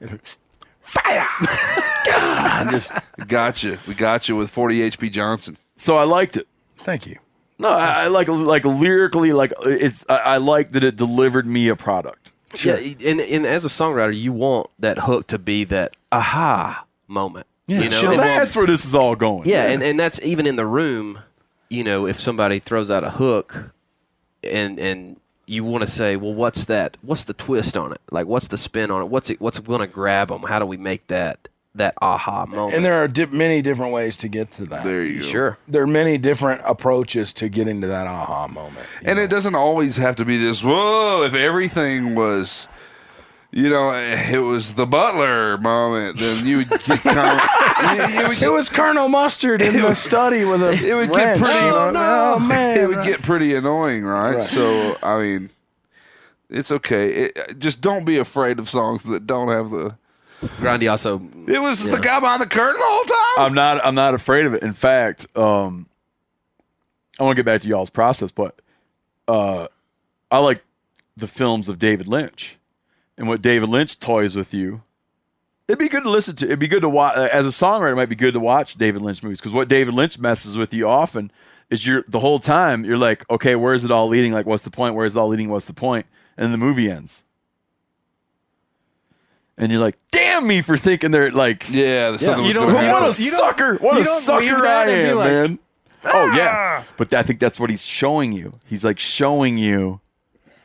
D: Fire! I just got you. We got you with 40 HP Johnson.
I: so i liked it
F: Thank you.
I: No, I, I like like lyrically, like it's. I, I like that it delivered me a product.
H: Yeah, and, and as a songwriter, you want that hook to be that aha moment. Yeah, you know,
I: So
H: it won't-
I: that's where this is all going.
H: yeah, And, and that's even in the room. You know, if somebody throws out a hook, and and you want to say, well, what's that? What's the twist on it? Like, what's the spin on it? What's it? What's going to grab them? How do we make that that aha moment?
F: And there are di- many different ways to get to that.
D: There you go.
H: sure,
F: There are many different approaches to getting to that aha moment.
D: And it doesn't always have to be this. Whoa! If everything was, you know, it was the butler moment, then you would get kind of, you, you would
F: It
D: get,
F: was Colonel Mustard in
I: <laughs>
F: the study with a.
D: it would
F: wrench,
D: get pretty.
F: you know what I mean? Oh, man,
D: <laughs> it would get pretty annoying, right? So I mean, it's okay. It, just don't be afraid of songs that don't have the.
H: Grandioso.
D: It was
H: Yeah.
D: the guy behind the curtain the whole time.
I: I'm not. I'm not afraid of it. In fact, um, I want to get back to y'all's process, but uh, I like the films of David Lynch, and what David Lynch toys with you. It'd be good to listen to. It'd be good to watch as a songwriter. It might be good to watch David Lynch movies because what David Lynch messes with you often is you're the whole time you're like, okay, where is it all leading? Like, what's the point? Where is it all leading? What's the point? And the movie ends, and you're like, damn me for thinking they're like,
D: yeah, that's something
E: You
D: was
E: don't
D: going to
E: have
D: happen.
I: what a sucker! What a
E: don't leave
I: sucker
E: that
I: I
E: and be
I: am,
E: like, "Ah!"
I: man. Oh yeah, but I think that's what he's showing you. He's like showing you.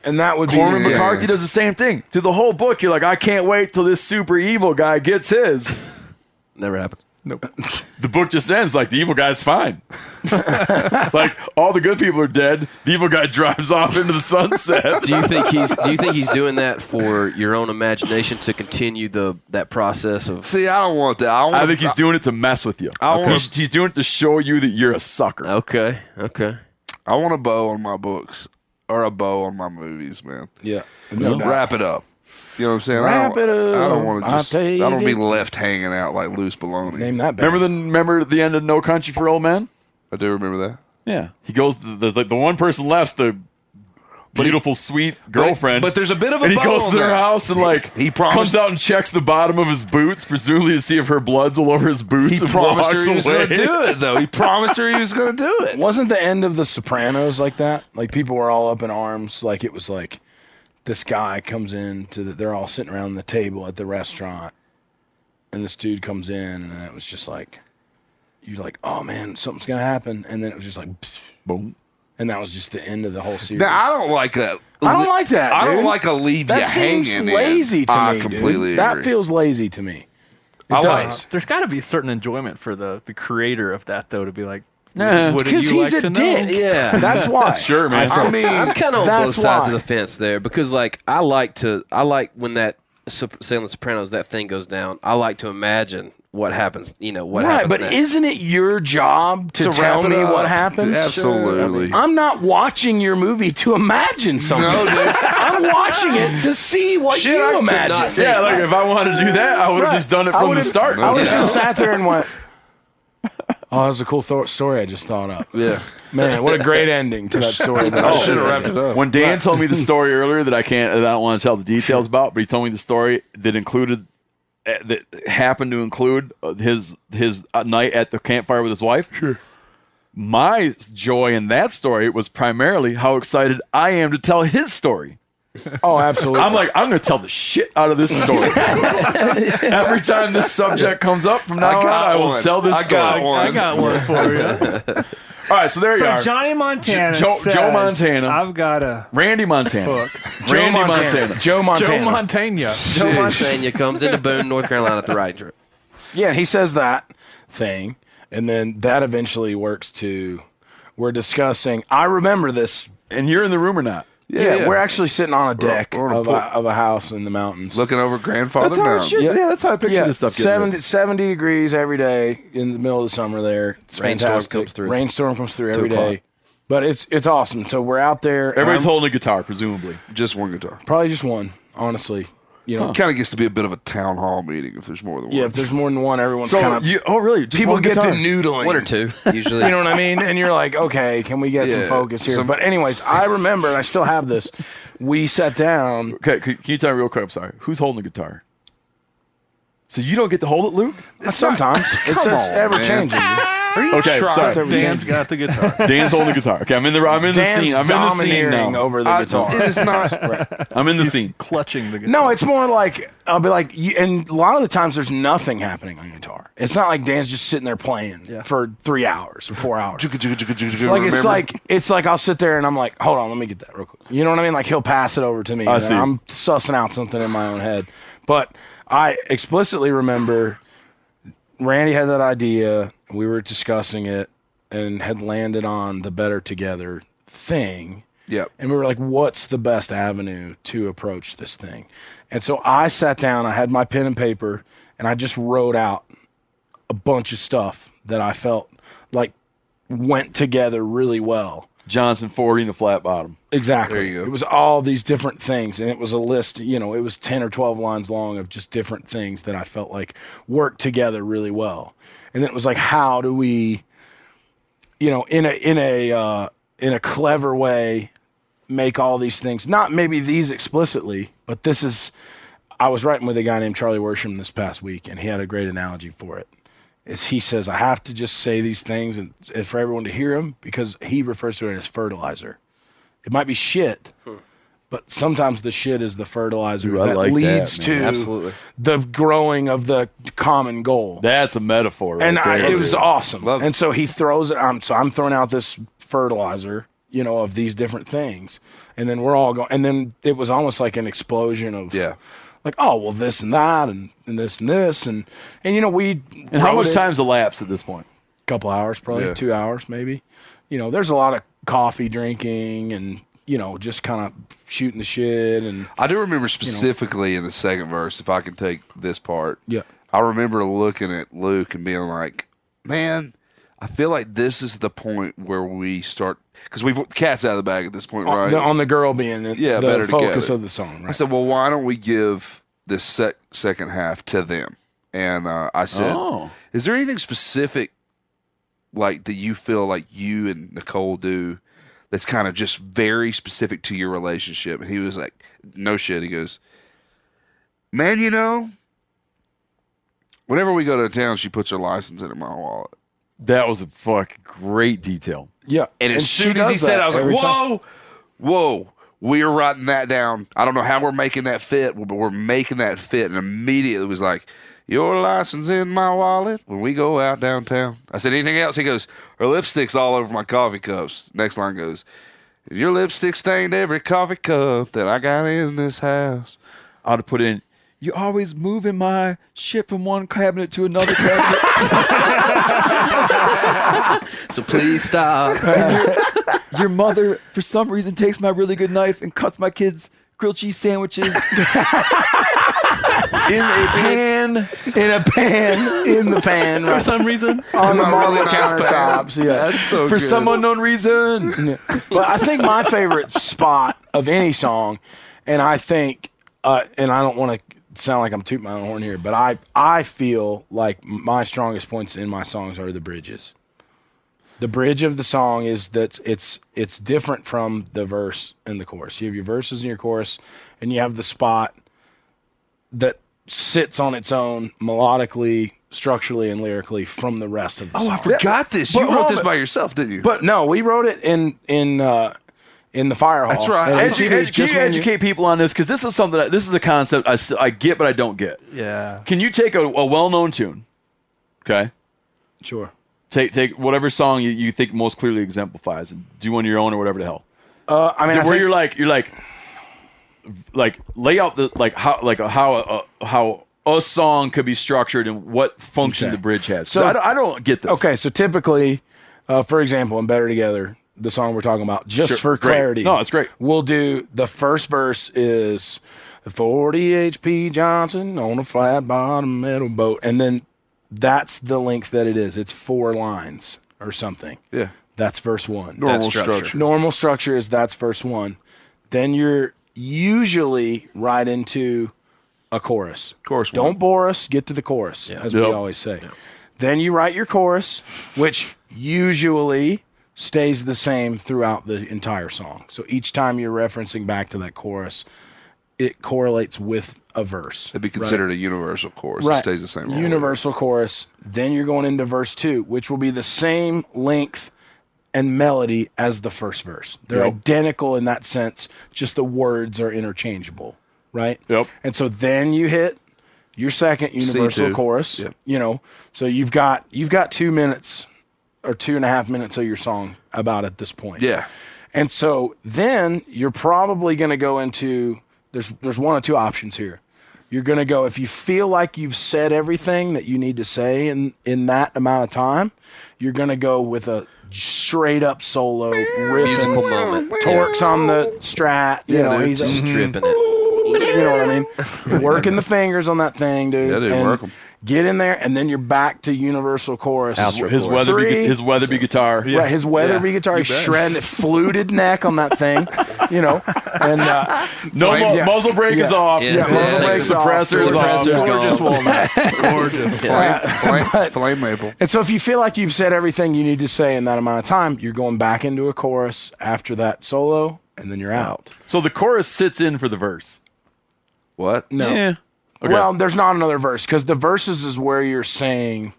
F: And that would be.
I: Cormac
D: Yeah.
I: McCarthy does the same thing to the whole book. You're like, I can't wait till this super evil guy gets his.
H: <laughs> Never happened.
I: <laughs> The book just ends like the evil guy's fine. <laughs> like all the good people are dead. The evil guy drives <laughs> off into the sunset.
H: Do you think he's Do you think he's doing that for your own imagination to continue the that process of?
D: See, I don't want that. I, want
I: I think he's doing it to mess with you.
D: I wanna-
I: He's, he's doing it to show you that you're a sucker.
H: Okay, okay.
D: I want a bow on my books or a bow on my movies, man.
F: Yeah. No doubt.
D: Wrap it up. You know what I'm saying? I
F: Wrap
D: don't,
F: it up.
D: I don't want to
F: I'll
D: just.
F: tell
D: I
F: you
D: don't be
F: this.
D: left hanging out like loose baloney.
F: Name that. Band.
I: Remember the remember the end of No Country for Old Men?
D: I do remember that.
I: Yeah. He goes, there's like the one person left, the beautiful, sweet girlfriend.
D: but there's a bit of a
I: And he
D: bow
I: goes
D: on
I: to their
D: that.
I: house and like,
D: <laughs> He promised-
I: comes out and checks the bottom of his boots, presumably to see if her blood's all over his boots.
D: He
I: and
D: promised her
I: walks
D: he was
I: away.
D: going to do it, though. He promised her he was going to do
F: <laughs>
D: it.
F: Wasn't the end of The Sopranos like that? Like people were all up in arms. Like it was like this guy comes in to the, they're all sitting around the table at the restaurant, and this dude comes in, and it was just like you're like, oh man, something's gonna happen, and then it was just like boom, and that was just the end of the whole series.
D: Now, I don't like that.
F: I don't like that,
D: I
F: dude.
D: don't like a leave
F: that
D: you
F: seems
D: hanging. in.
F: lazy to
D: I
F: me. dude.
D: completely
F: That
D: agree.
F: feels lazy to me. It
D: I like-
F: does.
G: There's got to be certain enjoyment for the the creator of that though to be like,
I: Nah.
G: Wouldn't
F: Because
G: you
F: he's
G: like
F: a
G: to
F: dick.
G: know?
F: Yeah, <laughs> that's why. sure,
D: man.
F: I mean,
H: I'm kind of
F: <laughs>
H: on both
F: that's
H: sides
F: why.
H: of the fence there because, like, I like to, I like when that Sup- Salem Sopranos that thing goes down. I like to imagine what happens. You know what
F: right,
H: happens.
F: but
H: next.
F: isn't it your job to,
D: To
F: tell
D: wrap it
F: me
D: up.
F: what happens?
D: Absolutely.
F: I'm not watching your movie to imagine something. <laughs> I'm watching it to see what
H: Shit, I
F: you
H: could not
F: imagine.
H: think Yeah, like,
I: if I wanted to do that, I would
F: Right. I would've- I would
D: Yeah.
F: have just sat there and went. <laughs> Oh, that was a cool th- story I just thought up.
D: Yeah.
F: Man, what a great ending to that story.
D: I should have wrapped it up.
I: When Dan told
F: <laughs>
I: me the story earlier that I can't, that I don't want to tell the details about, but he told me the story that included, eh, that happened to include uh, his his uh, night at the campfire with his wife. Sure. My joy in that story was primarily how excited I am to tell his story.
F: Oh, absolutely.
I: I'm like, I'm going to tell the shit out of this story. Every time this subject comes up from now on, I will
D: one.
I: tell this
D: I
I: story.
D: got one.
I: I got one for you. <laughs> All right, so there you
E: <laughs> So
I: are.
E: Johnny Montana.
I: Jo- Joe
E: says,
I: Montana.
E: I've got a.
I: Randy Montana. Randy Montana.
F: Joe Montana.
G: Joe
I: <laughs>
G: Montana.
H: Joe Montana comes into Boone, North Carolina at the right trip.
F: Yeah, he says that thing, and then that eventually works to we're discussing. I remember this.
I: And you're in the room or not?
F: Yeah, we're actually sitting on a deck
D: we're on a
F: of,
D: pool.
F: a, of a house in the mountains.
D: Looking over Grandfather
I: That's how it
D: Mountain.
I: should. Yeah. that's how I picture
F: yeah,
I: this stuff. getting
F: 70, 70 degrees every day in the middle of the summer there. It's
H: Rainstorm
F: fantastic.
H: comes through.
F: Rainstorm comes through every
H: o'clock.
F: day. But it's it's awesome. So we're out there. and
I: Everybody's
F: I'm-
I: holding a guitar, presumably.
D: Just one guitar.
F: probably just one, honestly. You know,
D: It kind of gets to be a bit of a town hall meeting if there's more than one.
F: yeah, if there's more than one, everyone's
I: So
F: kind of
I: you, oh really? Just
F: people
I: one
F: get
I: guitar?
F: to noodling.
H: One or two, usually.
F: You know what I mean? And you're like, okay, can we get some
D: Yeah,
F: focus here?
D: some-
F: but anyways, I remember, and I still have this. We sat down.
I: Okay, can, can you tell me real quick? I'm sorry. Who's holding the guitar? So you don't get to hold it, Luke?
F: Sometimes it's
D: Come
F: just
D: on,
F: ever
D: man.
F: changing.
I: Okay, sorry.
F: It's ever
G: Dan's
F: changing.
G: got the guitar.
I: Dan's holding the guitar. Okay, I'm in the I'm in
F: Dan's
I: the scene. I'm in the scene
F: domineering
I: now.
F: over the
D: I-
F: guitar.
D: it
F: <laughs>
D: is not.
I: I'm in the scene.
G: Clutching
I: <laughs>
G: the guitar.
F: No, it's more like I'll be like, you, and a lot of the times there's nothing happening on guitar. It's not like Dan's just sitting there playing for three hours or four hours.
D: Like it's
F: like it's like it's like I'll sit there and I'm like, hold on, let me get that real quick. You know what I mean? Like he'll pass it over to me.
I: I
F: and
I: see.
F: I'm sussing out something in my own head, but I explicitly remember Randy had that idea. We were discussing it and had landed on the better together thing.
D: Yep.
F: And we were like, what's the best avenue to approach this thing? And so I sat down, I had my pen and paper, and I just wrote out a bunch of stuff that I felt like went together really well.
I: Johnson 40 and a flat bottom.
F: Exactly.
D: There you go.
F: It was all these different things, and it was a list. You know, it was ten or twelve lines long of just different things that I felt like worked together really well. And then it was like, how do we, you know, in a in a uh, in a clever way, make all these things? Not maybe these explicitly, but this is. I was writing with a guy named Charlie Worsham this past week, and he had a great analogy for it. Is he says I have to just say these things and, and for everyone to hear them because he refers to it as fertilizer. It might be shit, but sometimes the shit is the fertilizer
I: I
F: that
I: like that,
F: leads
I: man.
F: to
H: Absolutely.
F: the growing of the common goal.
I: That's a metaphor. Right
F: and I,
I: there,
F: it was
I: dude.
F: awesome.
D: Love
F: and so he throws it. I'm so I'm throwing out this fertilizer, you know, of these different things, and then we're all going. And then it was almost like an explosion of
D: Yeah.
F: Like oh well, this and that, and, and this and this, and and you know we.
I: And how
F: wrote
I: much
F: it-
I: time's elapsed at this point?
F: couple hours, probably
D: Yeah.
F: two hours, maybe. You know, there's a lot of coffee drinking and you know just kind of shooting the shit and
D: I do remember specifically in the second verse, if I can take this part.
F: Yeah.
D: I remember looking at Luke and being like, man, I feel like this is the point where we start. Because we've cat's out of the bag at this point,
F: on,
D: right?
F: the, on the girl being the,
D: Yeah,
F: the
D: better
F: focus
D: together.
F: of the song.
D: I
F: Right?
D: said, well, why don't we give this sec- second half to them? And uh, I said,
I: Oh.
D: is there anything specific like that you feel like you and Nicole do that's kind of just very specific to your relationship? And he was like, no shit. He goes, man, you know, whenever we go to town, she puts her license in my wallet.
I: That was a fucking great detail.
F: yeah,
D: And as
F: she
D: soon as he
F: does
D: said,
F: that
D: I was like,
F: every time.
D: whoa, whoa, we are writing that down. I don't know how we're making that fit, but we're making that fit. And immediately it was like, your license in my wallet when we go out downtown. I said, anything else? He goes, her lipstick's all over my coffee cups. Next line goes, your lipstick stained every coffee cup that I got in this house.
I: I would have put in, you always moving my shit from one cabinet to another cabinet. <laughs>
H: So please stop.
I: Your mother, for some reason, takes my really good knife and cuts my kids' grilled cheese <laughs> sandwiches in a pan.
F: in a pan, in the pan,
G: For some reason,
F: on the
D: really
F: marble
D: nice
F: countertops. Yeah,
I: for some unknown reason.
F: but I think my favorite spot of any song, and I think, uh, and I don't want to sound like I'm tooting my own horn here, but I I feel like my strongest points in my songs are the bridges. The bridge of the song is that it's it's different from the verse and the chorus. You have your verses and your chorus, and you have the spot that sits on its own melodically, structurally, and lyrically from the rest of the song.
D: I forgot this. You
F: But
D: wrote
F: hold
D: this
F: it.
D: by yourself, didn't you?
F: But no, we wrote it in in uh, in the fire hall.
D: That's right.
F: And
D: Edu-
F: it's either
I: Edu- can
F: just
I: you
F: when you-
I: educate people on this? Because this is something. That, this is a concept I, s- I get, but I don't get.
G: yeah.
I: Can you take a, a well-known tune? Okay.
F: Sure.
I: Take take whatever song you, you think most clearly exemplifies, and do one of your own or whatever the hell.
F: Uh, I mean, I
I: where
F: think,
I: you're like you're like like lay out the like how like a, how a, how a song could be structured and what function
F: Okay.
I: the bridge has. So
F: So-
I: I don't, I don't get this.
F: okay. So typically, uh, for example, in Better Together, the song we're talking about, just
I: Sure,
F: for
I: great.
F: clarity,
I: No, it's great.
F: We'll do the first verse is. 40 HP Johnson on a flat bottom metal boat. And then that's the length that it is. It's four lines or something.
D: yeah,
F: That's verse one.
D: normal
H: structure.
D: structure.
F: normal structure is that's verse one. Then you're usually right into a chorus.
D: Chorus one.
F: Don't bore us. Get to the chorus, as we
I: Yep.
F: always say. Then you write your chorus, which usually stays the same throughout the entire song. So each time you're referencing back to that chorus, it correlates with a verse.
D: It'd be considered a universal chorus. It stays the same. all the way.
F: Universal chorus. Then you're going into verse two, which will be the same length and melody as the first verse. They're identical in that sense, just the words are interchangeable, right?
I: Yep.
F: And so then you hit your second universal
D: C2.
F: chorus.
D: Yep.
F: You know, so you've got you've got two minutes or two and a half minutes of your song about at this point.
D: Yeah.
F: And so then you're probably going to go into there's there's one or two options here. You're going to go if you feel like you've said everything that you need to say in in that amount of time, you're going to go with a straight up solo ripping
H: Musical moment. Mm-hmm.
F: Torques on the strat, you know,
D: dude.
F: he's
H: Just
F: a,
H: dripping it.
F: you know what I
D: <laughs>
F: mean? Working the fingers on that thing, dude.
D: Yeah, dude,
F: and
D: work 'em.
F: Get in there and then you're back to universal chorus.
H: Outro
I: His
H: chorus.
I: Weatherby,
F: Three.
I: gu- his Weatherby guitar.
F: Right, his Weatherby guitar, he's shredding, fluted neck on that thing, you know, and uh,
I: No mu-
F: yeah.
I: muzzle brake is
F: Yeah.
I: off.
H: Yeah,
F: Yeah, muzzle
I: <laughs> Brake
F: brake's off.
I: suppressor is off.
H: Suppressor's gone.
G: Gorgeous walnut.
F: <laughs>
G: Gorgeous.
H: <laughs>
D: Flame, flame, flame maple.
F: And so if you feel like you've said everything you need to say in that amount of time, you're going back into a chorus after that solo, and then you're out.
I: So the chorus sits in for the verse.
D: What?
F: No.
I: Yeah. Okay.
F: Well, there's not another verse because the verses is where you're saying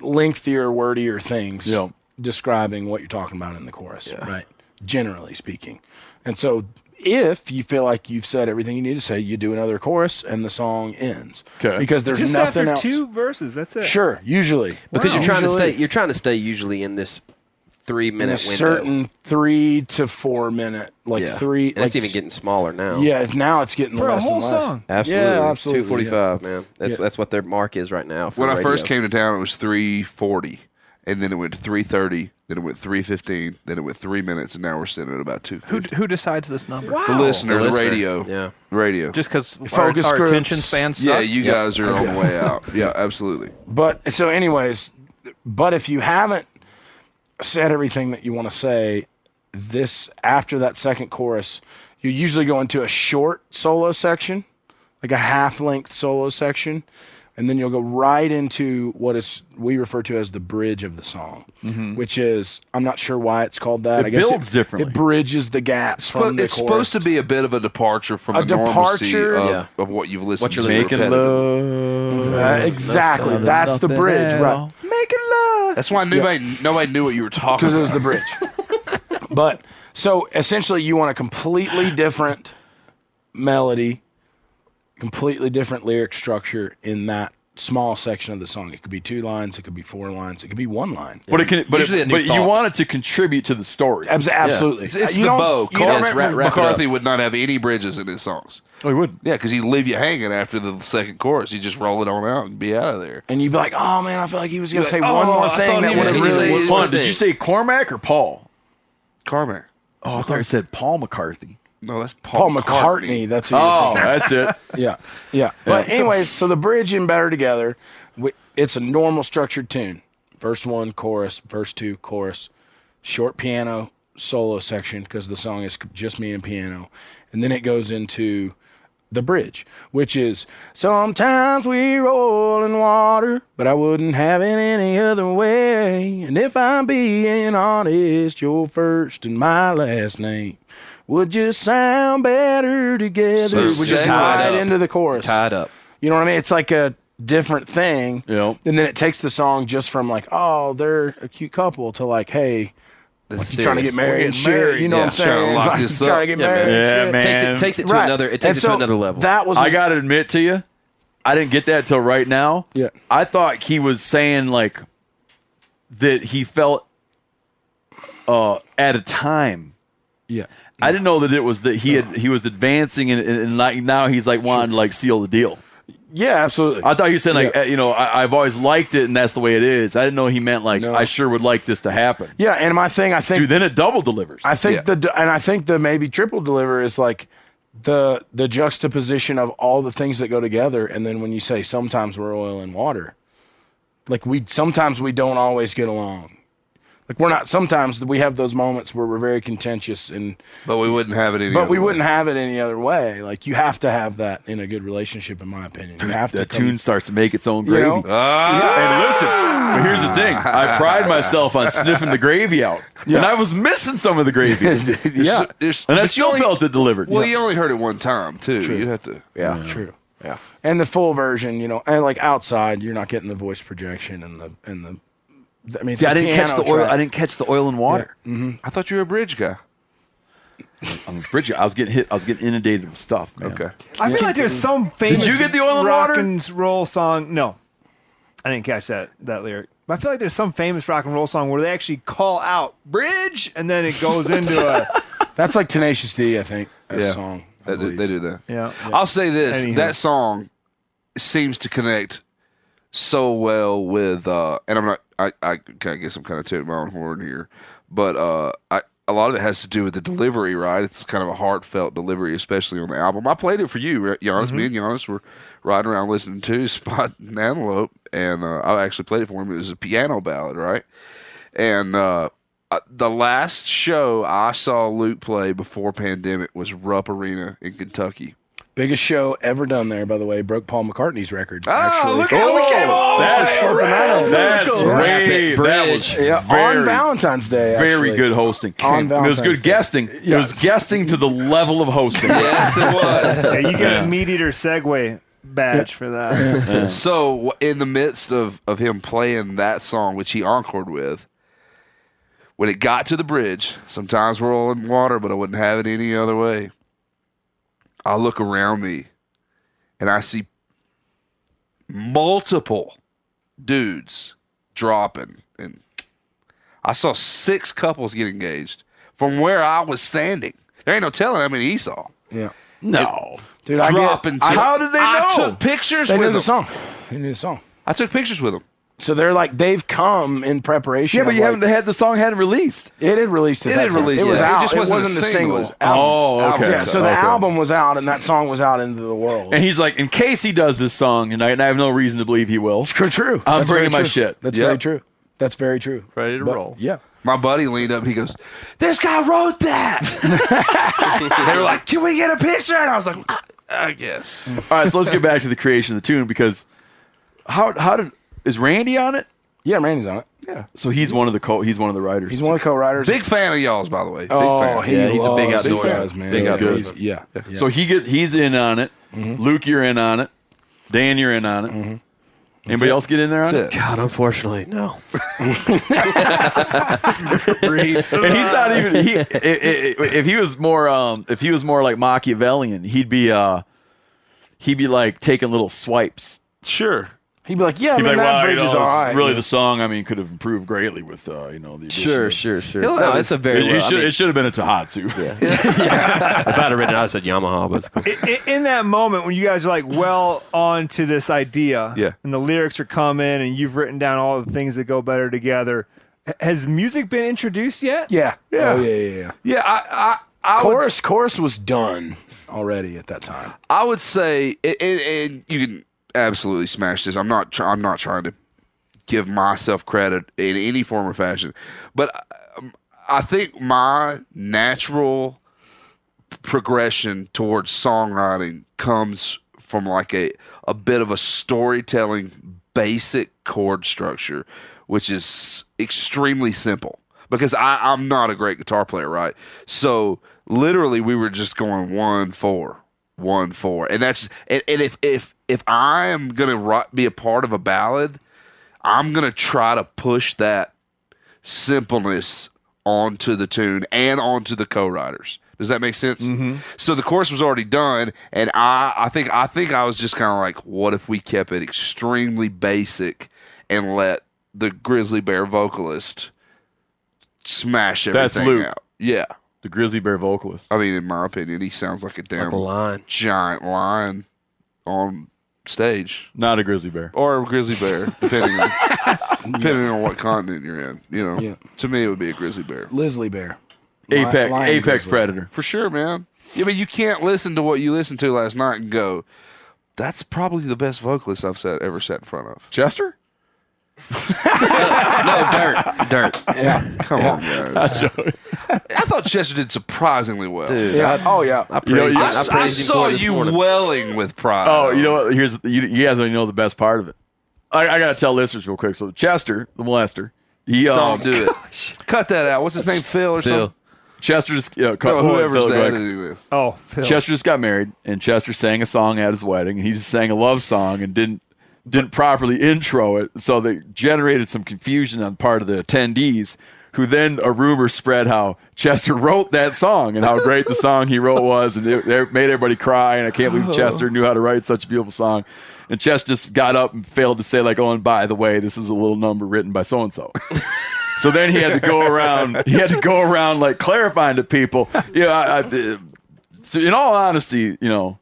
F: lengthier, wordier things
I: Yeah.
F: describing what you're talking about in the chorus, right? Generally speaking. And so if you feel like you've said everything you need to say, you do another chorus and the song ends.
I: Okay.
F: Because there's
E: Just
F: nothing
E: after
F: else.
E: two verses, that's it.
F: Sure, usually.
H: Because you're trying
F: Usually.
H: to stay. You're trying to stay usually in this three
F: in a
H: minute window.
F: certain three to four minute, like
H: yeah.
F: three.
H: And
F: like
H: it's even getting smaller now.
F: Yeah, it's- now it's getting
A: For a
F: less
A: whole
F: and less.
A: song.
H: Absolutely.
F: Yeah, absolutely,
H: Two forty five, man. That's that's what their mark is right now. For
D: When I
H: radio.
D: first came to town, it was three forty, and then it went to three thirty, then it went three fifteen, then it went three minutes, and now we're sitting at about two
G: Who,
D: fifty.
G: who decides this number?
D: The listener, the,
H: listener.
D: radio,
H: Yeah.
D: radio.
G: Just because our,
F: Focus
G: our
F: groups.
G: attention span sucks.
D: yeah, you guys are on the way out. Yeah, absolutely.
F: But so, anyways, but if you haven't said everything that you want to say, this after that second chorus, you usually go into a short solo section, like a half length solo section, and then you'll go right into what is we refer to as the bridge of the song, which is I'm not sure why it's called that.
I: Mm-hmm. It
F: I guess
I: builds
F: it,
I: differently.
F: It bridges the gap. from
D: But
F: the
D: it's
F: chorus.
D: supposed to be a bit of a departure from
F: A
D: the normalcy
F: departure?
D: of,
H: Yeah.
D: of what you've listened
H: What you're
D: to.
H: listening to.
D: repetitively.
I: love.
F: Uh, exactly. That's the bridge, right?
I: Making love.
D: That's why nobody nobody knew what you were talking
F: because it
D: about.
F: was the bridge. but so essentially, you want a completely different melody, completely different lyric structure in that small section of the song. It could be two lines, it could be four lines, it could be one line.
I: But it can. But,
B: Usually a
I: it,
B: new
I: but you
B: thought.
I: want it to contribute to the story.
F: Abs- Absolutely.
B: It's, it's
F: You
B: the
F: don't-
B: bow.
F: you
B: Call
F: don't-
B: it, wrap, wrap it up.
D: McCarthy would not have any bridges in his songs.
I: Oh, you wouldn't.
D: Yeah, because he'd leave you hanging after the second chorus. He'd just roll it on out and be out of there.
F: And you'd be like, oh man, I feel like he was going to say one
D: oh,
F: more
D: I
F: thing
D: thought
F: that
D: he
F: would
D: was
F: have
D: gonna
F: really.
D: say-
I: Did
D: one
I: Pon, did
D: thing.
I: you say Cormac or Paul?
D: Carmack.
I: Oh, I thought you said Paul McCarthy.
D: No, that's Paul,
F: Paul McCartney. That's who. you're
I: Oh,
F: thinking.
I: <laughs> that's it.
F: yeah, yeah. <laughs> But anyways, so the bridge and better together. we- It's a normal structured tune. Verse one, chorus. Verse two, chorus. Short piano solo section because the song is just me and piano, and then it goes into the bridge, which is sometimes we roll in water, but I wouldn't have it any other way. And if I'm being honest, your first and my last name would just sound better together.
H: So
F: Which is
H: set
F: right
H: up.
F: into the chorus.
H: Tied up.
F: You know what I mean? It's like a different thing.
I: Yep.
F: And then it takes the song just from like, oh, they're a cute couple to like, hey, like you trying to get married and shit. You know
D: Yeah.
F: what I'm saying?
D: Trying to lock
F: <laughs> Like,
D: this
F: you Trying
D: up.
F: to get
H: Yeah,
F: married.
H: man.
F: and shit.
H: Takes it, takes it to
F: Right.
H: another. It
F: And
H: takes it
F: so
H: to another level.
F: That was
I: I got to admit to you, I didn't get that till right now.
F: Yeah.
I: I thought he was saying like that he felt uh at a time.
F: yeah.
I: I didn't know that it was that he had he was advancing and, and, and like now he's like wanting to like seal the deal.
F: Yeah, absolutely.
I: I thought you were saying like
F: Yeah.
I: eh, you know I, I've always liked it and that's the way it is. I didn't know he meant like
F: No.
I: I sure would like this to happen.
F: yeah, and my thing, I think
I: Dude, then it double delivers.
F: I think the and I think the maybe triple deliver is like the the juxtaposition of all the things that go together, and then when you say sometimes we're oil and water, like we sometimes we don't always get along. Like we're not. Sometimes we have those moments where we're very contentious, and
D: But we wouldn't have it any
F: but
D: other
F: we
D: way.
F: wouldn't have it any other way. Like you have to have that in a good relationship, in my opinion. You have to
I: the
F: come-
I: tune starts to make its own
F: You
I: gravy.
F: know?
D: Ah!
I: And listen, but here's the thing. I pride myself on sniffing the gravy out. And I was missing some of the gravy. and
D: There's-
F: Yeah.
D: there's-
I: I
D: but
I: still
D: you only-
I: felt it delivered.
D: Well, you only heard it one time, too. You'd have to.
F: Yeah, true. Yeah, and the full version, you know, and like outside, you're not getting the voice projection and the and the. I mean, it's
I: See, I
F: a
I: didn't catch
F: piano
I: the oil.
F: track.
I: I didn't catch the oil and water.
D: I thought you were a bridge guy.
I: I'm Mm. Bridget, I was getting hit. I was getting inundated with stuff. man.
D: Okay.
E: I feel like there's some famous
I: you get the oil and
E: rock
I: water?
E: and roll song. No, I didn't catch that that lyric. But I feel like there's some famous rock and roll song where they actually call out bridge and then it
I: <laughs>
E: goes into a
F: That's like Tenacious D, I think. That
D: Yeah.
F: song. I
D: That-
F: believe.
D: they do that.
E: yeah. yeah.
D: I'll say this:
E: Anywho.
D: that song seems to connect so well with, uh, and I'm not. I, I, I guess I'm kind of tooting my own horn here, but uh, I, a lot of it has to do with the delivery, right? It's kind of a heartfelt delivery, especially on the album. I played it for you, right, Giannis.
E: Mm-hmm.
D: Me and Giannis were riding around listening to <laughs> Spot and Antelope, and uh, I actually played it for him. It was a piano ballad, right? And uh, uh, the last show I saw Luke play before pandemic was Rupp Arena in Kentucky.
F: Biggest show ever done there, by the way. Broke Paul McCartney's record.
D: Oh,
F: actually.
D: look at we came all
I: That's
D: the way around.
I: that's, way, that was
F: Yeah,
I: very,
F: on Valentine's Day.
I: very
F: actually.
I: good hosting.
F: On
I: I mean, it was
F: Valentine's
I: good
F: Day.
I: guesting. It was guesting to the level
F: <laughs>
I: of hosting.
D: Yes, it was.
E: Yeah, you <laughs> get a meat eater segue badge for that. <laughs>
D: <laughs> So w- in the midst of of him playing that song, which he encored with, when it got to the bridge, sometimes we're all in water, but I wouldn't have it any other way. I look around me, and I see multiple dudes dropping, and I saw six couples get engaged from where I was standing. There ain't no telling how many he saw.
F: Yeah.
I: No.
F: Dude, I
D: dropping.
F: get, I,
D: to-
F: how
I: did they
D: I
I: know?
D: took pictures
F: they
D: with
F: knew
D: them.
F: the song. They knew the song.
D: I took pictures with them.
F: So they're like they've come in preparation.
I: Yeah, but
F: of,
I: you
F: like-
I: haven't had the song hadn't released.
F: It had released. At
D: It
F: that
D: had
F: time.
D: released,
F: It was
D: yeah. It
F: out. It,
D: just
F: was
D: wasn't a
F: not the
D: single.
F: single. Album.
I: Oh, okay.
F: Yeah, so the
I: Okay.
F: album was out, and that song was out into the world.
I: And he's like, in case he does this song tonight, and I have no reason to believe he will.
F: True, true.
I: I'm
F: That's very
I: bringing my
F: true.
I: shit.
F: That's
D: Yeah.
F: very true. That's very true.
G: Ready to
F: But-
G: roll.
F: Yeah.
D: My buddy leaned up and he goes, This guy wrote that.
F: <laughs>
D: they were like, Can we get a picture? And I was like, I,
F: "Ah."
D: I guess.
I: All right, so let's get back to the creation of the tune because how how did is Randy on it?
F: Yeah, Randy's on it. Yeah.
I: So he's one of the co he's one of the writers.
F: He's one of the co-writers.
D: Big fan of y'all's, by the way. Big
F: oh,
D: fan.
F: he
H: Yeah, he's a big
F: loves-
H: outdoorsman.
F: loves, man.
H: Big
F: Yeah,
H: outdoorsman.
F: he's- Yeah. yeah.
I: So he get he's in on it. Luke, you're in on it. Dan, you're in on it. Anybody else get in there on it?
H: God, unfortunately,
I: <laughs>
H: no.
I: And he's not even he. i- i- i- if he was more um, if he was more like Machiavellian, he'd be uh, he'd be like taking little swipes.
D: Sure.
F: He'd be like, "Yeah,
I: He'd be
F: man,
I: like,
F: that
I: wow, you
F: bridge
I: know,
F: is all right."
I: really the song. I mean, could have improved greatly with uh, you know the addition
H: Sure,
I: of-
H: sure, sure.
I: He'll-
H: No, it's a very
I: It,
H: low.
I: it
H: I
I: should,
H: mean,
I: it should have been a Tahatsu.
H: if I'd have written it, I'd have said Yamaha, but it's cool.
E: I- I- in that moment when you guys are like well on to this idea
I: Yeah.
E: and the lyrics are coming and you've written down all the things that go better together h- has music been introduced yet
F: yeah,
E: Yeah.
F: Oh, yeah, yeah, yeah.
D: Yeah, I, I, I would
F: Chorus, chorus was done already at that time.
D: I would say, and, and- and you can absolutely smash this. I'm not. Try, I'm not trying to give myself credit in any form or fashion, but um, I think my natural progression towards songwriting comes from like a a bit of a storytelling basic chord structure, which is extremely simple. Because I, I'm not a great guitar player, right? So literally, we were just going one four, one four, and that's and, and if if if I am gonna ri- be a part of a ballad, I'm gonna try to push that simpleness onto the tune and onto the co-writers. Does that make sense? Mm-hmm. So the course was already done, and I, I think I think I was just kind of like, what if we kept it extremely basic and let the grizzly bear vocalist smash
I: That's
D: everything
I: Luke.
D: out? Yeah,
I: <laughs> the Grizzly Bear vocalist.
D: I mean, in my opinion, he sounds like a damn
H: Like a lion.
D: giant lion on stage
I: Not a Grizzly Bear.
D: or a grizzly bear, depending on,
H: <laughs>
D: depending on what continent you're in. You know,
F: Yeah.
D: to me, it would be a grizzly bear.
F: Lizzly Bear,
I: Apex,
F: Lion
I: Apex
F: Grizzly.
I: Predator.
D: For sure, man. Yeah, but you can't listen to what you listened to last night and go, that's probably the best vocalist I've sat, ever sat in front of.
I: Chester? <laughs>
H: no, dirt,
D: <laughs>
H: dirt.
D: Come on, man. I thought Chester did surprisingly well.
H: Dude,
F: yeah, oh yeah,
H: I, I
I: You know,
H: praised, him-
I: you-
D: I,
H: I,
D: s- I
H: praised him
D: saw
H: for it this
D: you
H: morning.
D: welling with pride.
I: Oh, you know what? Here's you, you guys already know the best part of it. I, I gotta tell listeners real quick. So Chester, the molester, he um,
D: Don't do it. Cut that out. What's his name? Phil or
H: Phil.
D: something?
I: Chester just you know, cut-
D: No, whoever's
I: Phil, go
D: the
I: ahead.
D: editing this.
E: oh Phil.
I: Chester just got married, and Chester sang a song at his wedding. And he just sang a love song and didn't didn't properly intro it, so they generated some confusion on part of the attendees. Who then a rumor spread how Chester wrote that song and how great the song he wrote was, and it, it made everybody cry. And I can't believe Chester knew how to write such a beautiful song. And Chester just got up and failed to say like, "Oh, and by the way, this is a little number written by so and so." <laughs> So then he had to go around. He had to go around like clarifying to people. You know, I, I, so in all honesty, you know,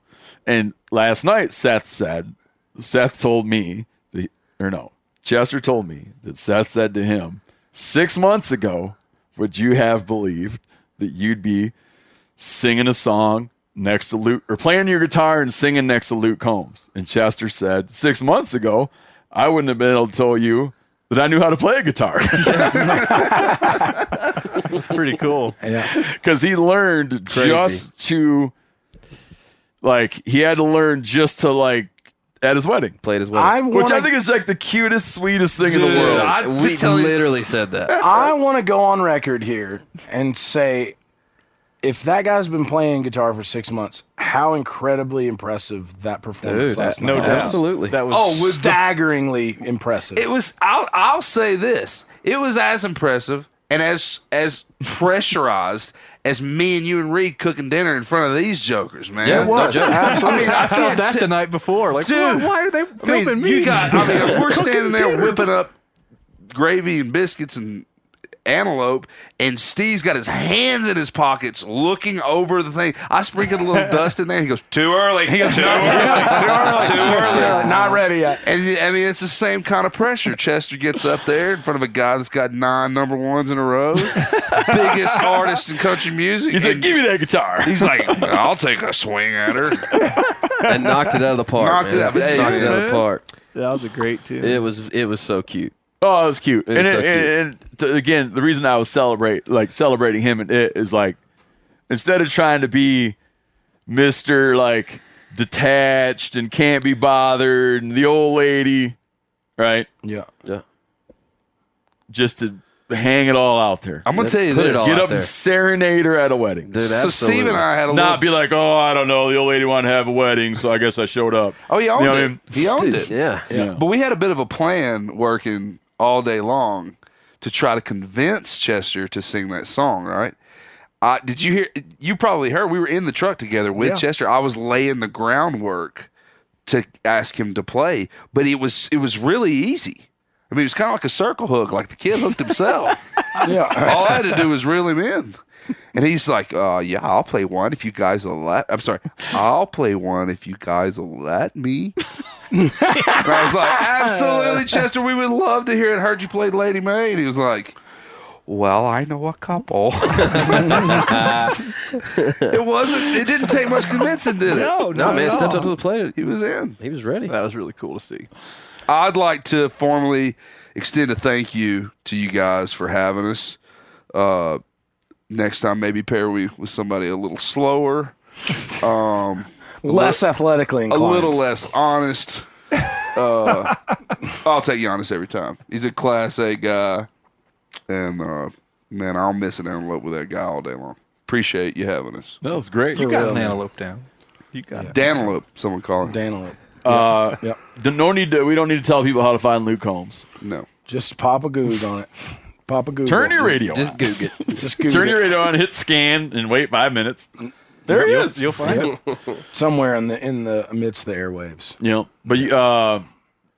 I: and last night Seth said, Seth told me, that, or no, Chester told me that Seth said to him six months ago, would you have believed that you'd be singing a song next to Luke or playing your guitar and singing next to Luke Combs? And Chester said, six months ago, I wouldn't have been able to tell you that I knew how to play a guitar. <laughs>
E: It's pretty cool
I: because he learned just to like he had to learn just to like at his wedding
H: Played his
F: I
H: wedding.
F: want.
I: which i think is like the cutest sweetest thing in the
H: Dude,
I: world
H: I- we literally said that.
F: I want to go on record here and say if that guy's been playing guitar for six months, how incredibly impressive that performance
H: Dude,
F: last
H: that-
F: night.
H: no
F: was.
H: doubt. Absolutely.
E: that was
D: Oh, with the
F: Staggeringly impressive.
D: it was I'll, I'll say this it was as impressive and as as pressurized as me and you and Reed cooking dinner in front of these jokers man
H: Yeah, no joke.
D: I mean, I felt
G: that the night before. Like,
D: Dude,
G: why, why are they
D: I mean,
G: filming me? <laughs>
D: you got. I mean, we're standing there whipping up gravy and biscuits and antelope, and Steve's got his hands in his pockets, looking over the thing. I sprinkled a little dust in there. and He goes too early. He goes too early. Too early. Too early.
F: Not ready yet.
D: And I mean, it's the same kind of pressure. Chester gets up there in front of a guy that's got nine number ones in a row, biggest artist in country music.
I: he's like
D: and
I: give me
H: <laughs>
I: that guitar
D: he's like, I'll take a swing at her.
H: And knocked it out of the park.
D: Knocked
H: man.
D: it out- hey,
H: knocked it out of
D: man.
H: the park.
E: that was a great tune
H: It was it was so cute.
I: oh it was cute
H: was
I: and, it,
H: so cute.
I: and, and to- again the reason i was celebrate like celebrating him and it is like instead of trying to be mr like detached and can't be bothered and the old lady right
F: Yeah.
H: Yeah.
I: just to hang it all out there
D: I'm gonna tell you
H: Put
D: this.
H: it all
I: get
H: out
I: up
H: there.
I: and serenade her at a wedding.
H: Dude,
D: So Steve
H: absolutely.
D: and I had a
I: Not
D: little.
I: be like, oh, I don't know, the old lady wanted to have a wedding, so I guess I showed up.
D: Oh, he owned
I: You know what I
D: it.
I: mean?
D: He owned
H: Dude,
D: it.
H: yeah.
I: You know.
D: But we had a bit of a plan working all day long to try to convince Chester to sing that song, right? Uh, did you hear? You probably heard we were in the truck together with Chester. I was laying the groundwork to ask him to play, but it was it was really easy. I mean, it was kind of like a circle hook, like the kid hooked himself. yeah, all I had to do was reel him in, and he's like, uh, "Yeah, I'll play one if you guys will let." I'm sorry, I'll play one if you guys will let me. and I was like, "Absolutely, Chester, we would love to hear it. Heard you played Lady May," and he was like. Well, I know a couple. <laughs> it wasn't. It didn't take much convincing, did it?
E: No,
H: No,
E: not
H: man,
E: at
H: stepped
E: all.
H: up to the plate.
D: He was in.
H: He was ready.
G: That was really cool to see.
D: I'd like to formally extend a thank you to you guys for having us. Uh, next time, maybe pair we with somebody a little slower,
F: Less athletically
D: a
F: inclined.
D: little less honest. Uh, <laughs> I'll take Giannis every time. He's a class A guy, and uh, man, I'll miss an antelope with that guy all day long. Appreciate you having us.
A: That was great.
G: You got an antelope down. You got it.
D: Dantelope, someone call him.
F: Dantelope.
I: Uh,
F: Yep.
I: d- No need to. We don't need to tell people how to find Luke Holmes.
D: no.
F: Just pop a goog on it. Pop a goog.
I: Turn your radio.
H: Just
I: on.
H: Google it.
F: Just goog
I: Turn
F: it. <laughs>
I: your radio on. Hit scan and wait five minutes. There he
G: You'll,
I: is.
G: you'll find it.
D: <laughs>
F: somewhere in the in the amidst the airwaves.
I: You know, but you, uh,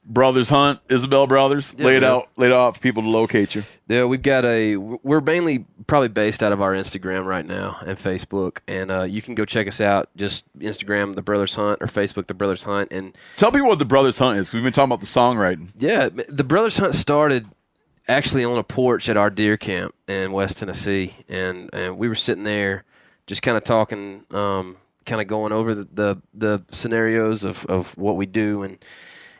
I: Brothers Hunt, Isabel Brothers, laid
H: yeah.
I: out, laid out for people to locate you.
H: Yeah, we've got a. We're mainly probably based out of our Instagram right now and Facebook, and uh, you can go check us out. Just Instagram the Brothers Hunt or Facebook the Brothers Hunt, and
I: Tell people what the Brothers Hunt is because we've been talking about the songwriting.
H: Yeah, m- the Brothers Hunt started actually on a porch at our deer camp in West Tennessee, and, and we were sitting there just kind of talking, um, kind of going over the, the, the scenarios of, of what we do and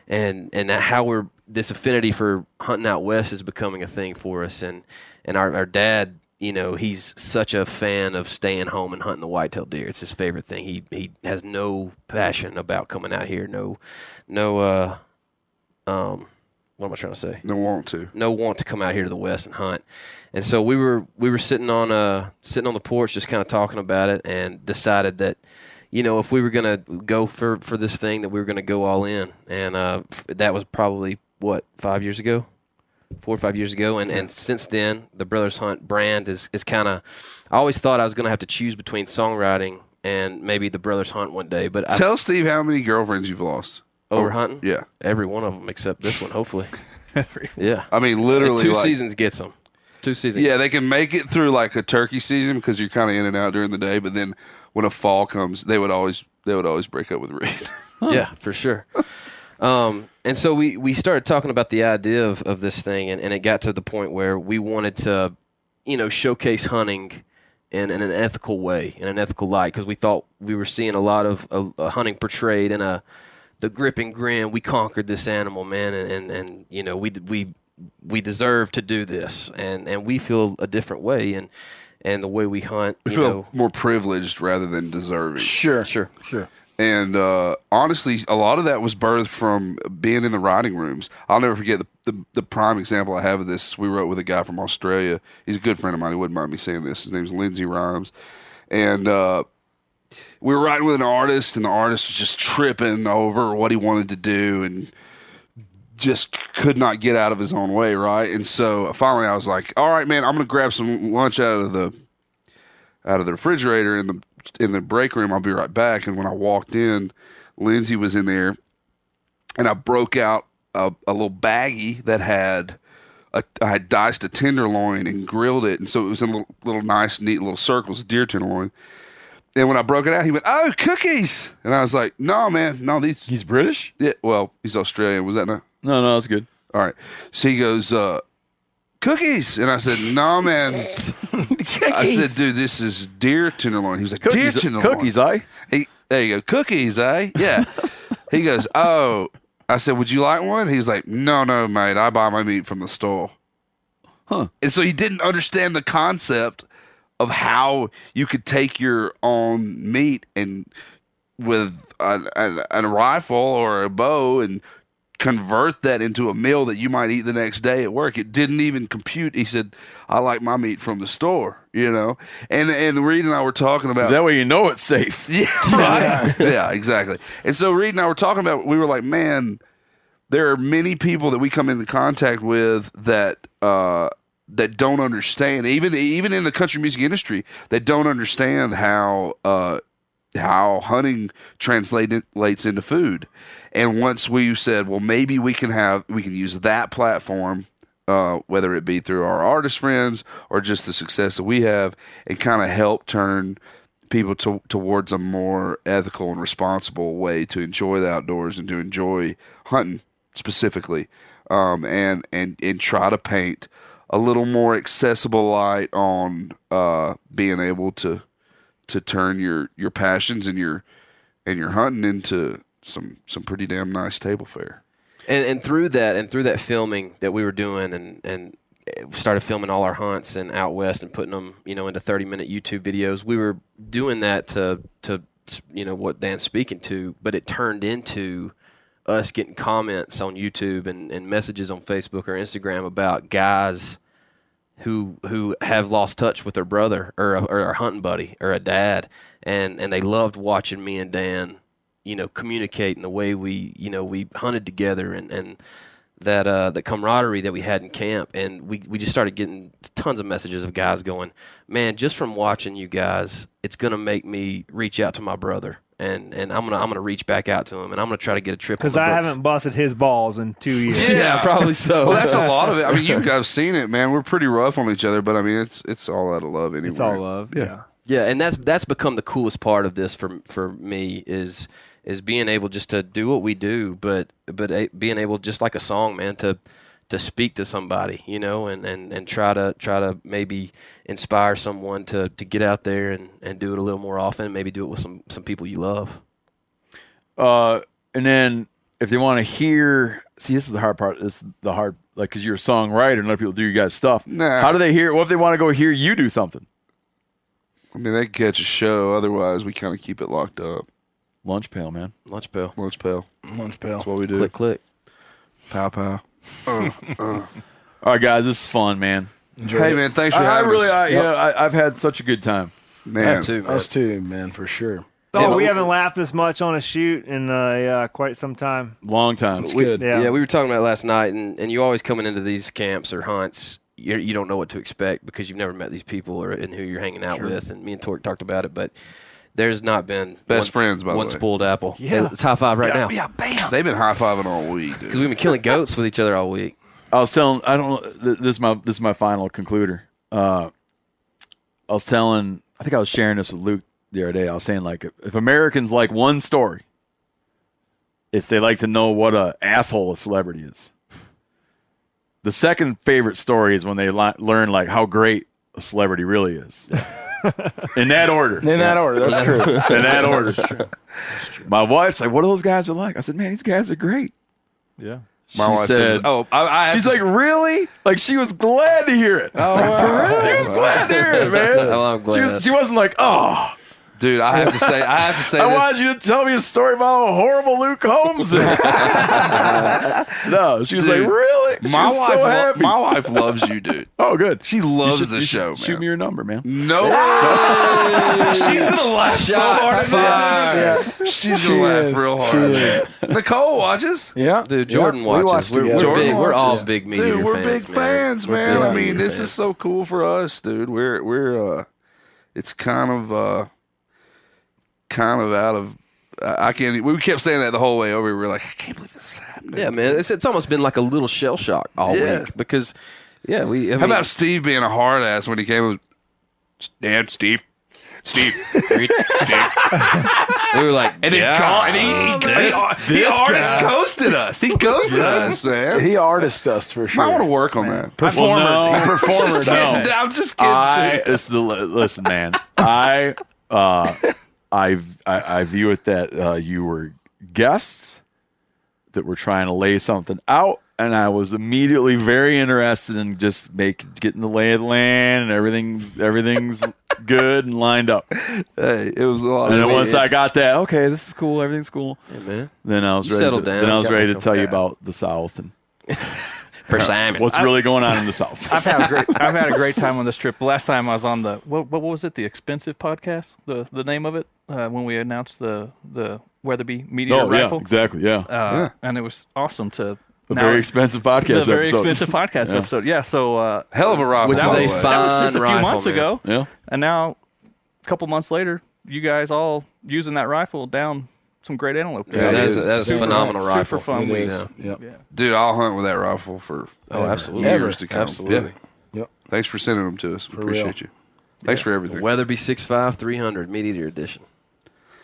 H: and and how we're this affinity for hunting out west is becoming a thing for us, and and our, our dad. You know he's such a fan of staying home and hunting the whitetail deer. It's his favorite thing. He he has no passion about coming out here. No, no uh, um, what am I trying to say?
D: No want to.
H: No want to come out here to the west and hunt. And so we were we were sitting on uh sitting on the porch, just kind of talking about it, and decided that you know if we were gonna go for for this thing, that we were gonna go all in. And uh, f- that was probably what five years ago four or five years ago, and, and since then, the Brothers Hunt brand is, is kind of. I always thought I was going to have to choose between songwriting and maybe the Brothers Hunt one day, but I,
D: Tell Steve how many girlfriends you've lost.
H: over hunting,
D: Yeah.
H: every one of them except this one, hopefully. yeah,
D: I mean, literally,
H: Uh, two
D: like,
H: seasons gets them. Two seasons.
D: Yeah, they can make it through like a turkey season because you're kind of in and out during the day. But then when a fall comes, they would always they would always break up with Reed. <laughs>
H: yeah, for sure. <laughs> Um, and so we, we started talking about the idea of, of this thing, and, and it got to the point where we wanted to, you know, showcase hunting in, in an ethical way, in an ethical light, because we thought we were seeing a lot of uh, uh, hunting portrayed in a the grip and grin. We conquered this animal, man, and, and, and you know we d- we we deserve to do this, and, and we feel a different way, and and the way we hunt,
D: I
H: you
D: feel
H: know,
D: more privileged rather than deserving.
F: Sure,
H: sure.
F: sure.
D: And uh, honestly, a lot of that was birthed from being in the writing rooms. I'll never forget the, the, the prime example I have of this. We wrote with a guy from Australia. He's a good friend of mine. He wouldn't mind me saying this. His name's Lindsay Rhymes. And uh, we were writing with an artist, and the artist was just tripping over what he wanted to do and just could not get out of his own way, right? And so uh, finally I was like, all right, man, I'm going to grab some lunch out of the out of the refrigerator in the in the break room. I'll be right back. And when I walked in, Lindsay was in there, and I broke out a, a little baggie that had a, I had diced a tenderloin and grilled it, and so it was in little, little nice, neat little circles, deer tenderloin. And when I broke it out, he went, "Oh, cookies!" And I was like, "No, man, no these."
I: He's British.
D: Yeah, well, he's Australian. Was that not?
I: No, no, that's good.
D: All right. So he goes, uh, cookies. And I said, no,
I: <laughs>
D: man. I said, dude, this is deer tenderloin. He was like,
I: Cookies,
D: deer tenderloin.
I: cookies, I.
D: He, there you go. Cookies, eh?
I: <laughs>
D: Yeah. he goes, oh. I said, would you like one? He was like, no, no, mate. I buy my meat from the store. Huh. And so he didn't understand the concept of how you could take your own meat and with a, a, a rifle or a bow and convert that into a meal that you might eat the next day at work. It didn't even compute. He said, I like my meat from the store, you know? And, and Reed and I were talking about
I: Is that way you know it's
D: <laughs>
I: safe.
D: yeah, right. yeah, exactly. And so Reed and I were talking about we were like, man, there are many people that we come into contact with that uh, that don't understand, even even in the country music industry, that don't understand how uh, how hunting translated- translates into food. And once we said, well, maybe we can have we can use that platform, uh, whether it be through our artist friends or just the success that we have, and kind of help turn people to, towards a more ethical and responsible way to enjoy the outdoors and to enjoy hunting specifically, um, and and and try to paint a little more accessible light on uh, being able to to turn your your passions and your and your hunting into some some pretty damn nice table fare.
H: and and through that and through that filming that we were doing and and eh, started filming all our hunts and out west and putting them you know into 30 minute youtube videos we were doing that to to you know what dan's speaking to but it turned into us getting comments on youtube and, and messages on facebook or instagram about guys who who have lost touch with their brother or a, or a hunting buddy or a dad, and and they loved watching me and Dan, you know, communicate in the way we you know we hunted together and and that uh the camaraderie that we had in camp and we we just started getting tons of messages of guys going man just from watching you guys it's going to make me reach out to my brother and and I'm going to I'm going to reach back out to him and I'm going to try to get a trip on
E: Because
H: the
E: I
H: books."
E: haven't busted his balls in two years.
H: yeah probably so
D: Well, that's a lot of it. I mean, you guys seen it, man. We're pretty rough on each other, but I mean, it's it's all out of love anyway.
E: It's all love. Yeah.
H: Yeah, and that's that's become the coolest part of this for for me is is being able just to do what we do, but but a, being able just like a song, man, to to speak to somebody, you know, and, and, and try to try to maybe inspire someone to, to get out there and, and do it a little more often, maybe do it with some, some people you love.
I: Uh, and then if they want to hear, see, this is the hard part. This is the hard, like, because you're a songwriter and other people do your guys' stuff.
D: Nah.
I: How do they hear? What if they want to go hear you do something?
D: I mean, they can catch a show. Otherwise, we kind of keep it locked up.
I: Lunch pail, man.
H: Lunch bell.
D: Lunch pail.
F: Lunch pail.
D: That's what we do.
H: Click click.
D: Pow pow.
I: All right, guys, this is fun, man.
D: Hey man, thanks for
I: I, I
D: having
I: really,
D: us.
I: I, yeah, I, I've had such a good time.
D: man,
F: Us too, man, for sure.
E: Oh,
H: Yeah,
E: we
H: but-
E: haven't laughed this much on a shoot in uh, yeah, quite some time.
I: Long time.
H: We-
F: good.
E: Yeah.
H: Yeah. we were talking about it last night, and, and you always coming into these camps or hunts, you you don't know what to expect because you've never met these people or and who you're hanging out with. And me and Torque talked about it, but there's not been
D: Best
H: one-
D: friends, by the
H: one
D: way.
H: spoiled apple.
E: Yeah.
H: Yeah, it's high five right now
E: Yeah, bam.
D: they've been high fiving all week, dude.
H: because we've been killing goats with each other all week.
I: I was telling I don't know th- this is my this is my final concluder. Uh, I was telling I think I was sharing this with Luke the other day. I was saying like if Americans like one story, it's they like to know what a asshole a celebrity is. The second favorite story is when they li- learn like how great a celebrity really is. In that order.
F: In that order, that's true.
I: In that order. My wife's like, "What are those guys are like?" I said, "Man, these guys are great."
E: Yeah.
D: My
I: She
D: wife
I: said-
D: says, "Oh, I, I have
I: She's
D: to-
I: like, really? Like she was glad to hear it. Oh, She was glad to hear
H: <laughs>
I: it, man.
H: Oh, I'm glad.
I: She, was, she wasn't like, oh,
D: dude, I have to say, I have to say
I: <laughs> I
D: this.
I: wanted you to tell me a story about how horrible Luke
D: <laughs>
I: Holmes is. <laughs> no, she was
D: Dude,
I: like, really? She
D: my
I: was
D: wife,
I: so
D: lo-
I: happy.
D: my wife loves you, dude.
I: oh, good.
D: She loves the
I: you
D: show,
I: Shoot
D: man.
I: me your number, man.
D: No, she's gonna laugh
H: Shots
D: so hard. at that, dude. She's gonna laugh
F: is.
D: real hard.
F: She
D: at that. Nicole watches.
F: yeah,
H: Dude, Jordan
F: yeah,
H: watches.
F: We watched
H: We're-
F: together.
H: we're
D: Jordan
H: big- we're
D: watches.
H: all big Meat
D: dude.
H: Eater
D: We're
H: fans,
D: big
H: man.
D: fans,
H: We're
D: man.
H: big
D: I
H: Meat
D: mean,
H: Eater
D: this
H: fans.
D: is so cool for us, dude. We're we're uh, it's kind of uh, kind of out of. I I can't. We kept saying that the whole way over. We were like, I can't believe this is happening.
H: Yeah, man, it's it's almost been like a little shell shock all
D: Yeah.
H: week because yeah, we. I
D: How
H: mean,
D: about Steve being a hard ass when he came? up, Damn, Steve. Steve. Steve.
H: we were
D: <laughs>
H: like,
D: And
H: yeah.
D: it caught, and he, he,
H: This-
D: he, he artist ghosted us. He ghosted us, man.
F: He artist us for sure.
D: I want to work on that.
I: Performer, performer.
D: Just kidding. I'm just kidding.
I: I
D: dude.
I: it's the listen, man. I uh, I I I view it that uh, you were guests that were trying to lay something out, and I was immediately very interested in just make getting the lay of the land and everything's everything's good and
H: <laughs>
I: lined up. And
D: Hey, it was a lot.
I: then
D: of
I: once I got that, okay, this is cool, everything's cool.
H: Yeah, man.
I: Then I was
H: You
I: ready. To,
H: settled down.
I: then I was
H: Got
I: ready to
H: back
I: tell you about the South and
H: For Simon.
I: what's really going on in
G: <laughs>
I: the South.
G: I've had a great I've had a great time on this trip. Last time I was on the what, what was it? The expensive podcast. The the name of it uh, when we announced the the Weatherby Meteor
I: oh yeah,
G: rifle.
I: exactly. Yeah,
G: Uh, And it was awesome to
I: a
G: now-
I: very expensive
G: the
I: podcast.
G: very
I: episode. <laughs>
G: expensive podcast episode. Yeah. So uh,
D: hell of a rock.
H: Which
D: by
H: is
D: the
H: a fine
D: way.
G: that was just a few
H: rifle,
G: months
H: man.
G: ago,
I: Yeah.
G: and now a couple months later, you guys all using that rifle down some great antelope.
D: Yeah, it
H: that is,
D: is.
H: that is a
G: Super-
H: phenomenal
G: super
H: rifle.
G: fun
H: You
G: week.
H: know.
G: Yeah.
F: Yep.
D: Dude, I'll hunt with that rifle for
H: Oh, absolutely.
D: years to come.
H: Absolutely.
D: Yeah.
F: Yep.
D: Thanks for sending them to us. We
F: For real.
D: appreciate you. Thanks for everything.
H: Weatherby 6'5", 300, meat eater edition.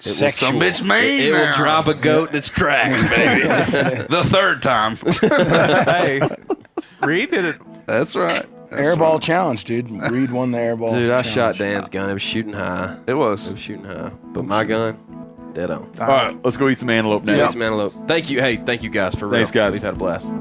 D: Some
F: Sexual.
D: bitch made
H: It will
D: now.
H: drop a goat in its tracks, baby.
D: the third time.
G: <laughs> hey, Reed did it.
D: That's right.
F: <laughs>
D: That's
F: Airball
D: right.
F: challenge, dude. Reed won the airball.
H: Dude, I
F: challenge.
H: shot Dan's gun. It was shooting high.
D: It was.
H: It was shooting high. But my gun, dead on.
I: All right, let's go eat some antelope now.
H: Yeah. Thanks, Antelope. Thank you. Hey, thank you guys for real.
I: Thanks, guys.
H: We've had a blast.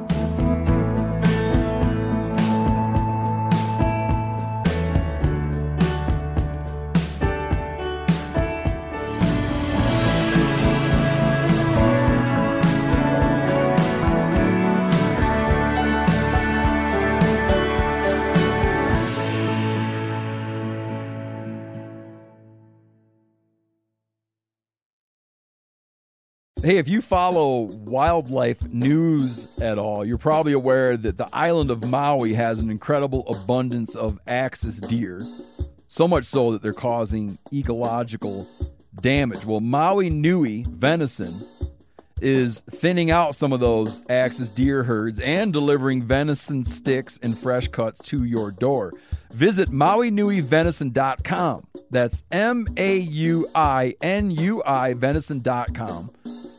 A: Hey, if you follow wildlife news at all, you're probably aware that the island of Maui has an incredible abundance of axis deer, so much so that they're causing ecological damage. Well, Maui Nui venison is thinning out some of those axis deer herds and delivering venison sticks and fresh cuts to your door. Visit mauinuivenison.com. That's M A U I N U I venison.com.